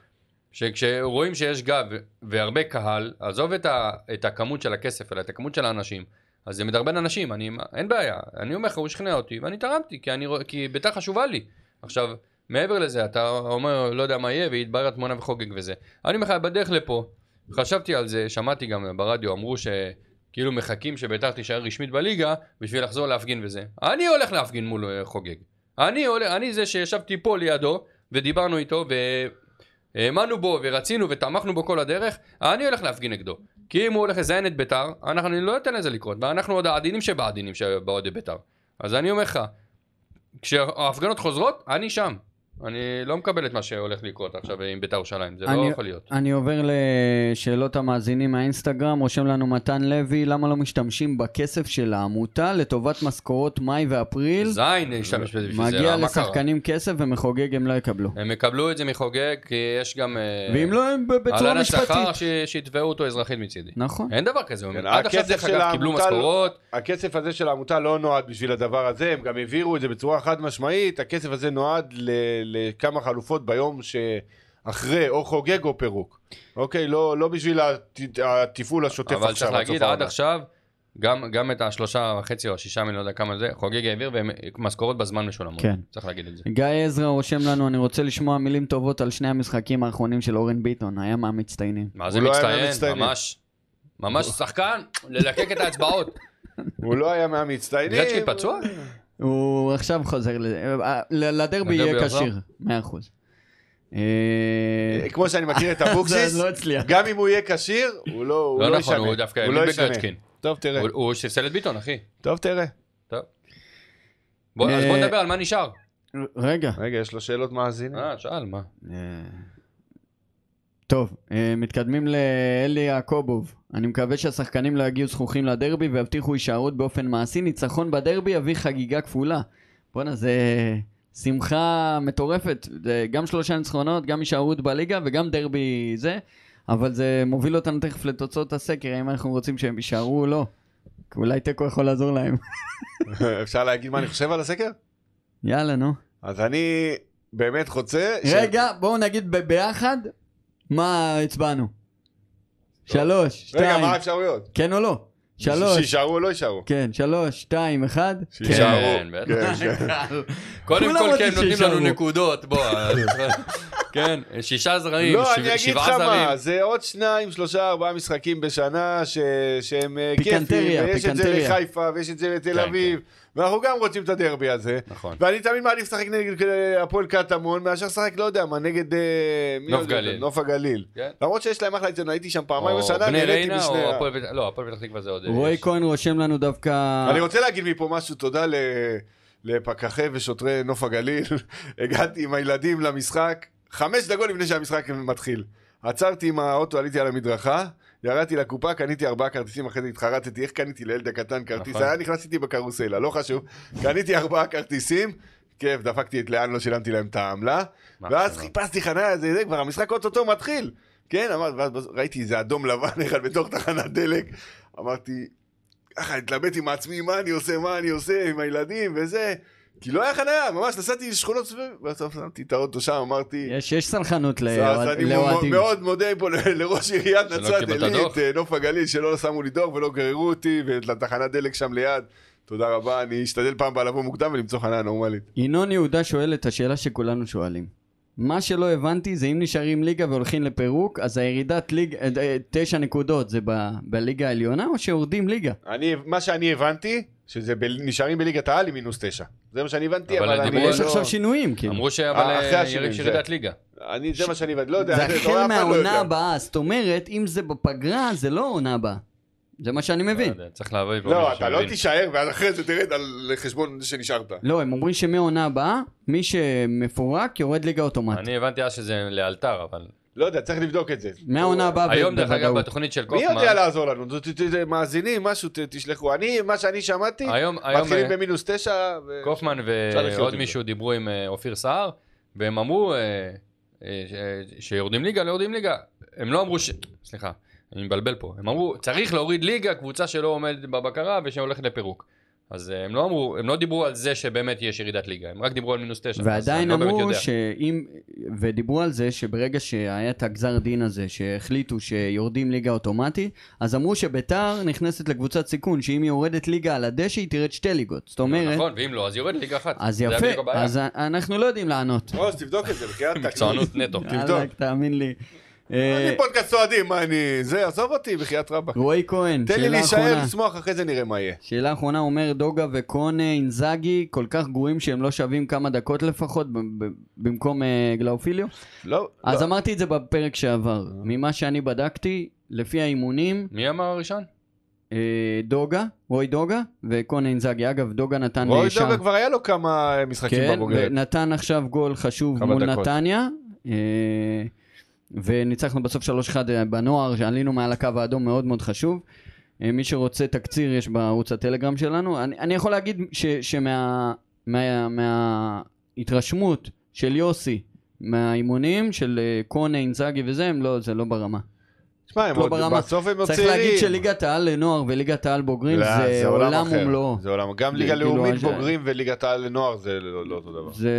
Speaker 4: שכשרואים שיש גב והרבה קהל, עזוב את, ה, את הכמות של הכסף, אלא את הכמות של האנשים, אז זה מדרבן אנשים, אני, אין בעיה. אני אומר לך, הוא שכנע אותי, ואני תרמתי, כי, אני רוא- כי ביתר חשובה לי. עכשיו, מעבר לזה, אתה אומר, לא יודע מה יהיה, והתברר התמונה וחוגג וזה. אני אומר לך, בדרך לפה, חשבתי על זה, שמעתי גם ברדיו, אמרו שכאילו מחכים שביתר תישאר רשמית בליגה, בשביל לחזור להפגין וזה. אני הולך להפגין מול אה, חוגג. אני, הולך, אני זה שישבתי פה לידו, ודיברנו איתו, ו... האמנו בו ורצינו ותמכנו בו כל הדרך, אני הולך להפגין נגדו. כי אם הוא הולך לזיין את ביתר, אנחנו אני לא ניתן לזה לקרות, ואנחנו עוד העדינים שבעדינים שבאוהדי ביתר. אז אני אומר לך, כשההפגנות חוזרות, אני שם. אני לא מקבל את מה שהולך לקרות עכשיו עם ביתר ירושלים, זה לא
Speaker 3: אני-
Speaker 4: יכול להיות.
Speaker 3: אני עובר לשאלות המאזינים מהאינסטגרם, רושם לנו מתן לוי, למה לא משתמשים בכסף של העמותה לטובת משכורות מאי ואפריל?
Speaker 4: זין להשתמש בזה בשביל זה,
Speaker 3: מגיע
Speaker 4: למה, מה קרה?
Speaker 3: לשחקנים כסף ומחוגג הם לא יקבלו.
Speaker 4: הם יקבלו את זה מחוגג, כי יש גם... אה,
Speaker 3: ואם לא, הם ב- בצורה
Speaker 4: הלנת שכר
Speaker 3: משפטית.
Speaker 4: ש- שיתבעו אותו אזרחית מצידי.
Speaker 3: נכון.
Speaker 4: אין דבר כזה,
Speaker 5: כן,
Speaker 4: עד עכשיו
Speaker 5: הכסף
Speaker 4: דרך
Speaker 5: של
Speaker 4: אגב קיבלו
Speaker 5: העמותה לא-
Speaker 4: משכורות,
Speaker 5: הכסף הזה של העמותה לא נועד בשביל הדבר הזה, הם גם הבהירו את זה בצורה חד משמעית, הכסף הזה נועד ל- לכמה חלופות ביום שאחרי, או חוגג או פירוק. אוקיי, לא, לא בשביל הת- התפעול השוטף עכשיו.
Speaker 4: אבל צריך
Speaker 5: עד סוף
Speaker 4: להגיד, עד
Speaker 5: העונה.
Speaker 4: עכשיו, גם, גם את השלושה וחצי או השישה מיליון, לא יודע כמה זה, חוגג העביר והם- משכורות בזמן משולמות.
Speaker 3: כן.
Speaker 4: צריך להגיד את זה.
Speaker 3: גיא עזרא רושם לנו, אני רוצה לשמוע מילים טובות על שני המשחקים האחרונים של אורן ביטון, היה מהמצטיינים.
Speaker 4: מה זה
Speaker 5: הוא לא היה
Speaker 4: מצטיין,
Speaker 5: מהמצטיינים.
Speaker 4: ממש. ממש שחקן, ללקק את האצבעות.
Speaker 5: הוא לא היה מהמצטיינים.
Speaker 4: גרצ'קין פצוע?
Speaker 3: הוא עכשיו חוזר לזה. אה, ל- לדרבי
Speaker 4: לדרבי
Speaker 3: יהיה
Speaker 4: יחזור?
Speaker 3: כשיר, מאה אחוז. אה,
Speaker 5: אה, כמו שאני מכיר את אבוקסיס,
Speaker 3: (laughs) זה לא הצליח.
Speaker 5: גם אם הוא יהיה כשיר, הוא לא (laughs) הוא
Speaker 4: לא
Speaker 5: לא
Speaker 4: נכון,
Speaker 5: ישנה.
Speaker 4: הוא דווקא
Speaker 5: לא
Speaker 4: האמין
Speaker 5: ישנה.
Speaker 4: בגרצ'קין.
Speaker 5: טוב, תראה.
Speaker 4: הוא- לא- הוא סלסל את ביטון, אחי.
Speaker 5: טוב, תראה.
Speaker 4: בוא- אז
Speaker 3: אה,
Speaker 4: בוא נדבר על מה נשאר.
Speaker 3: רגע.
Speaker 5: רגע, יש לו שאלות מאזינים.
Speaker 4: אה, שאל, מה?
Speaker 5: כן.
Speaker 3: אה, טוב, אה, מתקדמים לאלי יעקובוב. אני מקווה שהשחקנים לא יגיעו זכוכים לדרבי ויבטיחו הישארות באופן מעשי. ניצחון בדרבי יביא חגיגה כפולה. בואנה, זה שמחה מטורפת. זה גם שלושה ניצחונות, גם הישארות בליגה וגם דרבי זה. אבל זה מוביל אותנו תכף לתוצאות הסקר, האם אנחנו רוצים שהם יישארו או לא. כי אולי תיקו יכול לעזור להם. (laughs)
Speaker 4: אה.
Speaker 5: (laughs) אפשר להגיד מה אני חושב על הסקר?
Speaker 3: יאללה, נו.
Speaker 5: אז אני באמת חוצה... ש-
Speaker 3: רגע, בואו נגיד ב- ביחד מה הצבענו. שלוש,
Speaker 5: לא. רגע,
Speaker 3: שתיים,
Speaker 5: מה האפשרויות?
Speaker 3: כן או לא? שלוש,
Speaker 5: שיישארו או לא יישארו?
Speaker 3: כן, שלוש, שתיים, אחד.
Speaker 5: שיישארו.
Speaker 4: כן, בטח.
Speaker 5: כן, כן.
Speaker 4: קודם
Speaker 3: כולם
Speaker 4: כל, כן,
Speaker 3: רוצים
Speaker 4: נותנים לנו
Speaker 3: שיישארו.
Speaker 4: נקודות, בוא. אז- (laughs) כן, שישה זרעים,
Speaker 5: לא,
Speaker 4: שבע-
Speaker 5: אני אגיד לך
Speaker 4: שבעה
Speaker 5: מה,
Speaker 4: זרים.
Speaker 5: זה עוד שניים, שלושה, ארבעה משחקים בשנה ש- שהם אה,
Speaker 3: פיקנטריה,
Speaker 5: כיפים, ויש את זה
Speaker 3: פיקנטריה.
Speaker 5: לחיפה, ויש את זה לתל
Speaker 4: כן,
Speaker 5: אביב, ואנחנו גם רוצים את הדרבי הזה.
Speaker 4: נכון.
Speaker 5: ואני תמיד מעדיף לשחק נגד אה, הפועל קטמון, מאשר לשחק, לא יודע מה, נגד... אה, מי
Speaker 4: נוף
Speaker 5: עוד יודע?
Speaker 4: גליל.
Speaker 5: נוף הגליל.
Speaker 4: כן.
Speaker 5: למרות שיש להם אחלה יציאות, הייתי שם פעמיים
Speaker 4: או
Speaker 5: בשנה,
Speaker 4: בני
Speaker 5: נהניתי
Speaker 4: ריינה,
Speaker 5: בשני...
Speaker 4: או
Speaker 5: ה-
Speaker 4: הפועל פתח- לא, הפועל פתח תקווה זה עוד...
Speaker 3: רועי
Speaker 4: יש.
Speaker 3: כהן רושם לנו דווקא...
Speaker 5: אני רוצה להגיד מפה משהו, תודה ל... לפקחי ושוטרי נוף הגליל. (laughs) הגעתי עם הילדים למשחק, חמש דקות לפני שהמשחק מתחיל. עצרתי עם האוטו, עליתי על המדרכה, ירדתי לקופה, קניתי ארבעה כרטיסים, אחרי זה התחרטתי, איך קניתי לילד הקטן כרטיס?
Speaker 4: נכון.
Speaker 5: היה נכנס איתי בקרוסלה, לא חשוב. קניתי ארבעה כרטיסים, כיף, דפקתי את לאן לא שילמתי להם את העמלה,
Speaker 4: מה
Speaker 5: ואז
Speaker 4: עכשיו?
Speaker 5: חיפשתי חניה, זה, זה כבר המשחק אוטוטו מתחיל. כן, אמרתי, ואז בס- ראיתי איזה אדום לבן (laughs) אחד בתוך תחנת דלק, אמרתי, ככה התלבט עם עצמי, מה אני עושה, מה אני עושה עם הילדים וזה, כי לא היה חניה, ממש נסעתי לשכונות סביב, בסוף שמתי את האוטו שם, אמרתי,
Speaker 3: יש, יש סלחנות
Speaker 5: אז
Speaker 3: לאוהד-
Speaker 5: אני
Speaker 3: לאוהדים.
Speaker 5: מאוד מודה פה ל- לראש עיריית
Speaker 4: שלא
Speaker 5: נצרת
Speaker 4: קיבלת דוח.
Speaker 5: עילית, אה, נוף הגליל, שלא שמו לי דוח ולא גררו אותי, ולתחנת דלק שם ליד. תודה רבה, אני אשתדל פעם הבאה לבוא מוקדם ולמצוא חניה נורמלית.
Speaker 3: ינון יהודה שואל את השאלה שכולנו שואלים. מה שלא הבנתי זה אם נשארים ליגה והולכים לפירוק, אז הירידת ליגה, תשע נקודות זה ב, בליגה העליונה או שיורדים ליגה?
Speaker 5: אני, מה שאני הבנתי, שזה ב, נשארים בליגת העל עם מינוס תשע. זה מה שאני הבנתי,
Speaker 4: אבל
Speaker 5: אבל,
Speaker 4: אני
Speaker 5: אני
Speaker 3: אבל
Speaker 4: לא-
Speaker 3: יש עכשיו שינויים, כאילו.
Speaker 4: אמרו
Speaker 5: אה,
Speaker 4: שאבל
Speaker 5: אחרי
Speaker 4: אה,
Speaker 5: השינוי,
Speaker 4: יש
Speaker 5: זה.
Speaker 4: ירידת ליגה.
Speaker 5: אני, זה מה שאני הבנתי, לא יודע.
Speaker 3: זה
Speaker 5: אתה יודע,
Speaker 3: החל
Speaker 5: אף אחד לא
Speaker 3: מהעונה
Speaker 5: יודע.
Speaker 3: הבאה, זאת אומרת, אם זה בפגרה, זה לא העונה הבאה. זה מה שאני
Speaker 4: לא
Speaker 3: מבין.
Speaker 4: יודע, צריך להביא פה
Speaker 5: לא,
Speaker 4: מישהו
Speaker 5: אתה לא
Speaker 4: שמבין.
Speaker 5: תישאר, ואז אחרי זה תרד על חשבון שנשארת.
Speaker 3: לא, הם אומרים שמהעונה הבאה, מי שמפורק יורד ליגה אוטומטית.
Speaker 4: אני הבנתי אז שזה לאלתר, אבל...
Speaker 5: לא יודע, צריך לבדוק את זה.
Speaker 3: מהעונה הבאה ב-
Speaker 4: היום, דרך אגב,
Speaker 3: אה, בוודאות.
Speaker 4: בתוכנית של
Speaker 5: מי
Speaker 4: קופמן...
Speaker 5: יודע לעזור לנו? ת- ת- ת- מאזינים, משהו, ת- תשלחו. אני, מה שאני שמעתי,
Speaker 4: היום, היום
Speaker 5: מתחילים
Speaker 4: אה,
Speaker 5: במינוס תשע. ו-
Speaker 4: קופמן
Speaker 5: אפשר לחיות עם
Speaker 4: ועוד
Speaker 5: זה.
Speaker 4: מישהו דיברו עם אה, אופיר סער, והם אמרו אה, אה, ש- שיורדים ליגה, לא יורדים ליגה. הם לא אמרו ש... סליחה, אני מבלבל פה. הם אמרו, צריך להוריד ליגה, קבוצה שלא עומדת בבקרה ושהולכת לפירוק. אז אה, הם לא אמרו, הם לא דיברו על זה שבאמת יש ירידת ליגה, הם רק דיברו על מינוס תשע. אז אני
Speaker 3: ועדיין
Speaker 4: לא באמת
Speaker 3: אמרו
Speaker 4: יודע.
Speaker 3: שאם, ודיברו על זה שברגע שהיה את הגזר דין הזה שהחליטו שיורדים ליגה אוטומטית, אז אמרו שביתר נכנסת לקבוצת סיכון, שאם היא יורדת ליגה על הדשא היא תרד שתי ליגות. זאת אומרת,
Speaker 4: נכון, ואם לא, אז יורד ליגה אחת.
Speaker 3: אז
Speaker 4: זה היה בדיוק
Speaker 3: יפה,
Speaker 4: הבעיה.
Speaker 3: אז אנחנו לא יודעים לענות.
Speaker 5: עוז, תבדוק את זה, בחייאת תקשיב.
Speaker 4: מקצוענות נטו.
Speaker 5: תבדוק.
Speaker 3: אלק, תאמין לי. אה,
Speaker 5: אני פודקאסט אוהדים, מה אני... זה, עזוב אותי, בחייאת רבאק.
Speaker 3: רועי כהן,
Speaker 5: תן לי
Speaker 3: שאלה
Speaker 5: להישאר,
Speaker 3: אחרונה.
Speaker 5: לשמוח, אחרי זה נראה מה יהיה.
Speaker 3: שאלה אחרונה, אומר דוגה וקונה, אינזאגי, כל כך גרועים שהם לא שווים כמה דקות לפחות, ב- ב- במקום אה, גלאופיליו.
Speaker 5: לא,
Speaker 3: אז
Speaker 5: לא.
Speaker 3: אמרתי את זה בפרק שעבר. ממה שאני בדקתי, לפי האימונים,
Speaker 4: מי אמר הראשון?
Speaker 3: אה, דוגה, רוי דוגה וקונה אינזאגי. אגב, דוגה נתן אה,
Speaker 5: רועי
Speaker 3: שער-
Speaker 5: דוגה כבר היה לו כמה אה, משחקים
Speaker 3: כן,
Speaker 5: בבוגרת.
Speaker 3: ונתן עכשיו גול חשוב
Speaker 5: כמה
Speaker 3: מול
Speaker 5: דקות.
Speaker 3: נתניה. אה, וניצחנו בסוף 3-1 בנוער, שעלינו מעל הקו האדום מאוד מאוד חשוב. אה, מי שרוצה תקציר יש בערוץ הטלגרם שלנו. אני, אני יכול להגיד ש, שמה מה, מההתרשמות של יוסי מהאימונים של אה, קונה, אינזאגי וזה, הם לא, זה לא ברמה.
Speaker 5: תשמע, הם
Speaker 3: לא
Speaker 5: עוד...
Speaker 3: ברמה.
Speaker 5: בסוף הם עוד
Speaker 3: צריך
Speaker 5: צעירים.
Speaker 3: להגיד שליגת העל לנוער וליגת העל בוגרים
Speaker 5: לא,
Speaker 3: זה עולם
Speaker 5: אחר.
Speaker 3: ומלואו.
Speaker 5: זה עולם, גם
Speaker 3: זה
Speaker 5: ליגה
Speaker 3: כאילו
Speaker 5: לאומית
Speaker 3: הזיה.
Speaker 5: בוגרים וליגת העל לנוער זה לא לא אותו דבר.
Speaker 3: זה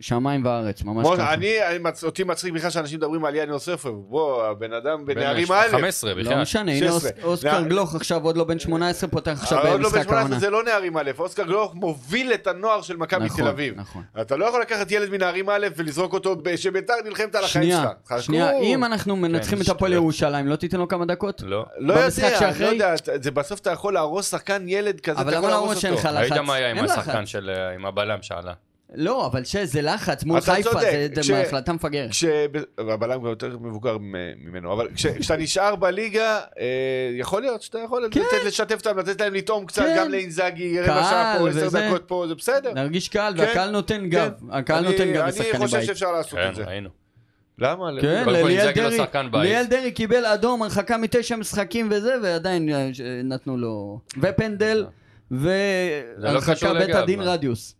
Speaker 3: שמיים וארץ, ממש
Speaker 5: כמו-
Speaker 3: ככה.
Speaker 5: אני, אני מצ- אותי מצחיק בכלל שאנשים מדברים על יאני אוספוב. בוא, הבן אדם בנערים
Speaker 4: בין
Speaker 5: א',
Speaker 4: 15
Speaker 3: לא
Speaker 4: בחייאת.
Speaker 3: משנה, הנה
Speaker 5: 16.
Speaker 3: אוס- אוסקר
Speaker 5: נע-
Speaker 3: גלוך עכשיו עוד לא בן 18 פותח עכשיו
Speaker 5: אבל עוד לא בן
Speaker 3: במשחק
Speaker 5: 18
Speaker 3: העונה.
Speaker 5: זה לא נערים א', אוסקר גלוך מוביל את הנוער של מכבי
Speaker 3: נכון,
Speaker 5: תל אביב.
Speaker 3: נכון.
Speaker 5: אתה לא יכול לקחת ילד מנערים א' ולזרוק אותו ב- שביתר נלחמת על החיים
Speaker 3: שנייה,
Speaker 5: שלך. חכו.
Speaker 3: שנייה, אם אנחנו מנצחים את הפועל
Speaker 4: כן, שטויות.
Speaker 3: ירושלים, לא תיתן לו כמה דקות?
Speaker 4: לא.
Speaker 5: לא
Speaker 3: במשחק
Speaker 5: יודע, אני
Speaker 3: שאחרי-
Speaker 5: לא יודע, אתה- זה בסוף אתה יכול להרוס שחקן ילד כזה, אתה
Speaker 3: אבל
Speaker 5: יכול
Speaker 3: למה להראות
Speaker 5: להרוס
Speaker 3: שאין
Speaker 5: אותו.
Speaker 3: לך לחץ?
Speaker 4: ראית מה היה עם
Speaker 3: אין
Speaker 4: השחקן
Speaker 3: לחץ.
Speaker 4: של... אה, עם הבלם שעלה.
Speaker 3: לא, אבל שזה לחץ מול
Speaker 5: אתה
Speaker 3: חיפה,
Speaker 5: צודק,
Speaker 3: זה-
Speaker 5: כש-
Speaker 3: זה החלטה מפגרת.
Speaker 5: כש... הבלם כבר יותר מבוגר מ- ממנו, אבל כש- כשאתה נשאר בליגה, אה, יכול להיות שאתה יכול לתת לשתף אותם, לתת להם לטעום קצת,
Speaker 3: כן.
Speaker 5: גם לאינזאגי, רבע
Speaker 3: קהל
Speaker 5: שעה פה, עשר
Speaker 3: וזה.
Speaker 5: דקות פה, זה בסדר.
Speaker 3: נרגיש קהל,
Speaker 5: כן,
Speaker 3: והקהל נותן גב.
Speaker 5: כן.
Speaker 3: הקהל
Speaker 5: אני-
Speaker 3: נותן גב
Speaker 5: אני
Speaker 3: לשחקני
Speaker 5: חושב
Speaker 3: בית.
Speaker 5: שאפשר לעשות
Speaker 4: כן,
Speaker 5: את זה.
Speaker 4: ראינו.
Speaker 5: למה?
Speaker 3: כן,
Speaker 4: קודם כל,
Speaker 3: לליאל
Speaker 4: אינזאגי לא
Speaker 3: דרעי,
Speaker 4: שחקן בית.
Speaker 3: ליאל דרעי קיבל אדום, הרחקה מתשע משחקים וזה, ועדיין אה, ש- נתנו לו... ופנדל,
Speaker 4: זה לא קשור
Speaker 3: והרחקה בית
Speaker 4: לגב,
Speaker 3: הדין
Speaker 4: מה?
Speaker 3: רדיוס.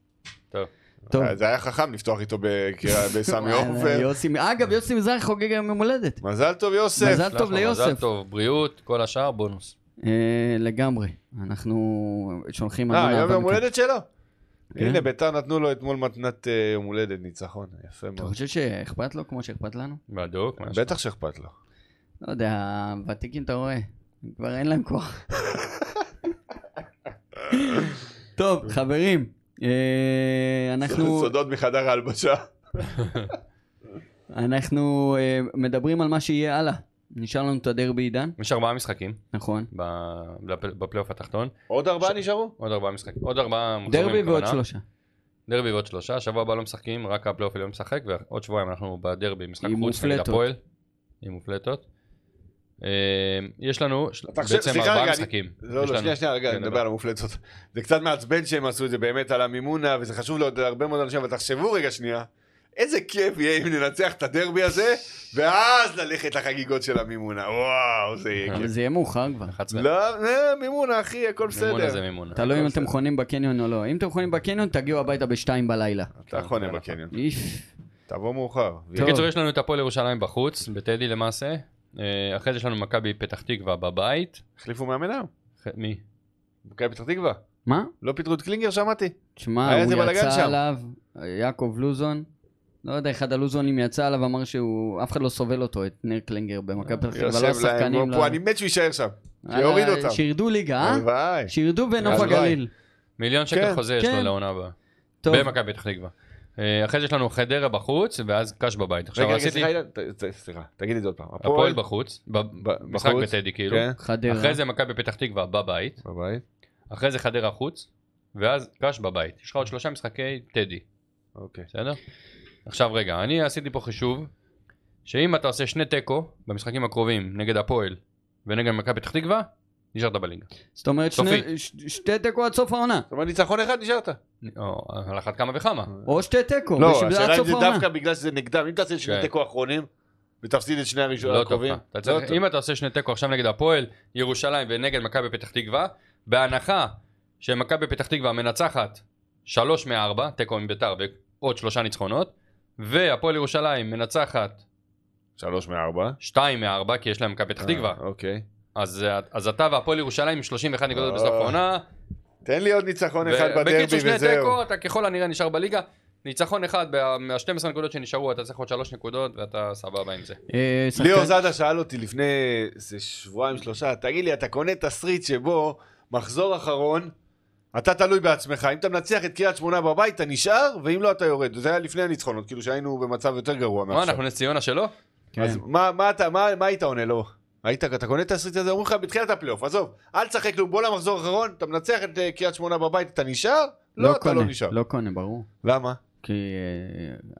Speaker 4: טוב.
Speaker 3: טוב.
Speaker 5: אה, זה היה חכם לפתוח איתו
Speaker 3: (laughs)
Speaker 5: בקריאה-
Speaker 3: וואי,
Speaker 5: בסמי
Speaker 3: אה,
Speaker 5: עופר.
Speaker 3: יוסי- אגב, יוסי מזרח חוגג היום יום הולדת.
Speaker 5: מזל טוב יוסף.
Speaker 3: מזל טוב
Speaker 4: סלח לו,
Speaker 3: ליוסף.
Speaker 4: מזל טוב, בריאות, כל השאר בונוס.
Speaker 3: אה, לגמרי. אנחנו שולחים
Speaker 5: אה,
Speaker 3: המון
Speaker 5: היום
Speaker 3: אהבה
Speaker 5: יום
Speaker 3: מכאן.
Speaker 5: הולדת שלו?
Speaker 3: כן.
Speaker 5: הנה, ביתר נתנו לו אתמול מתנת אה, יום הולדת, ניצחון, יפה
Speaker 3: אתה
Speaker 5: מאוד.
Speaker 3: חושב שאכפת לו כמו שאכפת לנו?
Speaker 4: בדוק. מה יש לך?
Speaker 5: בטח שאכפת לו.
Speaker 3: לא יודע, הוותיקים אתה רואה, כבר אין להם כוח. טוב, חברים, אה, אנחנו...
Speaker 5: (laughs) סודות מחדר ההלבשה.
Speaker 3: אנחנו אה, מדברים על מה שיהיה הלאה. נשאר לנו את הדרבי עידן,
Speaker 4: יש ארבעה משחקים
Speaker 3: נכון.
Speaker 4: ב- בפל- בפלייאוף התחתון.
Speaker 5: עוד ארבעה נשארו?
Speaker 4: עוד ארבעה משחקים. עוד ארבעה מחזורים.
Speaker 3: דרבי ועוד
Speaker 4: הכוונה.
Speaker 3: שלושה.
Speaker 4: דרבי ועוד שלושה. שבוע הבא לא משחקים, רק הפלייאוף העליון משחק, ועוד שבועיים אנחנו בדרבי, משחק
Speaker 3: עם
Speaker 4: חוץ נגד
Speaker 3: מופלטות.
Speaker 4: הפועל. עם מופלטות. אה, יש לנו של-
Speaker 5: אתה חושב-
Speaker 4: בעצם
Speaker 5: סליחה, רגע,
Speaker 4: ארבעה
Speaker 5: אני-
Speaker 4: משחקים.
Speaker 5: לא,
Speaker 4: יש
Speaker 5: לא,
Speaker 4: לנו.
Speaker 5: שנייה, שנייה, רגע,
Speaker 4: כן,
Speaker 5: נדבר
Speaker 4: דבר.
Speaker 5: על המופלצות. זה קצת מעצבן שהם עשו את זה באמת על המימונה, וזה חשוב לעוד הרבה מאוד אנשים, אבל תחשבו רגע שנייה, איזה כיף יהיה אם ננצח את הדרבי הזה, ואז ללכת לחגיגות של המימונה. וואו, זה
Speaker 4: אה,
Speaker 5: יהיה
Speaker 3: אבל
Speaker 5: כיף.
Speaker 3: זה יהיה מאוחר כבר.
Speaker 4: 11.
Speaker 5: לא, לא, מימונה, אחי, הכל
Speaker 4: מימונה זה
Speaker 5: בסדר.
Speaker 4: מימונה.
Speaker 3: תלוי אם אתם חונים בקניון או לא. אם אתם חונים בקניון, תגיעו הביתה בשתיים בלילה.
Speaker 4: כן,
Speaker 5: אתה חונה בקניון.
Speaker 4: נכון.
Speaker 3: איף.
Speaker 5: תבוא מאוחר.
Speaker 3: טוב.
Speaker 4: בקיצור, יש לנו את הפועל ירושלים בחוץ, בטדי למעשה. אה, אחרי זה יש לנו מכבי פתח תקווה בבית.
Speaker 5: החליפו מאמן היום.
Speaker 4: ח- מי?
Speaker 5: מכבי פתח תקווה.
Speaker 3: מה?
Speaker 5: לא פיטרו את קלינגר, שמעתי.
Speaker 4: אה,
Speaker 5: היה
Speaker 3: תשמע,
Speaker 5: איזה
Speaker 3: הוא
Speaker 5: בלגן שם.
Speaker 3: יצא עליו, יעקב לוזון. לא יודע, אחד הלוזונים יצא עליו, אמר שהוא, אף אחד לא סובל אותו, את ניר קלינגר במכבי פתח תקווה, לא
Speaker 5: יושב להם
Speaker 3: השחקנים.
Speaker 5: כמו
Speaker 3: לא-
Speaker 5: פה, אני מת שהוא יישאר שם.
Speaker 3: וואלה,
Speaker 5: שיוריד אותם.
Speaker 3: שירדו ליגה, אה?
Speaker 5: הלוואי.
Speaker 3: שירדו בנוף
Speaker 5: הלוואי.
Speaker 3: הגליל.
Speaker 4: מיליון שקל
Speaker 5: כן,
Speaker 4: חוזה יש לו
Speaker 3: כן.
Speaker 4: לעונה הבאה.
Speaker 3: טוב,
Speaker 4: במכבי פתח תקווה. אה, אחרי זה יש לנו חדרה בחוץ, ואז קש בבית. עכשיו
Speaker 5: רגע, רגע,
Speaker 4: עשיתי
Speaker 5: סליחה, אילן, ת- ת- סליחה, תגיד את זה עוד פעם.
Speaker 4: הפועל בחוץ, ב-
Speaker 5: ב-
Speaker 4: משחק
Speaker 5: בחוץ,
Speaker 4: בטדי כאילו.
Speaker 5: כן,
Speaker 3: חדרה.
Speaker 4: אחרי זה מכבי פתח תקווה בבית.
Speaker 5: בבית.
Speaker 4: אחרי זה חדרה חוץ, ואז קש בבית. יש לך עוד שלושה משחקי טדי,
Speaker 5: אוקיי.
Speaker 4: בסדר? עכשיו רגע, אני עשיתי פה חישוב, שאם אתה עושה שני תיקו במשחקים הקרובים נגד הפועל ונגד מכבי פתח תקווה, נשארת בליגה.
Speaker 3: זאת אומרת, שני-
Speaker 4: סופי.
Speaker 3: ש- שתי תיקו עד סוף העונה.
Speaker 5: זאת אומרת, ניצחון אחד נשארת.
Speaker 4: או, על אחת כמה וכמה.
Speaker 3: או שתי תיקו,
Speaker 5: לא,
Speaker 3: בשביל-
Speaker 5: השאלה
Speaker 3: עד
Speaker 5: אם
Speaker 3: סוף
Speaker 5: זה
Speaker 3: העונה.
Speaker 5: דווקא בגלל שזה נגדם, אם תעשה שני
Speaker 4: כן.
Speaker 5: תיקו האחרונים, ותפסיד את שני הראשונים
Speaker 4: לא טוב
Speaker 5: הקרובים.
Speaker 4: לך. אתה צריך-
Speaker 5: לא טוב.
Speaker 4: אם אתה עושה שני תיקו עכשיו נגד הפועל, ירושלים ונגד מכבי פתח תקווה, בהנחה שמכבי פתח תקווה מנצחת שלוש מארבע, תיקו עם ביתר ועוד שלושה ניצחונות, והפועל ירושלים מנצחת
Speaker 5: שלוש מארבע.
Speaker 4: שתיים מארבע, כי יש להם מכבי פתח תקווה.
Speaker 5: אה, אוקיי.
Speaker 4: אז אה, אז אתה והפועל ירושלים עם 31 נקודות בסוף
Speaker 5: אה,
Speaker 4: העונה.
Speaker 5: תן לי עוד ניצחון אחד
Speaker 4: ו-
Speaker 5: בדרבי
Speaker 4: בקיצור שני
Speaker 5: וזהו.
Speaker 4: תיקו, אתה ככל הנראה נשאר בליגה. ניצחון אחד מה- מה-12 נקודות שנשארו, אתה צריך עוד 3 נקודות ואתה סבבה עם זה.
Speaker 3: אה, שחקן-
Speaker 5: ליאור זאדה שאל אותי לפני איזה שבועיים שלושה, תגיד לי, אתה קונה תסריט שבו מחזור אחרון, אתה תלוי בעצמך, אם אתה מנצח את קריית שמונה בבית, אתה נשאר, ואם לא, אתה יורד. זה היה לפני הניצחונות, כאילו שהיינו במצב יותר גרוע
Speaker 4: מה,
Speaker 5: מעכשיו.
Speaker 4: אנחנו נס ציונה שלו?
Speaker 3: כן.
Speaker 5: אז מה, מה, אתה, מה, מה היית עונה לו? היית, אתה קונה את התסריט הזה, אומרים לך בתחילת הפלייאוף, עזוב, אל תשחק כלום, בוא למחזור האחרון, אתה מנצח את אה, קריית שמונה בבית, אתה נשאר? לא, אתה
Speaker 3: קונה,
Speaker 5: לא נשאר.
Speaker 3: לא קונה, ברור.
Speaker 5: למה?
Speaker 3: כי...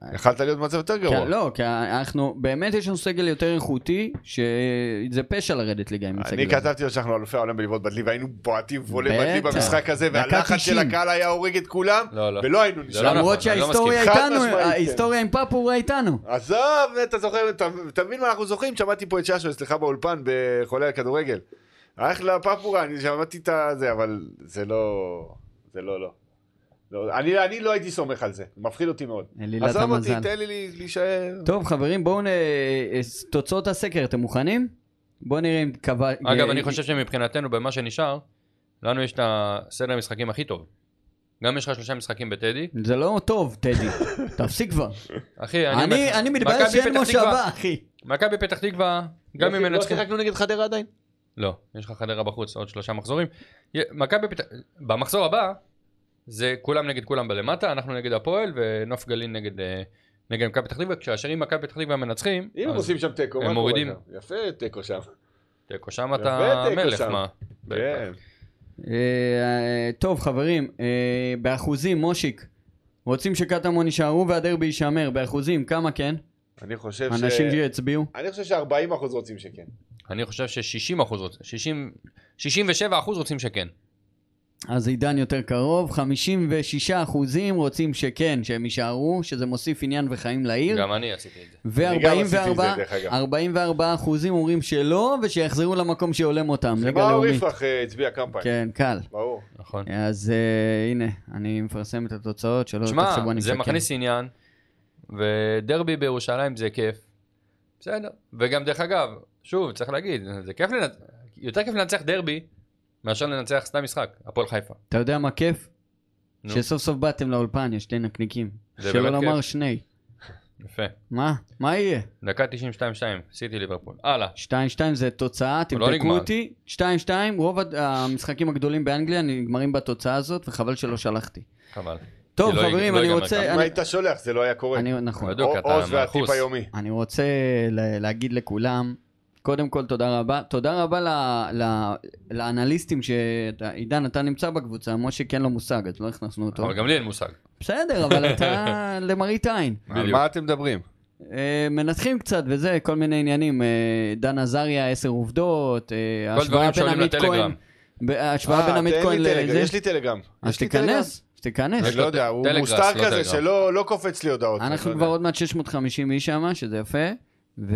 Speaker 3: אה,
Speaker 5: יכלת להיות במצב יותר גרוע.
Speaker 3: כי- לא, כי אנחנו, באמת יש לנו סגל יותר איכותי, שזה פשע לרדת ליגה עם הסגל
Speaker 5: אני כתבתי לו שאנחנו אלופי העולם בלבעוט בדלי, והיינו בועטים וולה בדלי
Speaker 3: בטח.
Speaker 5: במשחק הזה,
Speaker 3: דקה
Speaker 5: והלחץ של
Speaker 3: 90.
Speaker 5: הקהל היה הורג את כולם,
Speaker 4: לא, לא.
Speaker 5: ולא היינו
Speaker 4: לא
Speaker 5: נשאר.
Speaker 4: נכון,
Speaker 3: למרות
Speaker 4: אני לא
Speaker 3: שההיסטוריה
Speaker 5: מסכים. חד
Speaker 3: איתנו,
Speaker 5: משמעית, כן.
Speaker 3: ההיסטוריה עם פאפור איתנו.
Speaker 5: עזוב, אתה זוכר, אתה- אתה מבין מה אנחנו זוכרים? שמעתי פה את ששו אצלך באולפן בחולה על כדורגל. הלך לפפורה, אני שמעתי את זה, אבל זה לא... זה לא, לא. לא אני, אני לא הייתי סומך על זה, מפחיד אותי מאוד.
Speaker 3: אלילת
Speaker 5: עזוב אותי,
Speaker 3: המזל.
Speaker 5: תן לי לי להישאר.
Speaker 3: טוב חברים, בואו נ... אה, תוצאות הסקר, אתם מוכנים? בואו נראה אם קבע...
Speaker 4: אגב,
Speaker 3: אה,
Speaker 4: אני חושב שמבחינתנו, במה שנשאר, לנו יש את הסדר המשחקים הכי טוב. גם יש לך שלושה משחקים בטדי.
Speaker 3: זה לא טוב,
Speaker 4: (laughs)
Speaker 3: טדי. תפסיק כבר.
Speaker 4: אחי, אני אומר
Speaker 3: אני,
Speaker 4: לך,
Speaker 3: אני
Speaker 4: מכבי
Speaker 3: מתבייש שאין
Speaker 4: פתח תקווה-
Speaker 3: מושבה, אחי.
Speaker 4: מכבי פתח תקווה, גם אם
Speaker 5: לא
Speaker 4: מנצחים...
Speaker 5: שיחקנו נגד חדרה עדיין?
Speaker 4: לא, יש לך חדרה בחוץ, עוד שלושה מחזורים. י- מכבי פתח... במחזור הבא, זה כולם נגד כולם בלמטה, אנחנו נגד הפועל, ונוף גליל נגד אה, נגד מכבי פתח תקווה, כאשר אם מכבי פתח תקווה מנצחים,
Speaker 5: אם הם
Speaker 4: אז
Speaker 5: עושים שם תיקו,
Speaker 4: הם
Speaker 5: מה קורה
Speaker 4: מורידים.
Speaker 5: שם? יפה תיקו שם.
Speaker 4: תיקו שם
Speaker 5: יפה,
Speaker 4: אתה
Speaker 5: תיקו
Speaker 4: מלך,
Speaker 5: שם.
Speaker 4: מה?
Speaker 5: כן.
Speaker 3: אה, אה, טוב חברים, אה, באחוזים, מושיק. רוצים שקטמון יישארו והדרבי יישמר, באחוזים, כמה כן?
Speaker 5: אני חושב ש...
Speaker 3: אנשים שיצביעו.
Speaker 5: אני חושב ש-40% רוצים שכן.
Speaker 4: אני חושב ש-60 אחוז רוצים, 60 67 אחוז רוצים שכן.
Speaker 3: אז עידן יותר קרוב, 56 אחוזים רוצים שכן, שהם יישארו, שזה מוסיף עניין וחיים לעיר,
Speaker 4: גם אני עשיתי את זה.
Speaker 5: אני גם עשיתי את
Speaker 3: ו-44
Speaker 5: זה, דרך אגב.
Speaker 3: 44 אחוזים אומרים שלא, ושיחזרו למקום שהולם אותם,
Speaker 5: זה
Speaker 3: ליגה
Speaker 5: מה
Speaker 3: לאומית.
Speaker 5: אוריפרח הצביע כמה פעמים.
Speaker 3: כן, קל.
Speaker 5: ברור.
Speaker 4: נכון.
Speaker 3: אז אה, הנה, אני מפרסם את התוצאות, שלא
Speaker 4: שמע,
Speaker 3: לא, תחשבו אני
Speaker 4: זה מכניס עניין, ודרבי בירושלים זה כיף. בסדר. וגם דרך אגב, שוב, צריך להגיד, זה כיף לנצח, יותר כיף לנצח דרבי, מאשר לנצח סתם משחק, הפועל חיפה.
Speaker 3: אתה יודע מה כיף?
Speaker 4: נו.
Speaker 3: שסוף סוף באתם לאולפן, יש שני נקניקים.
Speaker 4: זה
Speaker 3: שלא
Speaker 4: באמת
Speaker 3: לומר
Speaker 4: כיף.
Speaker 3: שני.
Speaker 4: יפה.
Speaker 3: מה? מה יהיה?
Speaker 4: דקה 92-2, סיטי ליברפול. הלאה.
Speaker 3: 2-2 זה תוצאה,
Speaker 4: לא
Speaker 3: תבדקו
Speaker 4: נגמר.
Speaker 3: אותי. 2-2, רוב הד- המשחקים הגדולים באנגליה נגמרים בתוצאה הזאת, וחבל שלא שלחתי.
Speaker 4: חבל.
Speaker 3: טוב,
Speaker 4: כי לא
Speaker 3: חברים,
Speaker 4: ייגמר
Speaker 3: אני
Speaker 4: ככה.
Speaker 3: רוצה...
Speaker 5: אם
Speaker 3: אני-
Speaker 5: היית שולח זה לא היה קורה.
Speaker 3: אני, נכון.
Speaker 4: בדיוק,
Speaker 5: או-
Speaker 4: אתה
Speaker 5: עוז והטיפ
Speaker 4: מנחוס.
Speaker 5: היומי.
Speaker 3: אני רוצה ל- להגיד לכולם, קודם כל תודה רבה. תודה רבה ל, ל, לאנליסטים שעידן, אתה נמצא בקבוצה, משה כן לו מושג, אז לא הכנסנו אותו.
Speaker 4: אבל גם לי אין מושג.
Speaker 3: בסדר, אבל
Speaker 4: (laughs)
Speaker 3: אתה למראית עין.
Speaker 5: על מה אתם מדברים?
Speaker 3: אה, מנתחים קצת וזה, כל מיני עניינים. אה, דן עזריה, עשר עובדות, אה,
Speaker 4: כל
Speaker 3: השוואה
Speaker 4: דברים
Speaker 3: בין
Speaker 4: שעולים
Speaker 3: עמית
Speaker 4: לטלגרם.
Speaker 3: כהן. ב- ההשוואה בין עמית
Speaker 5: אה, תן לי
Speaker 3: כהן
Speaker 5: טלגרם,
Speaker 3: לזה.
Speaker 5: יש לי טלגרם.
Speaker 3: אז
Speaker 5: יש לי טלגרם.
Speaker 3: תיכנס. שתיכנס.
Speaker 5: אני לא יודע, הוא
Speaker 4: טלגראס,
Speaker 5: מוסתר
Speaker 4: לא
Speaker 5: כזה
Speaker 4: טלגראס.
Speaker 5: שלא לא קופץ לי הודעות.
Speaker 3: אנחנו
Speaker 5: אני לא
Speaker 3: כבר
Speaker 5: יודע.
Speaker 3: עוד מעט 650 איש שם, שזה יפה,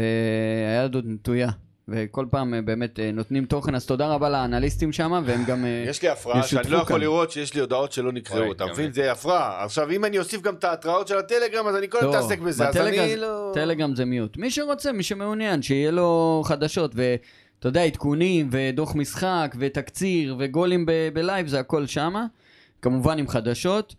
Speaker 3: והיד עוד נטויה. וכל פעם אה, באמת אה, נותנים תוכן, אז תודה רבה לאנליסטים שם, והם גם... אה,
Speaker 5: יש לי הפרעה שאני
Speaker 3: ישותפו
Speaker 5: לא יכול
Speaker 3: כאן.
Speaker 5: לראות שיש לי הודעות שלא נקראו
Speaker 4: אוי,
Speaker 5: אותן,
Speaker 4: גם
Speaker 5: מבין?
Speaker 4: לי.
Speaker 5: זה הפרעה. עכשיו, אם אני אוסיף גם את ההתראות של הטלגרם, אז אני כל הזמן
Speaker 3: לא,
Speaker 5: מתעסק בזה, אז אני
Speaker 3: בטלגרם-
Speaker 5: לא...
Speaker 3: טלגרם זה מיעוט. מי שרוצה, מי שמעוניין, שיהיה לו חדשות, ואתה יודע, עדכונים, ודוח משחק, ותקציר, וגולים ב- בלייב, זה הכל שמה. כמובן עם חדשות.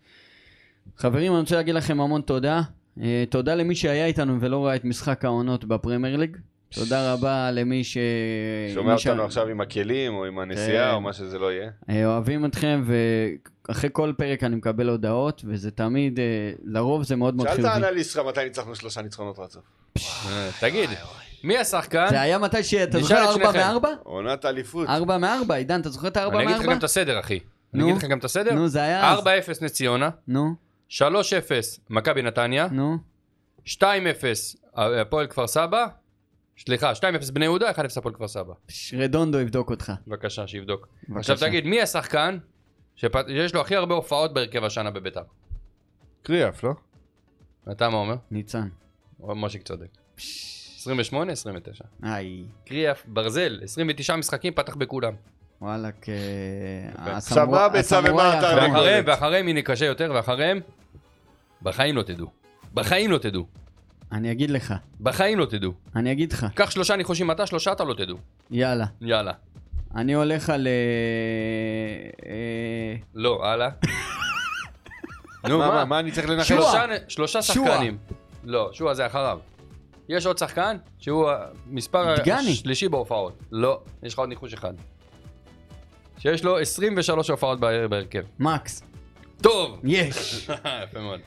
Speaker 3: חברים, אני רוצה להגיד לכם המון תודה. אה, תודה למי שהיה איתנו ולא ראה את משחק העונות בפרמייר ליג. תודה רבה למי ש...
Speaker 5: שומע
Speaker 3: מי ש-
Speaker 5: אותנו עכשיו עם הכלים, או עם הנסיעה,
Speaker 3: כן.
Speaker 5: או מה שזה לא יהיה.
Speaker 3: אה, אוהבים אתכם, ואחרי כל פרק אני מקבל הודעות, וזה תמיד, אה, לרוב זה מאוד מאוד
Speaker 5: שאל את
Speaker 3: חיובי.
Speaker 5: האנליסט שלך מתי ניצחנו שלושה ניצחונות רצוף.
Speaker 4: אה, תגיד, מי השחקן?
Speaker 3: זה היה מתי שאתה
Speaker 4: נשאל
Speaker 3: זוכר
Speaker 4: את
Speaker 3: 4
Speaker 4: שניכם.
Speaker 3: מ-4?
Speaker 5: עונת האליפות.
Speaker 3: ארבע מארבע, עידן, אתה זוכר את הארבע
Speaker 4: אני אגיד לך גם את
Speaker 3: מארבע?
Speaker 4: הסדר, אחי. אני
Speaker 3: נו.
Speaker 4: אגיד לך גם את הסדר.
Speaker 3: נו, זה היה אז.
Speaker 4: 4-0 נס ציונה, 3-0
Speaker 3: נו,
Speaker 4: מכבי נתניה,
Speaker 3: נו.
Speaker 4: 2-0 אה, הפועל כפר סבא, סליחה, 2-0 בני יהודה, 1-0 הפועל כפר סבא.
Speaker 3: ש- רדונדו יבדוק אותך.
Speaker 4: בבקשה, שיבדוק.
Speaker 3: בבקשה.
Speaker 4: עכשיו תגיד, מי השחקן שפ- שיש לו הכי הרבה הופעות בהרכב השנה בביתר?
Speaker 5: קריאף, לא?
Speaker 4: אתה מה אומר?
Speaker 3: ניצן.
Speaker 4: מושיק צודק. 28, 29.
Speaker 3: איי,
Speaker 4: קריאף, ברזל, 29 משחקים, פתח בכולם.
Speaker 3: וואלכ. אה,
Speaker 5: יפה.
Speaker 3: הסמור-
Speaker 5: סבבה,
Speaker 3: הסמוראי
Speaker 5: סבבה, אתה-
Speaker 3: האחרון.
Speaker 5: ואחרי-
Speaker 4: ואחריהם, ואחריהם, הנה קשה יותר, ואחריהם, בחיים לא תדעו. בחיים לא תדעו.
Speaker 3: אני אגיד לך,
Speaker 4: בחיים לא תדעו.
Speaker 3: אני אגיד לך,
Speaker 4: קח שלושה ניחושים אתה, שלושה אתה לא תדעו.
Speaker 3: יאללה.
Speaker 4: יאללה.
Speaker 3: אני הולך על... אה, אה,
Speaker 4: לא, הלאה. נו,
Speaker 5: מה, מה,
Speaker 4: מה?
Speaker 5: מה אני צריך לנחש?
Speaker 3: שועה.
Speaker 4: שלושה, שלושה
Speaker 3: שועה.
Speaker 4: שחקנים. לא, שועה זה אחריו. יש עוד שחקן שהוא המספר
Speaker 3: דגני.
Speaker 4: השלישי בהופעות. לא, יש לך עוד ניחוש אחד. שיש לו 23 הופעות בה- בהרכב.
Speaker 3: מקס. (laughs)
Speaker 4: טוב!
Speaker 3: יש.
Speaker 4: יפה מאוד.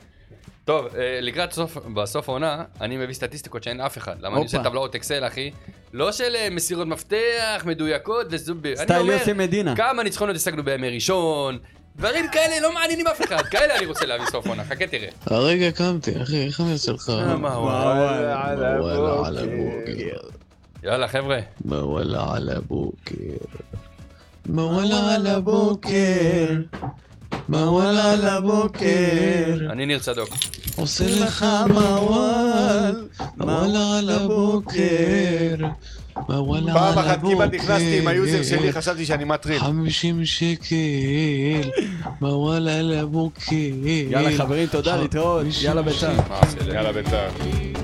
Speaker 4: טוב, אה, לקראת סוף, בסוף העונה, אני מביא סטטיסטיקות שאין אף אחד. למה אני
Speaker 3: הופה.
Speaker 4: עושה טבלאות אקסל, אחי? לא של אה, מסירות מפתח, מדויקות וזובי. אני
Speaker 3: סטייל
Speaker 4: אומר,
Speaker 3: יוסי מדינה.
Speaker 4: כמה ניצחונות השגנו בימי ראשון, דברים כאלה לא מעניינים אף אחד. כאלה אני רוצה להביא סוף עונה, חכה תראה.
Speaker 2: הרגע קמתי, אחי, איך אני אעשה לך?
Speaker 5: וואלה,
Speaker 2: ما ولع على
Speaker 5: הבוקר.
Speaker 2: بوكر
Speaker 4: יאללה, חבר'ה.
Speaker 2: ما ولع على بوكر ما ولع على بوكر ما ولع على بوكر
Speaker 4: אני ניר צדוק.
Speaker 2: עושה לך מוואל מה וואלה על הבוקר מה וואלה על הבוקר
Speaker 5: פעם אחת כמעט נכנסתי עם היוזר שלי, חשבתי שאני מטריל.
Speaker 2: 50 שקל מה וואלה על הבוקר
Speaker 5: אה,
Speaker 3: יאללה חברים, תודה, להתראות. יאללה ביצה.
Speaker 5: יאללה, בית"ר.